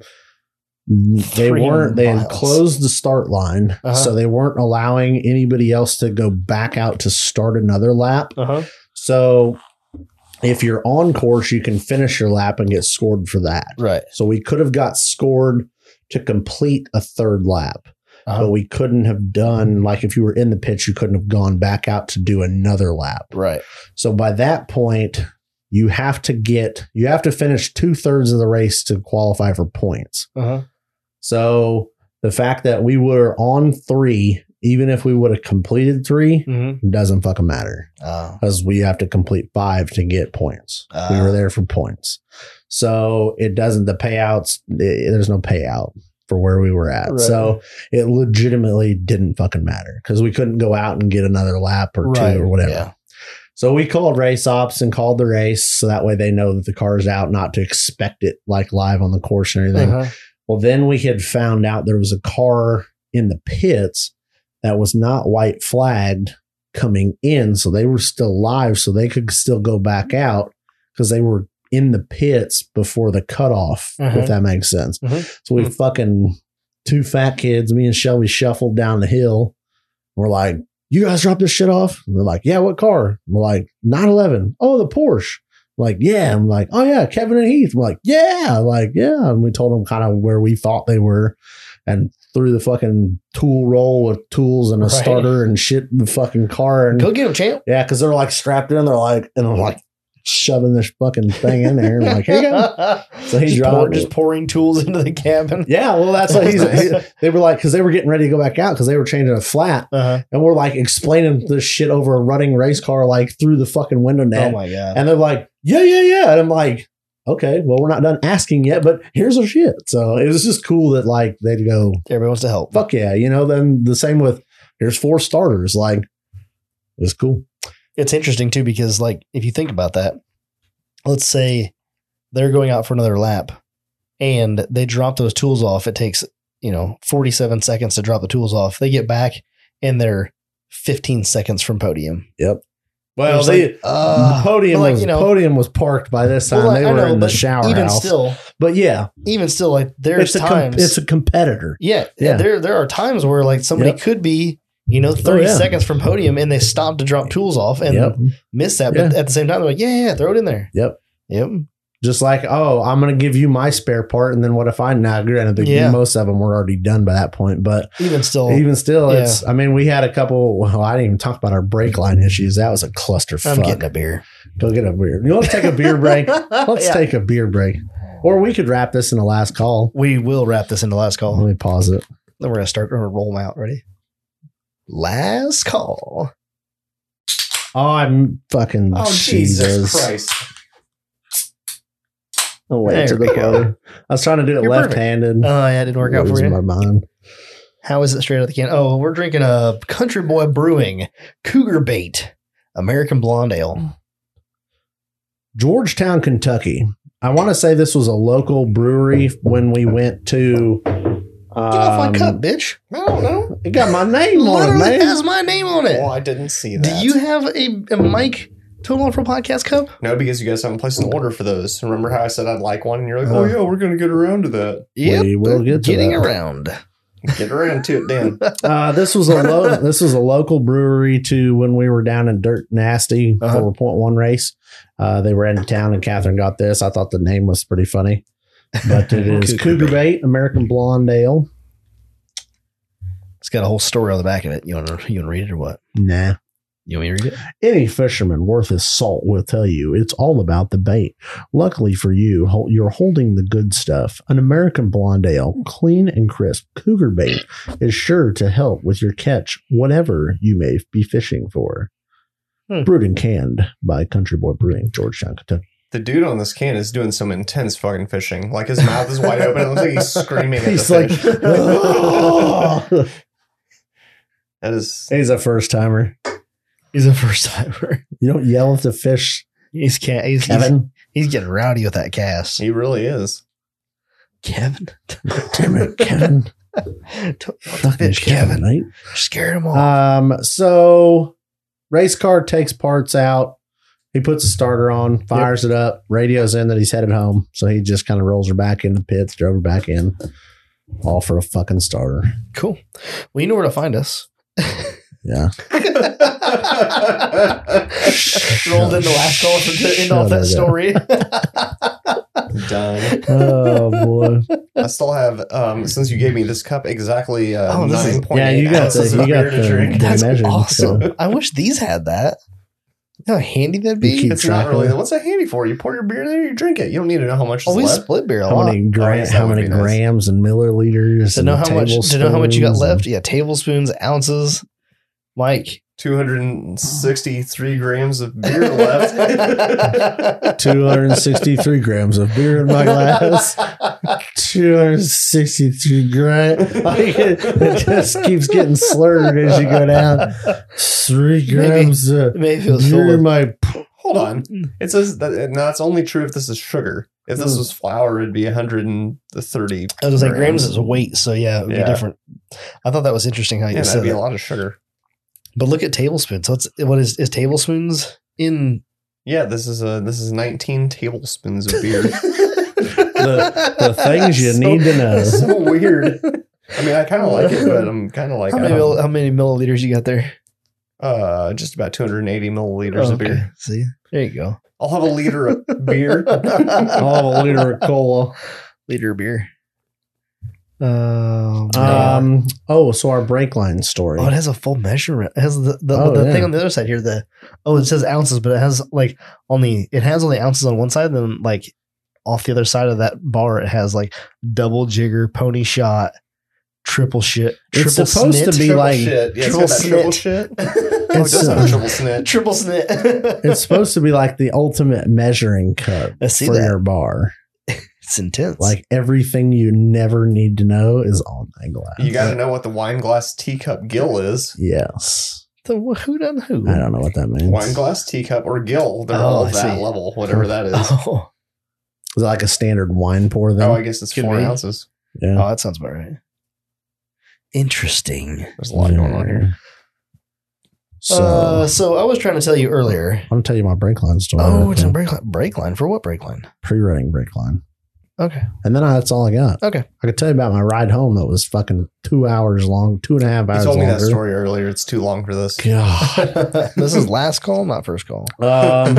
Speaker 2: They
Speaker 1: Three
Speaker 2: weren't. They had
Speaker 1: miles.
Speaker 2: closed the start line,
Speaker 1: Uh-huh.
Speaker 2: so they weren't allowing anybody else to go back out to start another lap.
Speaker 1: Uh huh.
Speaker 2: So if you're on course, you can finish your lap and get scored for that.
Speaker 1: Right.
Speaker 2: So we could have got scored to complete a third lap, but
Speaker 1: Uh-huh.
Speaker 2: we couldn't have done like if you were in the pits, you couldn't have gone back out to do another lap.
Speaker 1: Right.
Speaker 2: So by that point, you have to get you have to finish two thirds of the race to qualify for points.
Speaker 1: Uh huh.
Speaker 2: So the fact that we were on three, even if we would have completed three,
Speaker 1: Mm-hmm.
Speaker 2: doesn't fucking matter
Speaker 1: Oh.
Speaker 2: because we have to complete five to get points. we
Speaker 1: Ah.
Speaker 2: were there for points, so it doesn't the payouts. eh, there's no payout for where we were at,
Speaker 1: Right.
Speaker 2: so it legitimately didn't fucking matter because we couldn't go out and get another lap or
Speaker 1: Right.
Speaker 2: two or whatever.
Speaker 1: Yeah.
Speaker 2: So we called race ops and called the race so that way they know that the car's out, not to expect it like live on the course or anything.
Speaker 1: Uh-huh.
Speaker 2: Well, then we had found out there was a car in the pits that was not white flagged coming in. So they were still live, so they could still go back out because they were in the pits before the cutoff,
Speaker 1: Uh-huh.
Speaker 2: if that makes sense.
Speaker 1: Mhm.
Speaker 2: So we
Speaker 3: Hmm.
Speaker 2: fucking two fat kids, me and Shelby shuffled down the hill. We're like, you guys dropped this shit off? And they're like, yeah, what car? And we're like, 911. Oh, the Porsche. I'm like, yeah. I'm like, oh, yeah, Kevin and Heath. I'm like, yeah. I'm like, yeah. And we told them kind of where we thought they were and threw the fucking tool roll with tools and a
Speaker 1: Right.
Speaker 2: starter and shit in the fucking car. And
Speaker 1: Go get him, champ.
Speaker 2: yeah, because they're like strapped in. They're like, and I'm like shoving this fucking thing in there. And I'm like, here you go. So he
Speaker 1: just,
Speaker 2: dropped
Speaker 1: pour-
Speaker 2: it.
Speaker 1: just pouring tools into the cabin.
Speaker 2: Yeah, well, that's what he's. They were like, because they were getting ready to go back out because they were changing a flat.
Speaker 1: Uh-huh.
Speaker 2: and we're like explaining this shit over a running race car like through the fucking window
Speaker 1: Oh
Speaker 2: net.
Speaker 1: my god.
Speaker 2: and they're like, yeah, yeah, yeah. And I'm like, okay, well, we're not done asking yet, but here's our shit. So it was just cool that like they'd go,
Speaker 1: Everybody wants to help.
Speaker 2: fuck yeah. You know, then the same with here's four starters. Like, it's cool.
Speaker 1: it's interesting too because like if you think about that let's say they're going out for another lap and they drop those tools off it takes you know 47 seconds to drop the tools off they get back and they're 15 seconds from podium
Speaker 2: Well,
Speaker 1: It's like,
Speaker 2: they. the
Speaker 1: uh,
Speaker 2: podium
Speaker 1: but, like,
Speaker 2: was
Speaker 1: you know-
Speaker 2: podium was parked by this time.
Speaker 1: Well, I-
Speaker 2: they
Speaker 1: I
Speaker 2: were
Speaker 1: know,
Speaker 2: in the
Speaker 1: but
Speaker 2: shower
Speaker 1: even
Speaker 2: house.
Speaker 1: still
Speaker 2: but yeah,
Speaker 1: even still like there's
Speaker 2: it's a, com-
Speaker 1: times
Speaker 2: it's a competitor.
Speaker 1: yeah,
Speaker 2: yeah.
Speaker 1: there there are times where like somebody
Speaker 2: Yep.
Speaker 1: could be you know 30
Speaker 2: yeah.
Speaker 1: seconds from podium and they stop to drop tools off and
Speaker 2: Yep.
Speaker 1: miss that but
Speaker 2: Yeah.
Speaker 1: at the same time they're like yeah, yeah yeah, throw it in there
Speaker 2: Yep.
Speaker 1: yep
Speaker 2: just like oh i'm gonna give you my spare part and then what if i now granted the,
Speaker 1: Yeah.
Speaker 2: most of them were already done by that point but
Speaker 1: even still
Speaker 2: even still
Speaker 1: yeah.
Speaker 2: it's i mean we had a couple well i didn't even talk about our brake line issues that was a clusterfuck
Speaker 1: i'm getting a beer
Speaker 2: go get a beer you want to take a beer break let's
Speaker 1: Oh, Yeah.
Speaker 2: take a beer break or we could wrap this in the last call
Speaker 1: We will wrap this into last call.
Speaker 2: let me pause it
Speaker 1: Then we're gonna start. We're gonna roll them out. Ready? Last call.
Speaker 2: oh i'm fucking
Speaker 3: Oh, Jesus Christ.
Speaker 2: oh wait
Speaker 1: There
Speaker 2: to the
Speaker 1: we go.
Speaker 2: corner. i was trying to do it
Speaker 1: You're perfect.
Speaker 2: left-handed
Speaker 1: Oh yeah, it didn't work out for
Speaker 2: Losing
Speaker 1: you.
Speaker 2: my mind
Speaker 1: How is it straight out of the can? Oh, we're drinking a Country Boy Brewing Cougar Bait American Blonde Ale.
Speaker 2: Georgetown, Kentucky. I want to say this was a local brewery when we went to. Um,
Speaker 1: Get off my cup, bitch!
Speaker 3: I don't know.
Speaker 2: It got my name on it,
Speaker 1: Literally
Speaker 2: man.
Speaker 1: has my name on it.
Speaker 3: Well, I didn't see
Speaker 1: Do
Speaker 3: that.
Speaker 1: you have a, a Mike Total Offer Podcast cup?
Speaker 3: No, because you guys haven't placed an order for those. Remember how I said I'd like one, and you're like,
Speaker 2: Uh.
Speaker 3: "Oh yeah, we're gonna get around to that.
Speaker 2: We will get to
Speaker 1: getting
Speaker 2: that.
Speaker 1: around.
Speaker 3: Get around to it, Dan."
Speaker 2: Uh, this was a lo- this was a local brewery to when we were down in Dirt Nasty
Speaker 1: Uh-huh.
Speaker 2: for a point one race. Uh, they were in town and Catherine got this. I thought the name was pretty funny, but it is
Speaker 1: Cougar
Speaker 2: Cougar Bait American Blonde Ale.
Speaker 1: It's got a whole story on the back of it. You want to you want to read it or what?
Speaker 2: Nah,
Speaker 1: You want me to read it?
Speaker 2: Any fisherman worth his salt will tell you it's all about the bait. Luckily for you, hol- you're holding the good stuff. An American blonde ale, clean and crisp cougar bait, is sure to help with your catch, whatever you may be fishing for.
Speaker 1: Hmm.
Speaker 2: Brewed and canned by Country Boy Brewing, Georgetown, Kentucky.
Speaker 3: The dude on this can is doing some intense fucking fishing. Like his mouth is wide open. It looks like he's screaming at
Speaker 2: He's
Speaker 3: the
Speaker 2: like,
Speaker 3: fish.
Speaker 2: "Ugh."
Speaker 3: that is
Speaker 2: he's a first timer.
Speaker 1: He's a first timer.
Speaker 2: You don't yell at the fish,
Speaker 1: He's can he's, he's
Speaker 2: Kevin.
Speaker 1: he's getting rowdy with that cast.
Speaker 3: he really is.
Speaker 1: Kevin,
Speaker 2: Damn it, Kevin.
Speaker 1: Don't let the fish, Kevin.
Speaker 2: right?
Speaker 1: You're scaring him off.
Speaker 2: Um, so race car takes parts out. He puts a starter on, fires it up, radios in that he's headed home. So he just kind of rolls her back in the pits, drove her back in, all for a fucking starter.
Speaker 1: cool. Well, you know where to find us.
Speaker 2: Yeah.
Speaker 1: Rolled in the last call to to end off
Speaker 2: Shut
Speaker 1: that
Speaker 2: it
Speaker 1: story.
Speaker 3: Done.
Speaker 2: Oh boy.
Speaker 3: I still have, um, since you gave me this cup, exactly uh,
Speaker 1: Oh, this is-
Speaker 3: 9.8
Speaker 2: yeah, you got the
Speaker 3: ounces
Speaker 2: you
Speaker 3: of
Speaker 2: got
Speaker 3: beer to drink.
Speaker 2: the,
Speaker 1: That's
Speaker 2: the measure.
Speaker 1: awesome.
Speaker 2: So
Speaker 1: I wish these had that. You know how handy that'd
Speaker 2: You
Speaker 1: be.
Speaker 2: keep-
Speaker 3: It's not
Speaker 2: track of
Speaker 3: really.
Speaker 2: it.
Speaker 3: What's that handy for? You pour your beer there, you drink it. You don't need to know how much is
Speaker 1: Oh, we
Speaker 3: left.
Speaker 1: split beer a
Speaker 2: how
Speaker 1: lot.
Speaker 2: many
Speaker 3: I
Speaker 2: grams
Speaker 3: guess
Speaker 2: how
Speaker 3: Oh, that would
Speaker 2: many
Speaker 3: be nice.
Speaker 2: grams and milliliters
Speaker 1: to
Speaker 2: and
Speaker 1: know how much to know how much you got
Speaker 2: tablespoons
Speaker 1: left. Yeah, tablespoons, ounces. Mike,
Speaker 3: Two hundred and sixty-three grams of beer left.
Speaker 2: and 263 grams of beer in my glass. 263 grand. Like, it, it just keeps getting slurred as you go down. Three grams
Speaker 1: it
Speaker 2: of
Speaker 1: may feel
Speaker 2: beer in
Speaker 1: full.
Speaker 2: my.
Speaker 3: Hold on. It says that and that's only true if this is sugar. If this
Speaker 1: Mm.
Speaker 2: Hmm.
Speaker 3: was flour, it'd be one hundred and thirty.
Speaker 1: I was gonna say grams is weight, so yeah, it would
Speaker 3: Yeah.
Speaker 1: be different. I thought that was interesting how you
Speaker 3: Yeah, that'd
Speaker 1: said
Speaker 3: be a
Speaker 1: that.
Speaker 3: lot of sugar.
Speaker 1: But look at tablespoons. What's what is is tablespoons in?
Speaker 3: Yeah, this is a this is nineteen tablespoons of beer.
Speaker 2: The, the things you
Speaker 1: So-
Speaker 2: need to know.
Speaker 3: It's so weird. I mean, I kind of like it, but I'm kind of like
Speaker 1: How
Speaker 3: I
Speaker 1: many
Speaker 3: don't-
Speaker 1: mil, how many milliliters you got there?
Speaker 3: uh, just about 280 milliliters
Speaker 2: Oh,
Speaker 3: of
Speaker 1: Oh, Okay,
Speaker 3: beer.
Speaker 1: See, there you go.
Speaker 3: I'll have a liter of beer.
Speaker 2: I'll have a liter of cola.
Speaker 1: Liter of beer. Um,
Speaker 2: Um, oh, so our brake line story.
Speaker 1: Oh, it has a full measurement. It has the, the,
Speaker 2: Oh,
Speaker 1: the
Speaker 2: yeah.
Speaker 1: thing on the other side here. The oh, it says ounces, but it has like only it has only ounces on one side. Then like off the other side of that bar, it has like double jigger, pony shot, triple shit,
Speaker 2: It's
Speaker 1: triple
Speaker 2: supposed to
Speaker 1: snit,
Speaker 2: be
Speaker 3: Triple
Speaker 2: like-
Speaker 3: shit. Yeah,
Speaker 1: triple uh,
Speaker 3: it's got that triple shit. oh, it does have a triple snitch.
Speaker 1: triple snit.
Speaker 2: It's supposed to be like the ultimate measuring cup
Speaker 1: I see
Speaker 2: for
Speaker 1: that.
Speaker 2: your bar.
Speaker 1: It's intense.
Speaker 2: Like everything you never need to know is on that glass.
Speaker 3: You got to know what the wine glass teacup gill is.
Speaker 2: Yes.
Speaker 1: the who done who?
Speaker 2: I don't know what that means.
Speaker 3: Wine glass teacup or gill. They're
Speaker 1: Oh,
Speaker 3: all
Speaker 1: I
Speaker 3: that
Speaker 1: see.
Speaker 3: level, whatever that is. Oh,
Speaker 1: Oh,
Speaker 2: Is it like a standard wine pour then?
Speaker 3: I guess it's
Speaker 1: Could
Speaker 3: four
Speaker 1: be.
Speaker 3: ounces.
Speaker 2: yeah.
Speaker 1: oh, that sounds about right. Interesting.
Speaker 3: There's a lot going on here.
Speaker 2: So
Speaker 1: uh, so I was trying to tell you earlier.
Speaker 2: I'm gonna tell you my brake line story.
Speaker 1: Oh, it's a break line. Break line for what break line?
Speaker 2: pre-running brake line,
Speaker 1: Okay.
Speaker 2: and then I, that's all I got.
Speaker 1: Okay.
Speaker 2: I could tell you about my ride home that was fucking two hours long, two and a half
Speaker 3: You
Speaker 2: hours.
Speaker 3: told me that
Speaker 2: longer.
Speaker 3: story earlier. It's too long for this.
Speaker 2: God.
Speaker 1: this is last call, not first call.
Speaker 2: um,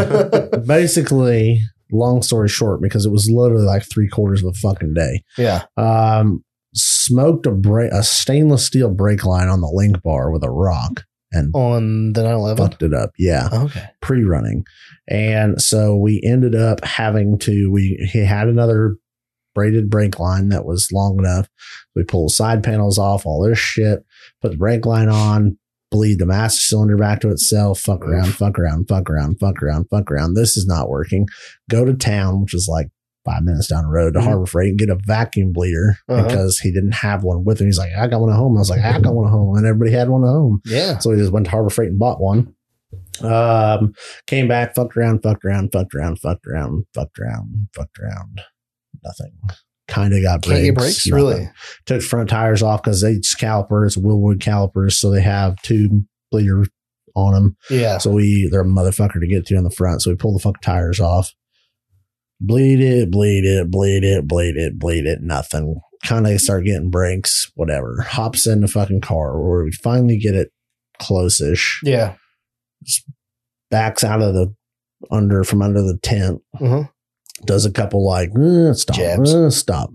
Speaker 2: basically, long story short, because it was literally like three quarters of a fucking day.
Speaker 1: Yeah.
Speaker 2: Um, smoked a break, a stainless steel brake line on the link bar with a rock and
Speaker 3: Oh,
Speaker 1: On the 9 11.
Speaker 2: fucked it up. Yeah.
Speaker 1: Okay.
Speaker 2: pre-running and so we ended up having to we he had another braided brake line that was long enough we pulled side panels off all this shit put the brake line on bleed the master cylinder back to itself fuck around fuck around fuck around fuck around fuck around this is not working go to town which is like five minutes down the road to
Speaker 1: Mhm.
Speaker 2: harbor freight and get a vacuum bleeder
Speaker 1: Uh-huh.
Speaker 2: because he didn't have one with him he's like i got one at home i was like i got one at home and everybody had one at home
Speaker 1: Yeah.
Speaker 2: so we just went to Harbor Freight and bought one. Um, came back, fucked around, fucked around, fucked around, fucked around, fucked around, fucked around. Nothing. Kind of got
Speaker 1: Can't
Speaker 2: brakes.
Speaker 1: get brakes?
Speaker 2: nothing.
Speaker 1: Really?
Speaker 2: Took front tires off because they just calipers, Willwood calipers, so they have two bleeders on them.
Speaker 1: Yeah.
Speaker 2: So we they're a motherfucker to get to on the front. So we pull the fucking tires off. Bleed it, bleed it, bleed it, bleed it, bleed it, nothing. Kind of start getting brakes, whatever. Hops in the fucking car where we finally get it close ish.
Speaker 1: Yeah.
Speaker 2: Backs out of the under from under the tent.
Speaker 1: Uh-huh.
Speaker 2: Does a couple like eh, stop,
Speaker 1: Jabs.
Speaker 2: eh, stop.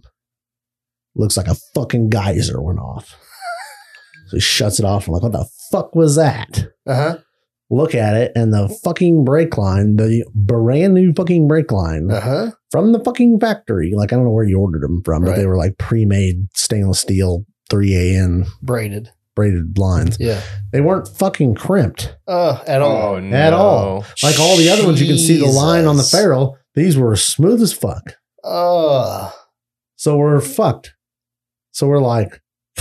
Speaker 2: Looks like a fucking geyser went off. So he shuts it off. I'm like, what the fuck was that?
Speaker 1: Uh-huh.
Speaker 2: look at it and the fucking brake line, the brand new fucking brake line
Speaker 1: Uh-huh.
Speaker 2: from the fucking factory. Like, I don't know where you ordered them from, but
Speaker 1: Right.
Speaker 2: they were like pre made stainless steel 3AN
Speaker 1: Braided.
Speaker 2: braided lines.
Speaker 1: Yeah.
Speaker 2: They weren't fucking crimped
Speaker 1: Uh, at all.
Speaker 3: Oh, no.
Speaker 2: At all. like all the other ones. You can see the line on the
Speaker 1: Jesus.
Speaker 2: ferrule. These were smooth as fuck.
Speaker 1: Uh,
Speaker 2: So we're fucked. So we're like,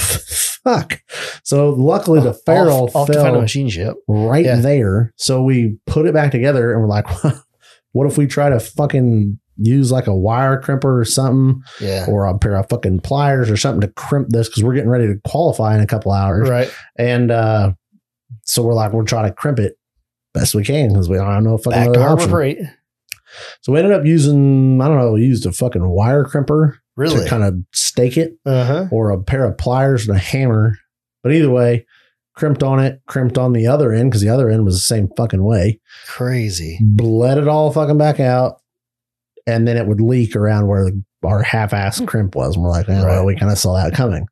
Speaker 2: fuck. So luckily the ferrule
Speaker 1: off, off to find a
Speaker 2: fell
Speaker 1: machine ship.
Speaker 2: right
Speaker 1: Yeah.
Speaker 2: there. So we put it back together and we're like, what if we try to fucking use like a wire crimper or something
Speaker 1: Yeah.
Speaker 2: or a pair of fucking pliers or something to crimp this because we're getting ready to qualify in a couple hours.
Speaker 1: Right.
Speaker 2: And uh, so we're like, we're trying to crimp it best we can because we don't know fucking
Speaker 1: Back to
Speaker 2: other
Speaker 1: Harbor
Speaker 2: option.
Speaker 1: Freight.
Speaker 2: So we ended up using, I don't know, we used a fucking wire crimper
Speaker 1: Really?
Speaker 2: to kind of stake it
Speaker 1: Uh huh.
Speaker 2: or a pair of pliers and a hammer. But either way, crimped on it, crimped on the other end because the other end was the same fucking way.
Speaker 1: Crazy.
Speaker 2: Bled it all fucking back out. And then it would leak around where our half ass crimp was. And we're like, eh, well,
Speaker 1: Right.
Speaker 2: we kind of saw that coming.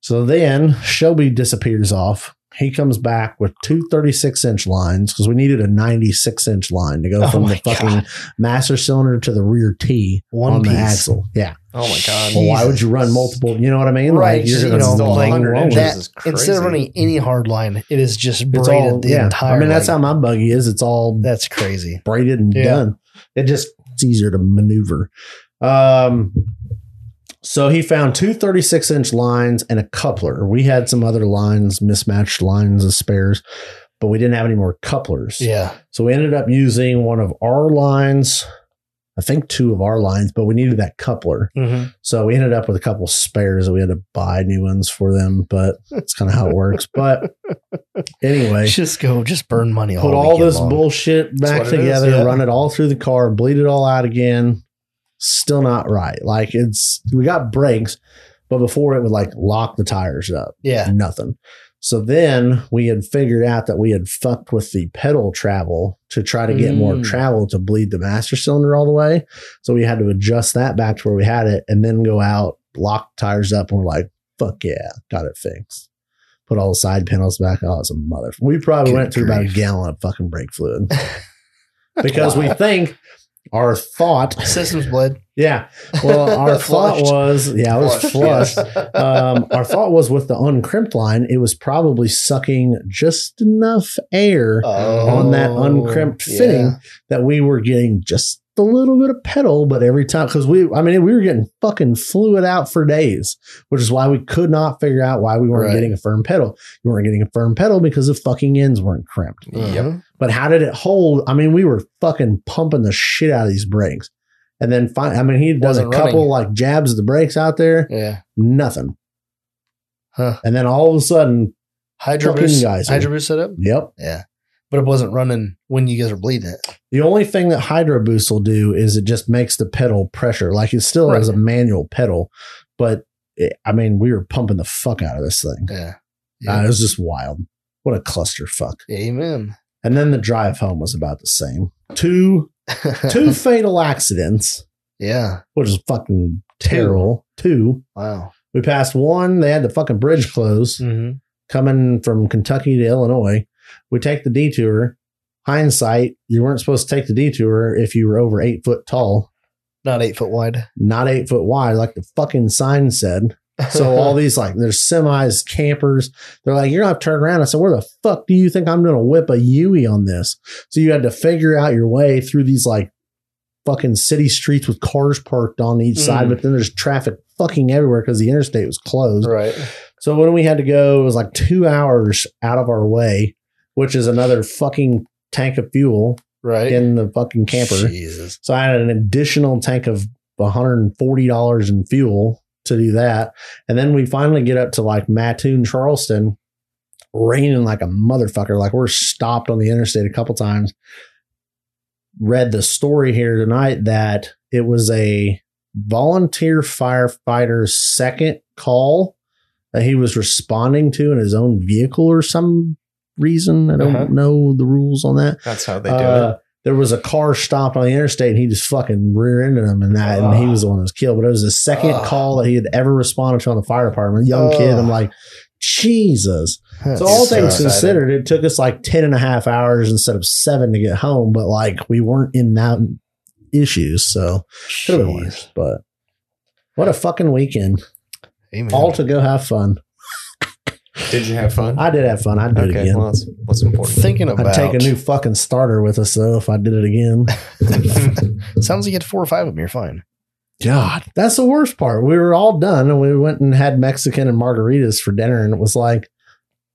Speaker 2: So then Shelby disappears off. He comes back with two 36 inch lines because we needed a 96 inch line to go
Speaker 1: Oh
Speaker 2: from the
Speaker 1: my
Speaker 2: fucking
Speaker 1: God.
Speaker 2: master cylinder to the rear T
Speaker 1: One
Speaker 2: on
Speaker 1: piece.
Speaker 2: the axle. Yeah.
Speaker 3: Oh my god.
Speaker 2: Well, why would
Speaker 1: Jesus.
Speaker 2: you run multiple? You know what I mean?
Speaker 1: Right,
Speaker 2: you're
Speaker 1: you
Speaker 2: gonna
Speaker 1: know,
Speaker 2: long
Speaker 1: like
Speaker 2: roll
Speaker 1: inches.
Speaker 2: it.
Speaker 1: that- Instead of running any hard line, it is just
Speaker 2: It's
Speaker 1: braided
Speaker 2: all
Speaker 1: the
Speaker 2: yeah.
Speaker 1: entire.
Speaker 2: I mean, that's
Speaker 1: like-
Speaker 2: how my buggy is. It's all
Speaker 1: That's crazy.
Speaker 2: braided and
Speaker 1: Yeah.
Speaker 2: done. It just it's easier to maneuver. Um, so he found two 36 inch lines and a coupler. We had some other lines, mismatched lines as spares, but we didn't have any more couplers.
Speaker 1: Yeah.
Speaker 2: So we ended up using one of our lines. I think two of our lines, but we needed that coupler.
Speaker 1: Mm-hmm.
Speaker 2: So we ended up with a couple spares that we had to buy new ones for them, but that's kind of how it works. But anyway,
Speaker 1: Just go. Just burn money. all
Speaker 2: put all
Speaker 1: weekend
Speaker 2: this
Speaker 1: long.
Speaker 2: bullshit back
Speaker 3: what it is,
Speaker 2: together,
Speaker 1: yeah.
Speaker 2: run it all through the car, bleed it all out again. Still not right. Like it's we got brakes, but before it would like lock the tires up.
Speaker 1: Yeah.
Speaker 2: Nothing. So then we had figured out that we had fucked with the pedal travel to try to get more
Speaker 1: Mm.
Speaker 2: travel to bleed the master cylinder all the way. So we had to adjust that back to where we had it and then go out, lock tires up, and we're like, fuck yeah, got it fixed. Put all the side panels back. Oh, it's a mother. We probably
Speaker 1: Good
Speaker 2: went through about a
Speaker 1: grief.
Speaker 2: gallon of fucking brake fluid because we think our thought,
Speaker 1: Systems bled.
Speaker 2: yeah, well, our thought
Speaker 1: Flushed.
Speaker 2: was, yeah, it was flushed um, our thought was with the uncrimped line, it was probably sucking just enough air on that uncrimped fitting
Speaker 1: Oh, yeah.
Speaker 2: that we were getting just a little bit of pedal, but every time, because we, I mean, we were getting fucking fluid out for days, which is why we could not figure out why we weren't
Speaker 1: Right.
Speaker 2: getting a firm pedal. We weren't getting a firm pedal because the fucking ends weren't crimped.
Speaker 3: Yep.
Speaker 1: Mhm.
Speaker 2: But how did it hold? I mean, we were fucking pumping the shit out of these brakes. And then, fin- I mean, he does a
Speaker 1: Wasn't
Speaker 2: couple
Speaker 1: running.
Speaker 2: like jabs of the brakes out there,
Speaker 1: Yeah.
Speaker 2: nothing.
Speaker 1: Huh.
Speaker 2: And then all of a sudden,
Speaker 1: Hydro
Speaker 2: Fucking
Speaker 1: boost.
Speaker 2: guys.
Speaker 1: Hydro boost setup.
Speaker 2: yep.
Speaker 1: Yeah. But it wasn't running when you guys were bleeding it.
Speaker 2: The only thing that Hydro Boost will do is it just makes the pedal pressure. Like it still is a manual pedal, but it, I mean, we were pumping the fuck out of this thing.
Speaker 1: Yeah.
Speaker 2: Uh,
Speaker 1: Yeah.
Speaker 2: it was just wild. What a clusterfuck.
Speaker 1: Amen.
Speaker 2: And then the drive home was about the same. Two two fatal accidents,
Speaker 1: yeah.
Speaker 2: which is fucking terrible. Two.
Speaker 1: Wow.
Speaker 2: We passed one. They had the fucking bridge closed.
Speaker 1: Mm-hmm.
Speaker 2: coming from Kentucky to Illinois. We take the detour. Hindsight, you weren't supposed to take the detour if you were over eight foot tall,
Speaker 1: Not eight foot wide.
Speaker 2: not eight foot wide, like the fucking sign said. So all these like there's semis, campers. They're like, you're gonna have to turn around. I said, where the fuck do you think I'm gonna whip a Yui on this? So you had to figure out your way through these like fucking city streets with cars parked on each side,
Speaker 1: Mm.
Speaker 2: but then there's traffic fucking everywhere because the interstate was closed.
Speaker 1: right.
Speaker 2: So when we had to go, it was like two hours out of our way, which is another fucking tank of fuel
Speaker 1: Right.
Speaker 2: in the fucking camper.
Speaker 1: Jesus.
Speaker 2: So I had an additional tank of $140 in fuel to do that. And then we finally get up to like Mattoon, Charleston, raining like a motherfucker. Like we're stopped on the interstate a couple times. Read the story here tonight that it was a volunteer firefighter's second call that he was responding to in his own vehicle or some reason. I don't
Speaker 3: Uh-huh.
Speaker 2: know the rules on that
Speaker 3: That's how they do
Speaker 2: uh, There was a car stopped on the interstate, and he just fucking rear-ended him, and that, and he was the one that was killed. But it was the second
Speaker 1: Ugh.
Speaker 2: call that he had ever responded to on the fire department. Young kid, I'm
Speaker 1: Ugh.
Speaker 2: like, Jesus.
Speaker 1: That's
Speaker 2: So all
Speaker 3: so
Speaker 2: things
Speaker 3: exciting.
Speaker 2: considered, it took us like 10 and a half hours instead of seven to get home, but like we weren't in that issues, so could have been
Speaker 1: Jeez.
Speaker 2: worse. But what a fucking weekend!
Speaker 1: Amen.
Speaker 2: All to go have fun.
Speaker 3: Did you have fun?
Speaker 2: I did have fun. I'd do it
Speaker 3: okay,
Speaker 2: again.
Speaker 3: well, that's what's important.
Speaker 1: Thinking
Speaker 2: I'd
Speaker 1: about
Speaker 2: take a new fucking starter with us though if I did it again.
Speaker 1: sounds like you had four or five of them. You're fine.
Speaker 2: God, that's the worst part. We were all done and we went and had Mexican and margaritas for dinner, and it was like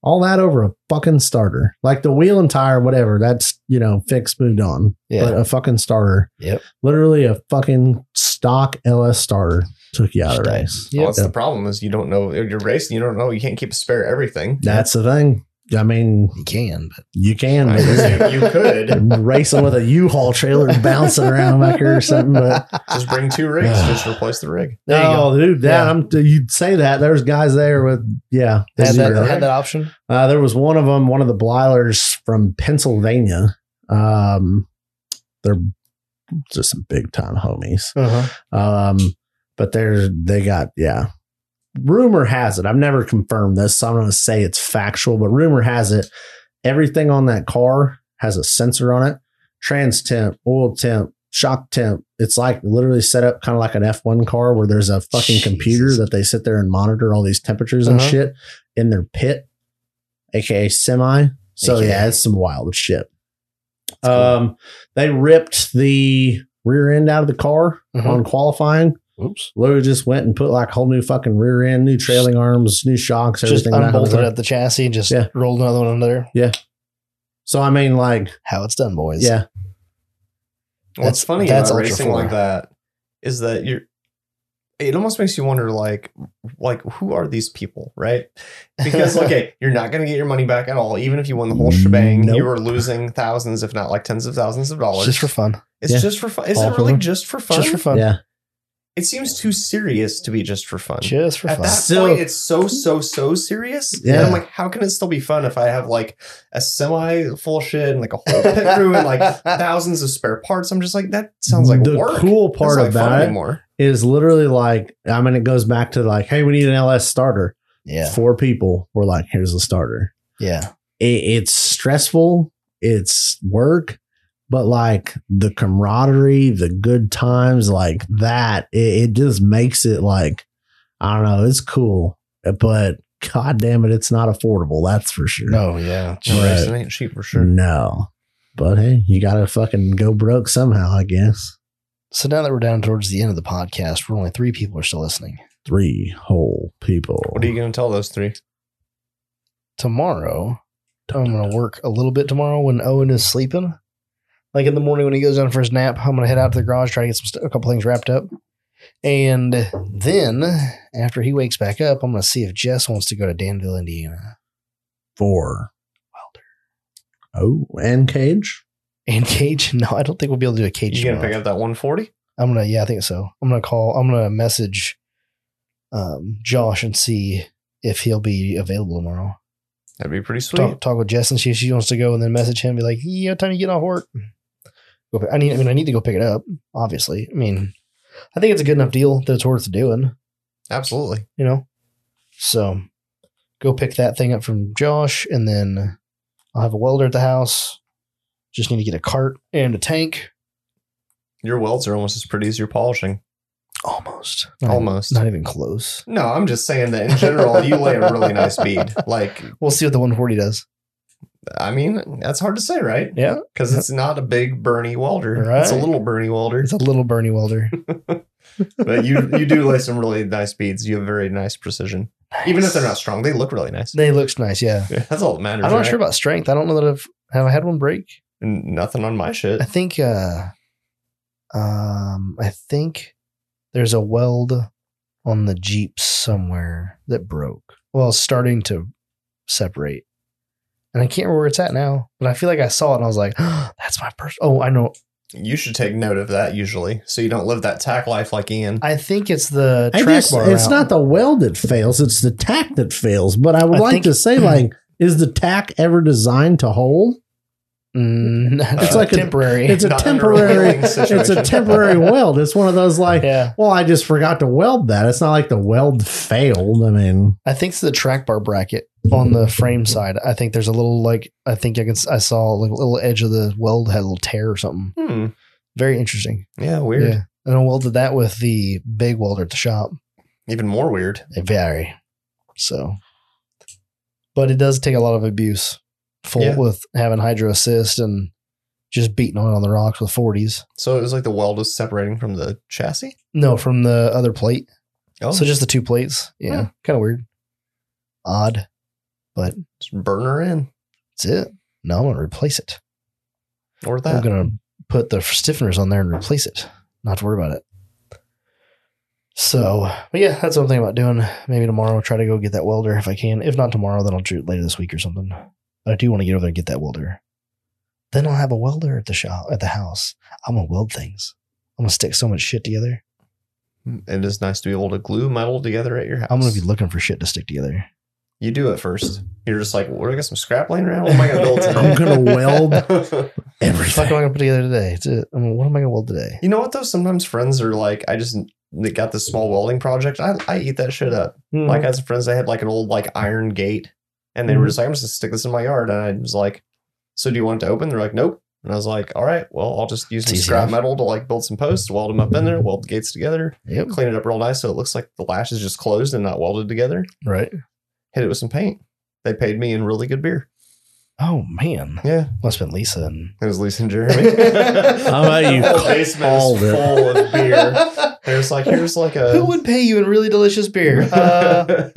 Speaker 2: all that over a fucking starter. Like the wheel and tire, whatever, that's you know, fixed, moved on.
Speaker 1: Yeah.
Speaker 2: But a fucking starter.
Speaker 1: Yep.
Speaker 2: Literally a fucking stock LS starter took you out of the
Speaker 1: Stock.
Speaker 2: race.
Speaker 1: Yep.
Speaker 3: Well, that's the problem is you don't know you're racing. You don't know. You can't keep a spare everything.
Speaker 2: That's the thing. I mean,
Speaker 1: You can, but
Speaker 2: you can
Speaker 3: I
Speaker 2: but it's-
Speaker 3: mean, you could
Speaker 2: racing with a U-Haul trailer bouncing around back here or something, but
Speaker 3: just bring two rigs, just replace the rig.
Speaker 1: There you
Speaker 2: oh, dude, that
Speaker 1: Yeah.
Speaker 2: I'm. You'd say that there's guys there with yeah.
Speaker 1: had
Speaker 2: zero.
Speaker 1: that, had that option.
Speaker 2: Uh, there was one of them, one of the Blylers from Pennsylvania. Um, they're just some big time homies.
Speaker 1: Uh-huh.
Speaker 2: Um, but they're they got yeah. Rumor has it. I've never confirmed this, so I'm going to say it's factual. But rumor has it, everything on that car has a sensor on it. Trans temp, oil temp, shock temp. It's like literally set up kind of like an F1 car where there's a fucking computer
Speaker 1: Jesus.
Speaker 2: that they sit there and monitor all these temperatures and
Speaker 1: Uh-huh.
Speaker 2: shit in their pit, aka semi. So
Speaker 1: AKA.
Speaker 2: yeah, it's some wild shit. Um, they ripped the rear end out of the car
Speaker 1: Mhm.
Speaker 2: on qualifying.
Speaker 1: Oops.
Speaker 2: Literally just went and put like a whole new fucking rear end, new trailing arms, new shocks,
Speaker 1: Just
Speaker 2: everything. back on the
Speaker 1: unbolted
Speaker 2: car.
Speaker 1: at the chassis and just
Speaker 2: Yeah.
Speaker 1: rolled another one under there.
Speaker 2: So I mean, like,
Speaker 1: How it's done, boys.
Speaker 2: yeah,
Speaker 3: What's
Speaker 1: That's-
Speaker 3: funny
Speaker 1: that's
Speaker 3: about
Speaker 1: ultra
Speaker 3: racing
Speaker 1: four.
Speaker 3: like that is that you're. It almost makes you wonder, like, like who are these people, right? Because okay, you're not going to get your money back at all, even if you won the whole shebang.
Speaker 2: Nope.
Speaker 3: You are losing thousands, if not like tens of thousands of dollars.
Speaker 1: Just for fun.
Speaker 3: it's
Speaker 2: yeah.
Speaker 3: just for fun. Is
Speaker 2: All
Speaker 3: it
Speaker 2: for
Speaker 3: really
Speaker 2: fun.
Speaker 3: just for fun?
Speaker 1: Just for fun.
Speaker 2: yeah.
Speaker 3: It seems too serious to be just for fun.
Speaker 1: Just for
Speaker 3: At
Speaker 1: fun.
Speaker 3: that
Speaker 2: So-
Speaker 3: point, it's so so so serious. Yeah.
Speaker 2: Yeah.
Speaker 3: And I'm like, how can it still be fun if I have like a semi full of shit and like a whole pit crew and like thousands of spare parts? I'm just like, that sounds like
Speaker 2: the
Speaker 3: work.
Speaker 2: cool
Speaker 3: That's
Speaker 2: part
Speaker 3: not fun
Speaker 2: about it
Speaker 3: anymore.
Speaker 2: is literally like, I mean, it goes back to like, hey, we need an LS starter.
Speaker 1: Yeah.
Speaker 2: Four people. We're like, here's the starter.
Speaker 1: Yeah.
Speaker 2: it, it's stressful, it's work, but like the camaraderie, the good times, like that, it, it just makes it like I don't know, it's cool, but god damn it, it's not affordable. That's for sure.
Speaker 1: No, yeah.
Speaker 3: No,
Speaker 2: Right.
Speaker 3: racing ain't cheap for sure.
Speaker 2: no. But hey, you gotta fucking go broke somehow, I guess.
Speaker 1: So now that we're down towards the end of the podcast, where only three people are still listening,
Speaker 2: Three whole people.
Speaker 3: What are you going to tell those three?
Speaker 1: tomorrow I'm going to work a little bit tomorrow when Owen is sleeping. Like in the morning when he goes down for his nap, I'm going to head out to the garage, try to get some st- a couple things wrapped up. And then after he wakes back up, I'm going to see if Jess wants to go to Danville, Indiana.
Speaker 2: four? Welder. Oh, and Cage?
Speaker 1: And Cage, no, I don't think we'll be able to do a Cage.
Speaker 3: You going to
Speaker 1: tomorrow.
Speaker 3: pick up that 140?
Speaker 1: I'm gonna yeah, I think so. I'm gonna call I'm gonna message um Josh and see if he'll be available tomorrow.
Speaker 3: That'd be pretty sweet.
Speaker 1: Talk, talk with Jess and see if she wants to go and then message him and be like, Yeah, what time you get off work? Go pick, I need I mean I need to go pick it up, obviously. I mean I think it's a good enough deal that it's worth doing,
Speaker 3: Absolutely.
Speaker 1: you know? So go pick that thing up from Josh and then I'll have a welder at the house. Just need to get a cart and a tank.
Speaker 3: Your welds are almost as pretty as your polishing.
Speaker 1: Almost. Not even-
Speaker 3: Almost.
Speaker 1: Not even close.
Speaker 3: No, I'm just saying that in general, you lay a really nice bead. Like,
Speaker 1: We'll see what the 140 does.
Speaker 3: I mean, that's hard to say, right?
Speaker 1: Yeah.
Speaker 3: Because it's not a big Bernie welder. It's a
Speaker 1: Right.
Speaker 3: little Bernie welder.
Speaker 1: It's a little Bernie welder.
Speaker 3: but you you do lay some really nice beads. You have very nice precision. Even if they're not strong, they look really nice.
Speaker 1: They looks nice, yeah.
Speaker 3: Yeah, That's all that
Speaker 1: I'm
Speaker 3: matters.
Speaker 1: not
Speaker 3: right?
Speaker 1: sure about strength. I don't know that I've have I had one break.
Speaker 3: N- nothing on my shit.
Speaker 1: I think uh um I think there's a weld on the Jeep somewhere that broke. Well, it's starting to separate. And I can't remember where it's at now, but I feel like I saw it and I was like, that's my first. Oh, I know.
Speaker 3: You should take note of that usually, so you don't live that tack life like Ian.
Speaker 1: I think it's the
Speaker 2: I
Speaker 1: track
Speaker 2: just-
Speaker 1: bar.
Speaker 2: it's
Speaker 1: route.
Speaker 2: not the weld that fails, it's the tack that fails. But I would
Speaker 1: I
Speaker 2: like
Speaker 1: think-
Speaker 2: to say, like, is the tack ever designed to hold?
Speaker 1: Mm,
Speaker 3: It's
Speaker 1: it's
Speaker 2: like
Speaker 1: like
Speaker 2: a-
Speaker 1: temporary.
Speaker 2: It's a
Speaker 3: Not under a
Speaker 2: temporary
Speaker 3: welding
Speaker 2: it's a
Speaker 3: situation.
Speaker 2: temporary weld. It's one of those like,
Speaker 1: yeah.
Speaker 2: well, I just forgot to weld that. It's not like the weld failed. I mean,
Speaker 1: I think it's the track bar bracket on the frame side. I think there's a little like I think I can I saw like a little edge of the weld had a little tear or something.
Speaker 3: Hmm.
Speaker 1: Very interesting.
Speaker 3: Yeah, weird.
Speaker 1: Yeah. And I welded that with the big welder at the shop.
Speaker 3: Even more weird.
Speaker 1: They vary. So but it does take a lot of abuse full
Speaker 3: Yeah.
Speaker 1: with having hydro assist and just beating on it on the rocks with 40s.
Speaker 3: So it was like the weld was separating from the chassis.
Speaker 1: No, from the other plate.
Speaker 3: Oh,
Speaker 1: So just the two plates. Yeah.
Speaker 3: Hmm.
Speaker 1: Kind of weird. Odd.
Speaker 3: just burn her in
Speaker 1: That's it. No, I'm going to replace it.
Speaker 3: or
Speaker 1: I'm
Speaker 3: that.
Speaker 1: going to put the stiffeners on there and replace it. Not to worry about it. So, but yeah, that's what I'm thinking about doing. Maybe tomorrow, try to go get that welder if I can. If not tomorrow, then I'll do it later this week or something. But I do want to get over there and get that welder. Then I'll have a welder at the shop, at the house. I'm gonna weld things. I'm gonna stick so much shit together.
Speaker 3: It is nice to be able to glue metal together at your house.
Speaker 1: I'm gonna be looking for shit to stick together.
Speaker 3: You do it first. You're just like, what? I got some scrap laying around. What am I gonna build
Speaker 2: I'm gonna weld
Speaker 3: today?
Speaker 1: What the fuck am
Speaker 2: everything.
Speaker 1: I gonna put together today? It's it. I mean, what am I gonna weld today?
Speaker 3: you know what though? Sometimes friends are like, I just they got this small welding project. I I eat that shit up.
Speaker 2: Mm-hmm.
Speaker 3: Like I had some friends, they had like an old like iron gate, and they were
Speaker 1: Mhm.
Speaker 3: just like, I'm just gonna stick this in my yard. And I was like, So do you want it to open? They're like, Nope. And I was like, All right, well, I'll just use
Speaker 1: It's
Speaker 3: some
Speaker 1: easy
Speaker 3: scrap
Speaker 1: enough.
Speaker 3: metal to like build some posts, weld them up in there, weld the gates together,
Speaker 1: yep.
Speaker 3: clean it up real nice so it looks like the lash is just closed and not welded together.
Speaker 1: Right.
Speaker 3: Hit it with some paint. They paid me in really good beer.
Speaker 1: Oh man,
Speaker 3: Yeah,
Speaker 1: must have been Lisa and
Speaker 3: it was Lisa and Jeremy.
Speaker 2: How about you
Speaker 3: The basement
Speaker 2: called
Speaker 3: is
Speaker 2: it?
Speaker 3: full of beer. They're just like, here's like a.
Speaker 1: Who would pay you in really delicious beer? Uh,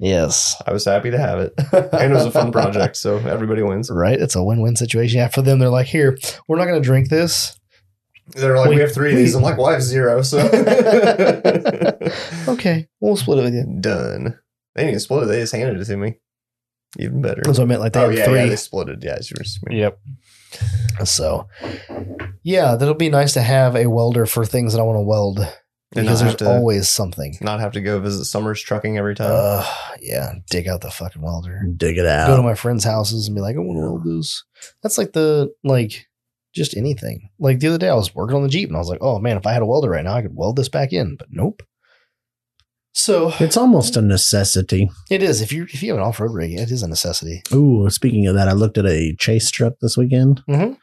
Speaker 1: yes.
Speaker 3: I was happy to have it, and it was a fun project, so everybody wins.
Speaker 1: Right? It's a win win situation. Yeah, for them, they're like, here, we're not going to drink this.
Speaker 3: They're like, we,
Speaker 1: We-
Speaker 3: have three of these. I'm like, well, I have zero. So
Speaker 1: Okay, we'll split it with you.
Speaker 3: done. They didn't even split it. They just handed it to me. Even better.
Speaker 1: That's what I meant. Like, they
Speaker 3: oh
Speaker 1: had
Speaker 3: yeah,
Speaker 1: three.
Speaker 3: yeah, they split it. Yeah, it's yours.
Speaker 1: Yep. So, yeah, that'll be nice to have a welder for things that I want to weld
Speaker 3: And
Speaker 1: because
Speaker 3: not
Speaker 1: there's
Speaker 3: have to
Speaker 1: always something.
Speaker 3: not have to go visit Summers Trucking every time.
Speaker 1: Uh, yeah, dig out the fucking welder.
Speaker 2: Dig it
Speaker 1: go to
Speaker 2: out.
Speaker 1: my friends' houses and be like, I want to weld this. That's like the like just anything. Like the other day, I was working on the Jeep and I was like, oh man, if I had a welder right now, I could weld this back in. But nope. So
Speaker 2: It's almost a necessity.
Speaker 1: it is if you if you have an off road rig, it is a necessity.
Speaker 2: Ooh, speaking of that, I looked at a chase truck this weekend.
Speaker 1: Mhm.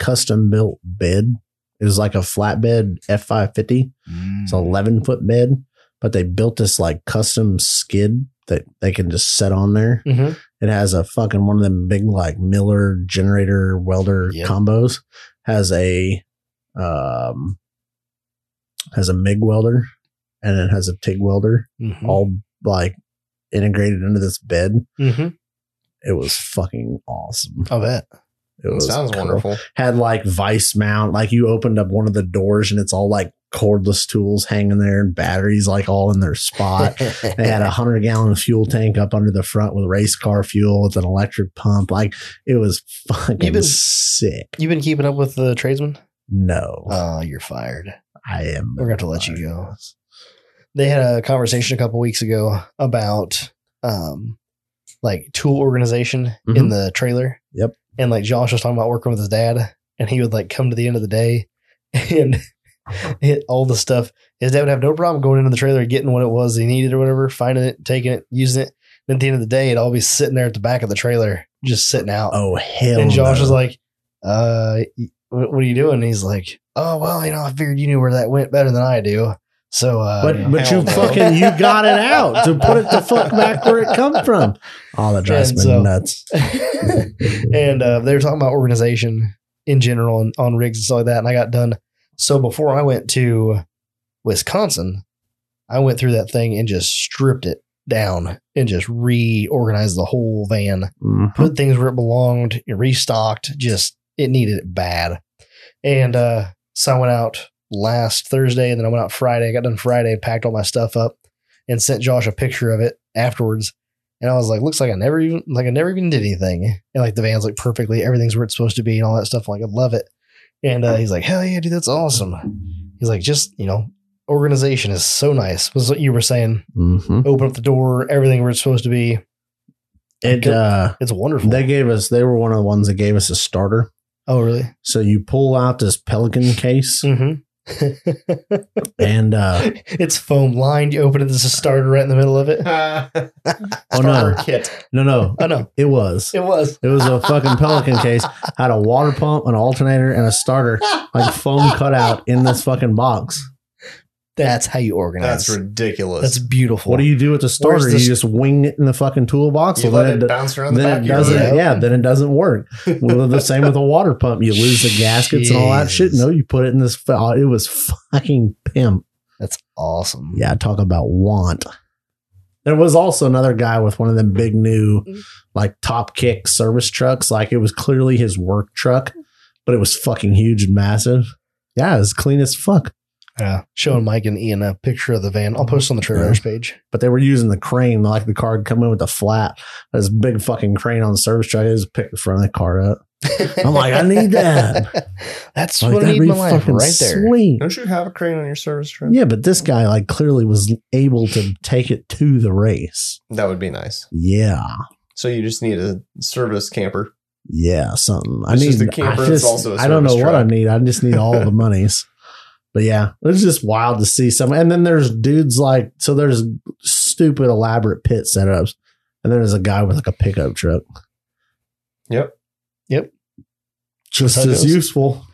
Speaker 2: Custom built bed. It was like a flatbed F five fifty. It's
Speaker 1: Mm-hmm.
Speaker 2: an eleven foot bed, but they built this like custom skid that they can just set on there.
Speaker 1: Mhm.
Speaker 2: It has a fucking one of them big like Miller generator welder
Speaker 1: Yep.
Speaker 2: combos. Has a um has a MIG welder and it has a TIG welder
Speaker 1: Mhm.
Speaker 2: all like integrated into this bed.
Speaker 1: Mhm.
Speaker 2: It was fucking awesome.
Speaker 1: I bet.
Speaker 2: It was
Speaker 3: sounds
Speaker 2: cool.
Speaker 3: wonderful.
Speaker 2: Had like vice mount, like you opened up one of the doors and it's all like cordless tools hanging there and batteries like all in their spot. they had a hundred gallon fuel tank up under the front with race car fuel with an electric pump. Like it was fucking
Speaker 1: Even-
Speaker 2: sick.
Speaker 1: you been keeping up with the tradesman?
Speaker 2: No,
Speaker 1: Oh, you're fired.
Speaker 2: I am.
Speaker 1: We're gonna have to let you go. They had a conversation a couple weeks ago about um like tool organization in
Speaker 2: Mhm.
Speaker 1: the trailer.
Speaker 2: Yep.
Speaker 1: And like Josh was talking about working with his dad, and he would like come to the end of the day and hit all the stuff. His dad would have no problem going into the trailer, getting what it was he needed or whatever, finding it, taking it, using it. And at the end of the day, it'd all be sitting there at the back of the trailer, just sitting out.
Speaker 2: Oh hell!
Speaker 1: And Josh
Speaker 2: no.
Speaker 1: was like, uh, y- what what are you doing? And he's like, oh, well, you know, I figured you knew where that went better than I do. So, uh,
Speaker 2: But but you
Speaker 3: Hell no.
Speaker 2: fucking you got it out to put it the fuck back where it come from. Oh, that drives
Speaker 1: And
Speaker 2: me
Speaker 1: so-
Speaker 2: nuts.
Speaker 1: and uh, they were talking about organization in general and on rigs and stuff like that. And I got done. So before I went to Wisconsin, I went through that thing and just stripped it down and just reorganized the whole van.
Speaker 2: Mhm.
Speaker 1: put things where it belonged, it restocked, just it needed it bad. And uh so I went out last Thursday and then I went out Friday. I got done Friday, packed all my stuff up and sent Josh a picture of it afterwards. And I was like, looks like I never even like I never even did anything. And like the van's like perfectly, everything's where it's supposed to be and all that stuff. I'm like, I love it. And uh, he's like, hell yeah, dude, that's awesome. He's like, just you know, organization is so nice. Was what you were saying.
Speaker 2: Mhm.
Speaker 1: Open up the door, everything where it's supposed to be.
Speaker 2: It uh,
Speaker 1: It's wonderful.
Speaker 2: They gave us. They were one of the ones that gave us a starter.
Speaker 1: oh, really?
Speaker 2: So you pull out this pelican case
Speaker 1: Mm-hmm.
Speaker 2: and uh,
Speaker 1: it's foam lined. You open it, there's a starter right in the middle of it.
Speaker 2: oh no,
Speaker 3: Starter kit.
Speaker 2: no, no,
Speaker 1: Oh no,
Speaker 2: it was
Speaker 1: it was.
Speaker 2: it was a fucking pelican case. Had a water pump, an alternator, and a starter like foam cutout in this fucking box.
Speaker 1: That's how you organize.
Speaker 3: That's
Speaker 1: That's,
Speaker 3: ridiculous.
Speaker 1: beautiful.
Speaker 2: What do you do with the starter?
Speaker 1: Where's
Speaker 2: You
Speaker 1: this-
Speaker 2: just wing it in the fucking toolbox.
Speaker 3: you
Speaker 2: Well,
Speaker 3: let
Speaker 2: then
Speaker 3: it
Speaker 2: it-
Speaker 3: bounce around the
Speaker 2: then
Speaker 3: back.
Speaker 2: it
Speaker 3: of your
Speaker 2: doesn't.
Speaker 3: head.
Speaker 1: head.
Speaker 2: Yeah, then it doesn't work. well, the same with a water pump. You lose the gaskets and all that shit.
Speaker 1: Jesus.
Speaker 2: No, you put it in this. oh, It was fucking pimp.
Speaker 1: That's awesome.
Speaker 2: Yeah, talk about want. There was also another guy with one of them big new,
Speaker 1: Mm-hmm.
Speaker 2: like top kick service trucks. Like it was clearly his work truck, but it was fucking huge and massive. Yeah, it was clean as fuck.
Speaker 1: Yeah. Showing Mike and Ian a picture of the van. I'll post it on the Trail
Speaker 2: Yeah.
Speaker 1: Riders page.
Speaker 2: but they were using the crane, like the car would come in with the flat, this big fucking crane on the service truck. They just picked the front of the car up. I'm like, I need that.
Speaker 1: That's
Speaker 2: Like,
Speaker 1: what I
Speaker 2: that'd
Speaker 1: need
Speaker 2: be
Speaker 1: in my life
Speaker 2: fucking
Speaker 1: right there. Mm-hmm.
Speaker 2: Sweet.
Speaker 3: Don't you have a crane on your service trip?
Speaker 2: Yeah, but this guy like clearly was able to take it to the race.
Speaker 3: That would be nice.
Speaker 2: Yeah,
Speaker 3: So you just need a service camper.
Speaker 2: yeah, something. I
Speaker 3: It's
Speaker 2: need.
Speaker 3: just a camper
Speaker 2: I
Speaker 3: that's
Speaker 2: just.
Speaker 3: also a
Speaker 2: I don't know
Speaker 3: service
Speaker 2: what I
Speaker 3: truck.
Speaker 2: need. I just need all the monies. But yeah, it was just wild to see some. And then there's dudes like so. There's stupid elaborate pit setups, and then there's a guy with like a pickup truck.
Speaker 3: Yep.
Speaker 1: That's
Speaker 2: just
Speaker 1: how it
Speaker 2: as
Speaker 1: goes.
Speaker 2: useful.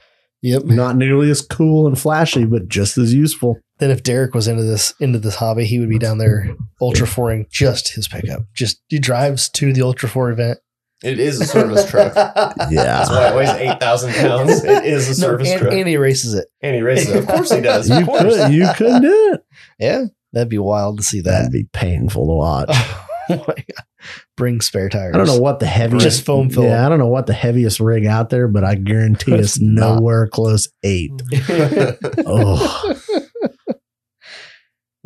Speaker 1: Yep.
Speaker 2: Not nearly as cool and flashy, but just as useful.
Speaker 1: Then if Derek was into this into this hobby, he would be down there ultra fouring just his pickup. Just he drives to the ultra four event.
Speaker 3: It is a service truck. That's why it weighs 8,000 pounds. It is a
Speaker 1: No,
Speaker 3: service
Speaker 1: and,
Speaker 3: truck.
Speaker 1: and he races it.
Speaker 3: And he races it. Of course he does.
Speaker 2: You
Speaker 3: Of course.
Speaker 2: could, you could do it.
Speaker 1: Yeah, that'd be wild to see that.
Speaker 2: That'd be painful to watch.
Speaker 1: Oh my God. Bring spare tires.
Speaker 2: I don't know what the heaviest
Speaker 1: Just foam fill.
Speaker 2: Yeah, I don't know what the heaviest rig out there, but I guarantee it's
Speaker 1: It's not. Mm.
Speaker 2: nowhere close eight. Oh,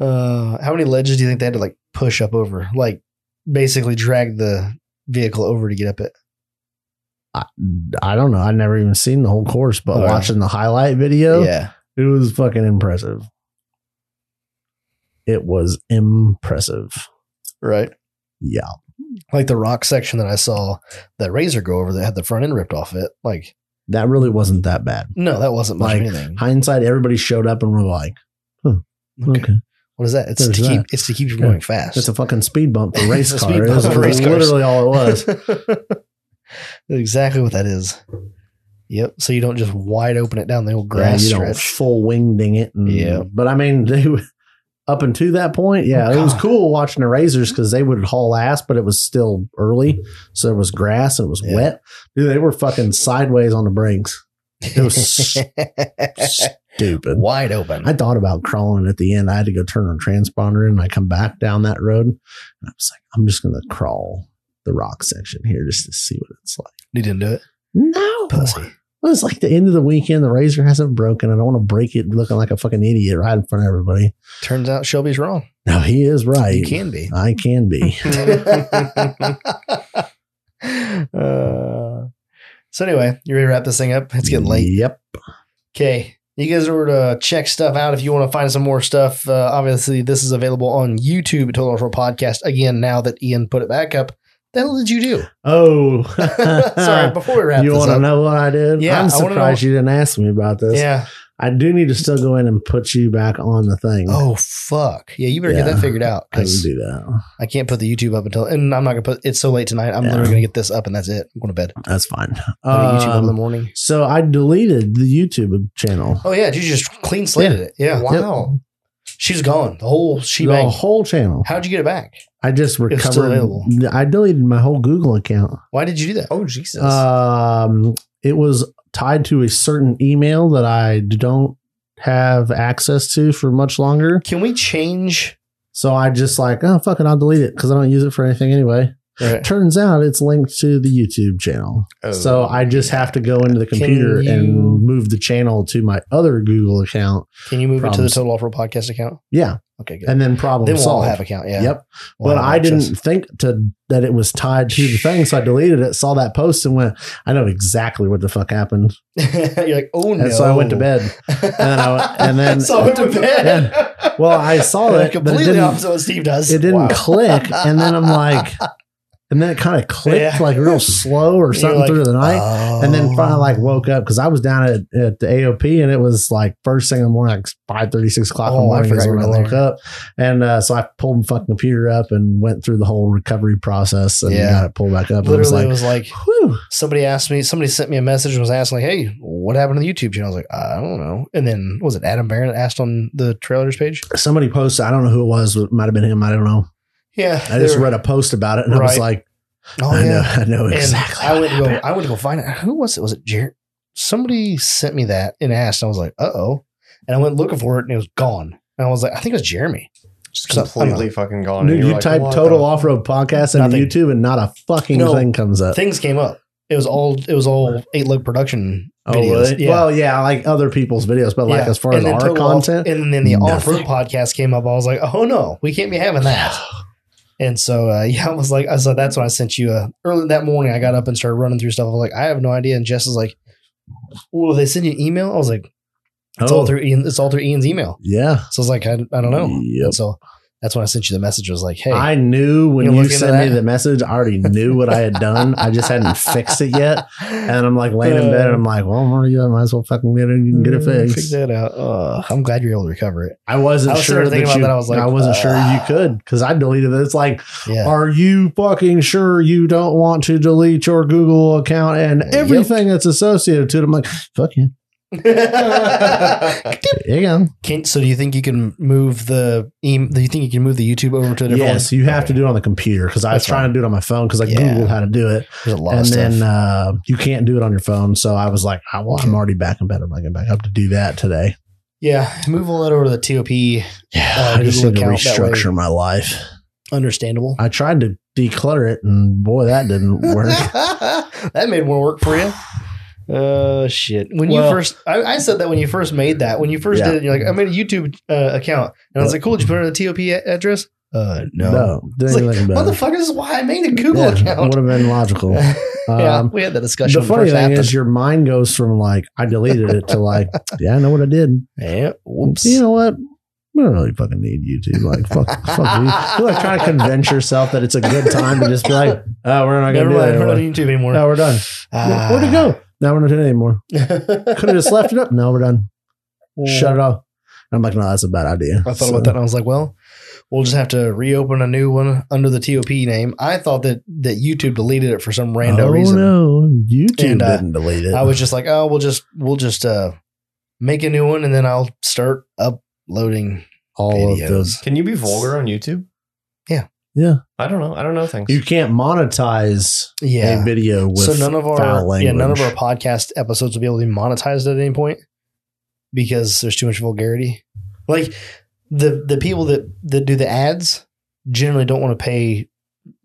Speaker 1: Uh, how many ledges do you think they had to like push up over? Like basically drag the vehicle over to get up it.
Speaker 2: I, I don't know. I never even seen the whole course, but
Speaker 1: Wow.
Speaker 2: watching the highlight video,
Speaker 1: Yeah.
Speaker 2: it was fucking impressive. It was impressive.
Speaker 1: Right.
Speaker 2: Yeah.
Speaker 1: Like the rock section that I saw that Razor go over that had the front end ripped off it. Like,
Speaker 2: That really wasn't that bad.
Speaker 1: no, that wasn't much
Speaker 2: Like,
Speaker 1: of anything.
Speaker 2: hindsight, everybody showed up and were like,
Speaker 1: Okay.
Speaker 2: okay,
Speaker 1: What is that? It's to
Speaker 2: There's
Speaker 1: keep
Speaker 2: hmm. that.
Speaker 1: it's to keep you
Speaker 2: Yeah.
Speaker 1: going fast.
Speaker 2: that's a fucking speed bump for race
Speaker 1: It's a
Speaker 2: car.
Speaker 1: speed bump
Speaker 2: That's
Speaker 1: for race cars.
Speaker 2: literally all it was.
Speaker 1: exactly what that is. Yep. So you don't just wide open it down the old
Speaker 2: Yeah,
Speaker 1: grass
Speaker 2: you don't
Speaker 1: stretch.
Speaker 2: full wingding it. and-
Speaker 1: Yeah.
Speaker 2: But I mean, they were- up until that point, yeah,
Speaker 1: Oh,
Speaker 2: it was
Speaker 1: God.
Speaker 2: cool watching the Razors because they would haul ass, but it was still early. So there was grass and it was
Speaker 1: Yeah.
Speaker 2: wet. Dude, they were fucking sideways on the brakes. It was stupid.
Speaker 1: wide open.
Speaker 2: I thought about crawling at the end. I had to go turn on transponder and I come back down that road. And I was like, I'm just going to crawl the rock section here just to see what it's like.
Speaker 1: you didn't do it.
Speaker 2: No.
Speaker 1: Pussy.
Speaker 2: Well, it's like the end of the weekend. The razor hasn't broken. I don't want to break it looking like a fucking idiot right in front of everybody.
Speaker 1: Turns out Shelby's wrong.
Speaker 2: No, he is right.
Speaker 1: You can be.
Speaker 2: I can be.
Speaker 1: Uh, so anyway, you ready to wrap this thing up? It's getting late.
Speaker 2: Yep.
Speaker 1: Okay. You guys are to check stuff out if you want to find some more stuff. Uh, obviously, this is available on YouTube at Total Off Road Podcast. Again, now that Ian put it back up, the hell did you do?
Speaker 2: Oh,
Speaker 1: Sorry, before we wrap
Speaker 2: you
Speaker 1: this
Speaker 2: want to
Speaker 1: up.
Speaker 2: know what I did?
Speaker 1: Yeah,
Speaker 2: I'm
Speaker 1: I wanna
Speaker 2: surprised you didn't ask me about this.
Speaker 1: Yeah.
Speaker 2: I do need to still go in and put you back on the thing.
Speaker 1: Oh fuck. Yeah, you better
Speaker 2: Yeah.
Speaker 1: get that figured out
Speaker 2: I can
Speaker 1: because
Speaker 2: do that.
Speaker 1: I can't put the YouTube up until, and I'm not gonna put. It's so late tonight. I'm
Speaker 2: Yeah.
Speaker 1: literally gonna get this up, and that's it. I'm going to bed.
Speaker 2: That's fine.
Speaker 1: Put a YouTube up in the
Speaker 2: Um,
Speaker 1: morning.
Speaker 2: so I deleted the YouTube channel.
Speaker 1: Oh yeah, you just clean slated it. Yeah.
Speaker 3: Wow.
Speaker 1: She's gone. The whole she
Speaker 2: the
Speaker 1: bang.
Speaker 2: whole channel.
Speaker 1: How'd you get it back?
Speaker 2: I just
Speaker 1: was still
Speaker 2: recovered.
Speaker 1: available.
Speaker 2: I deleted my whole Google account.
Speaker 1: Why did you do that?
Speaker 3: Oh, Jesus.
Speaker 2: Um, it was tied to a certain email that I don't have access to for much longer.
Speaker 1: Can we change?
Speaker 2: So I just like, oh fuck it, I'll delete it because I don't use it for anything anyway. Turns out it's linked to the YouTube channel.
Speaker 3: Oh.
Speaker 2: so I just have to go into the
Speaker 1: Can
Speaker 2: computer and
Speaker 1: you-
Speaker 2: move the channel to my other Google account.
Speaker 1: Can you move it to the
Speaker 2: Problems.
Speaker 1: Total Off Road Podcast account?
Speaker 2: Yeah,
Speaker 1: Okay, good.
Speaker 2: and then problem
Speaker 1: then we'll all
Speaker 2: solved.
Speaker 1: have account. Yeah.
Speaker 2: Yep.
Speaker 1: We'll
Speaker 2: but
Speaker 1: have
Speaker 2: I
Speaker 1: access.
Speaker 2: didn't think to that it was tied to the thing, so I deleted it. Saw that post and went, I know exactly what the fuck happened,
Speaker 1: You're like, oh
Speaker 2: and
Speaker 1: no.
Speaker 2: so I went to bed.
Speaker 1: and
Speaker 2: then I- and then-
Speaker 1: so I went to bed.
Speaker 2: Well, I saw
Speaker 1: Like,
Speaker 2: it, but it
Speaker 1: completely
Speaker 2: didn't,
Speaker 1: opposite of what Steve does.
Speaker 2: it didn't click, and then I'm like, and then it kind of clicked
Speaker 1: Yeah.
Speaker 2: like real slow or
Speaker 1: You're
Speaker 2: something
Speaker 1: like,
Speaker 2: through the night.
Speaker 1: Oh.
Speaker 2: and then finally, like woke up because I was down at, at the AOP and it was like first thing in the morning, like five thirty, six o'clock in
Speaker 1: Oh, I
Speaker 2: the morning
Speaker 1: forgot
Speaker 2: is
Speaker 1: you
Speaker 2: when I
Speaker 1: were
Speaker 2: woke
Speaker 1: there.
Speaker 2: up. And uh, so I pulled my fucking computer up and went through the whole recovery process and
Speaker 1: Yeah.
Speaker 2: got it pulled back up. And it was
Speaker 1: literally it
Speaker 2: like,
Speaker 1: was like
Speaker 2: whew.
Speaker 1: somebody asked me, somebody sent me a message and was asking, like, hey, what happened to the YouTube channel? I was like, I don't know. And then, was it Adam Barron that asked on the trailers page?
Speaker 2: Somebody posted, I don't know who it was, but it might have been him. I don't know.
Speaker 1: Yeah.
Speaker 2: I just
Speaker 1: they were-
Speaker 2: read a post about it and I was
Speaker 1: Right.
Speaker 2: like,
Speaker 1: Oh,
Speaker 2: I
Speaker 1: yeah.
Speaker 2: know, I know
Speaker 1: And
Speaker 2: exactly.
Speaker 1: I
Speaker 2: what
Speaker 1: went to go,
Speaker 2: happened.
Speaker 1: I went to go find it. Who was it? Was it Jared? Somebody sent me that and asked. And I was like, uh oh. And I went looking for it and it was gone. And I was like, I think it was Jeremy.
Speaker 3: Just
Speaker 1: So-
Speaker 3: completely fucking gone.
Speaker 2: Dude,
Speaker 3: And
Speaker 2: you
Speaker 3: were like,
Speaker 2: type
Speaker 3: "What
Speaker 2: total
Speaker 3: the-"
Speaker 2: off road podcast into
Speaker 1: Nothing.
Speaker 2: YouTube and not a fucking
Speaker 1: No.
Speaker 2: thing comes up.
Speaker 1: Things came up. It was all it was all eight leg production
Speaker 2: Oh,
Speaker 1: videos.
Speaker 2: really? Well, yeah, I like other people's videos, but like
Speaker 1: Yeah.
Speaker 2: as far
Speaker 1: And
Speaker 2: as
Speaker 1: then
Speaker 2: our
Speaker 1: total off-
Speaker 2: content,
Speaker 1: and then the off road
Speaker 2: nothing.
Speaker 1: podcast came up. I was like, oh no, we can't be having that. And so uh, yeah, I was like, I so that's when I sent you uh, early that morning. I got up and started running through stuff. I was like, I have no idea. And Jess is like, well, they send you an email. I was like, it's
Speaker 2: Oh.
Speaker 1: all through Ian. It's all through Ian's email.
Speaker 2: yeah.
Speaker 1: So I was like, I, I don't know.
Speaker 2: Mm, Yep.
Speaker 1: And so that's when I sent you the message. I was like, hey,
Speaker 2: I knew when
Speaker 1: You
Speaker 2: you
Speaker 1: look into
Speaker 2: sent me
Speaker 1: that?
Speaker 2: the message, I already knew what I had done. I just hadn't fixed it yet. And I'm like laying in bed and I'm like, well, Maria, I might as well fucking get it, get it
Speaker 1: Mm, Figure
Speaker 2: fixed.
Speaker 1: that out. Ugh, I'm glad you're able to recover it.
Speaker 2: I wasn't
Speaker 1: I was
Speaker 2: sure
Speaker 1: sort of
Speaker 2: that
Speaker 1: thinking about
Speaker 2: you,
Speaker 1: that.
Speaker 2: I,
Speaker 1: I
Speaker 2: was
Speaker 1: was like,
Speaker 2: not sure you
Speaker 1: ah.
Speaker 2: could because I deleted it. It's like,
Speaker 1: Yeah.
Speaker 2: are you fucking sure you don't want to delete your Google account and
Speaker 1: Yep.
Speaker 2: everything that's associated to it? I'm like, fuck you. There you go.
Speaker 1: Can, so do you think you can move the em- do you think you can move the YouTube over to a different
Speaker 2: Yes, you have to do it on the computer because I was
Speaker 1: That's
Speaker 2: trying
Speaker 1: fine.
Speaker 2: to do it on my phone because I
Speaker 1: Yeah.
Speaker 2: Googled how to do it.
Speaker 1: one? There's a lot
Speaker 2: and
Speaker 1: of stuff.
Speaker 2: then uh, you can't do it on your phone. So I was like, I, well, I'm
Speaker 1: Okay.
Speaker 2: already back in bed. I'm not going back up to do that today.
Speaker 1: yeah, move all that over to the TOP.
Speaker 2: Yeah,
Speaker 1: Uh,
Speaker 2: I just
Speaker 1: Google
Speaker 2: need to
Speaker 1: account, that way-
Speaker 2: restructure my life.
Speaker 1: Understandable.
Speaker 2: I tried to declutter it, and boy, that didn't work.
Speaker 1: that made more work for you. Oh shit! When
Speaker 2: Well-
Speaker 1: you first, I, I said that when you first made that. When you first
Speaker 2: Yeah.
Speaker 1: did it, you're like, I made a YouTube uh, account, and I was like, cool. Did you put it on a TOP a- address? Uh,
Speaker 2: didn't
Speaker 1: It's like,
Speaker 2: think about it.
Speaker 1: Motherfucker, this is why I made a Google
Speaker 2: Yeah,
Speaker 1: account.
Speaker 2: would have been logical.
Speaker 1: yeah,
Speaker 2: Um,
Speaker 1: we had that discussion.
Speaker 2: the funny thing
Speaker 1: happened.
Speaker 2: is, your mind goes from like I deleted it to like, yeah, I know what I did.
Speaker 1: yeah, whoops.
Speaker 2: You know what? We don't really fucking need YouTube. Like, fuck, fuck you. You're like trying to convince yourself that it's a good time to just be like, oh, we're not
Speaker 1: Never
Speaker 2: going to do
Speaker 1: mind.
Speaker 2: it
Speaker 1: We're not on
Speaker 2: anymore.
Speaker 1: YouTube anymore.
Speaker 2: No, we're done.
Speaker 1: Ah.
Speaker 2: Where'd it go? No, we're not doing it anymore. Could have just left it up. No, we're done. Shut it off. And I'm like, no, that's a bad idea.
Speaker 1: I thought about that and I was like, well, we'll just have to reopen a new one under the TOP name. I thought that that YouTube deleted it for some random
Speaker 2: oh,
Speaker 1: reason.
Speaker 2: no, YouTube
Speaker 1: And, uh,
Speaker 2: didn't delete it.
Speaker 1: I was just like, oh, we'll just we'll just uh make a new one and then I'll start uploading.
Speaker 2: all of
Speaker 1: videos.
Speaker 2: those.
Speaker 3: Can you be vulgar on YouTube?
Speaker 1: Yeah.
Speaker 2: Yeah.
Speaker 3: I don't know. I don't know things.
Speaker 2: You can't monetize a
Speaker 1: Yeah.
Speaker 2: video with
Speaker 1: So none of
Speaker 2: foul
Speaker 1: our
Speaker 2: language.
Speaker 1: yeah none of our podcast episodes will be able to be monetized at any point because there's too much vulgarity. Like the the people that that do the ads generally don't want to pay.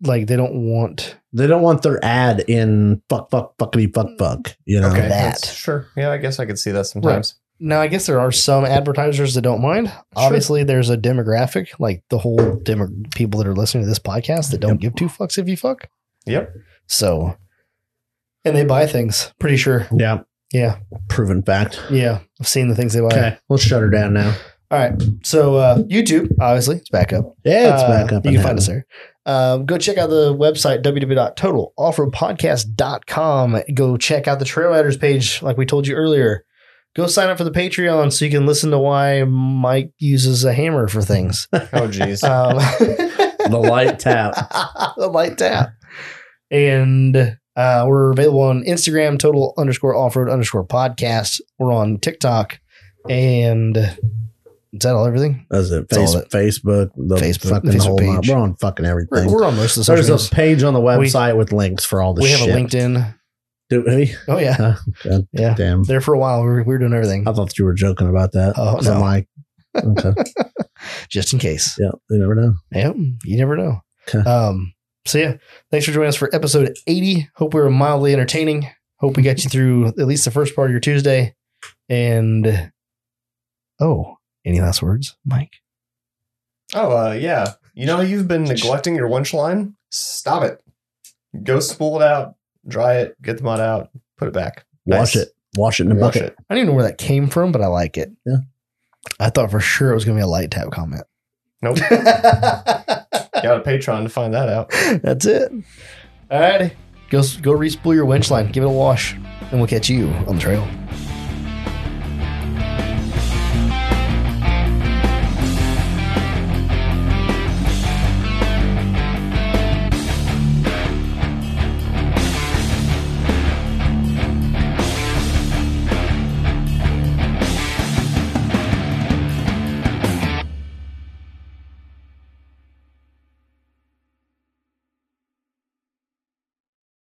Speaker 1: Like they don't want
Speaker 2: they don't want their ad in fuck fuck fuckity fuck fuck. You know,
Speaker 3: okay.
Speaker 1: that.
Speaker 3: that's- Sure. Yeah, I guess I could see that sometimes.
Speaker 1: Now, I guess there are some advertisers that don't mind. Obviously, there's a demographic, like the whole demo- people that are listening to this podcast that don't give two fucks if you fuck.
Speaker 3: Yep.
Speaker 1: So, and they buy things, pretty sure.
Speaker 2: yeah,
Speaker 1: Yeah.
Speaker 2: proven fact.
Speaker 1: Yeah. I've seen the things they buy.
Speaker 2: Okay, we'll shut her down now.
Speaker 1: All right. So, uh, YouTube, obviously, it's back up.
Speaker 2: Yeah, it's
Speaker 1: Uh,
Speaker 2: back up.
Speaker 1: You
Speaker 2: and
Speaker 1: can find us
Speaker 2: happening.
Speaker 1: there. Um, go check out the website, www.totaloffroadpodcast.com. Go check out the Trail Riders page, like we told you earlier. Go sign up for the Patreon so you can listen to why Mike uses a hammer for things.
Speaker 3: Oh, geez.
Speaker 2: Uh,
Speaker 1: Um,
Speaker 2: The light tap.
Speaker 1: the light tap. And uh, we're available on Instagram, total underscore offroad underscore podcast. We're on TikTok. And is that all everything?
Speaker 2: That's it.
Speaker 1: That's
Speaker 2: Face,
Speaker 1: all it-
Speaker 2: Facebook, the
Speaker 1: Facebook-
Speaker 2: fucking
Speaker 1: Facebook
Speaker 2: whole lot.
Speaker 1: page.
Speaker 2: We're on fucking everything.
Speaker 1: We're, we're on most of the social
Speaker 2: There's
Speaker 1: medias.
Speaker 2: a page on the
Speaker 1: We-
Speaker 2: website with links for all the
Speaker 1: We
Speaker 2: shit.
Speaker 1: have a LinkedIn.
Speaker 2: Do we?
Speaker 1: Oh, yeah.
Speaker 2: Huh? Oh. God
Speaker 1: Yeah.
Speaker 2: damn.
Speaker 1: There for a while, we were, we were doing everything
Speaker 2: I thought you were joking about that.
Speaker 1: Oh,
Speaker 2: 'Cause I'm
Speaker 1: no.
Speaker 2: like, okay.
Speaker 1: just in case.
Speaker 2: yeah, you never know.
Speaker 1: Yeah, you never know.
Speaker 2: Okay.
Speaker 1: Um, so yeah, thanks for joining us for episode 80. Hope we were mildly entertaining. Hope we got you through at least the first part of your Tuesday. And oh, any last words, Mike?
Speaker 3: Oh, uh, yeah. You know, you've been neglecting your winch line. Stop it. Go spool it out, dry it, get the mud out, put it back.
Speaker 2: Wash
Speaker 3: Nice.
Speaker 2: it. Wash it in a
Speaker 3: Wash
Speaker 2: bucket.
Speaker 3: it.
Speaker 1: I don't even know where that came from, but I like it.
Speaker 2: Yeah.
Speaker 1: I thought for sure it was gonna be a light tap comment.
Speaker 3: Nope. Got a Patreon to find that out.
Speaker 1: That's it. All right. Go, go re spool your winch line, give it a wash, and we'll catch you on the trail.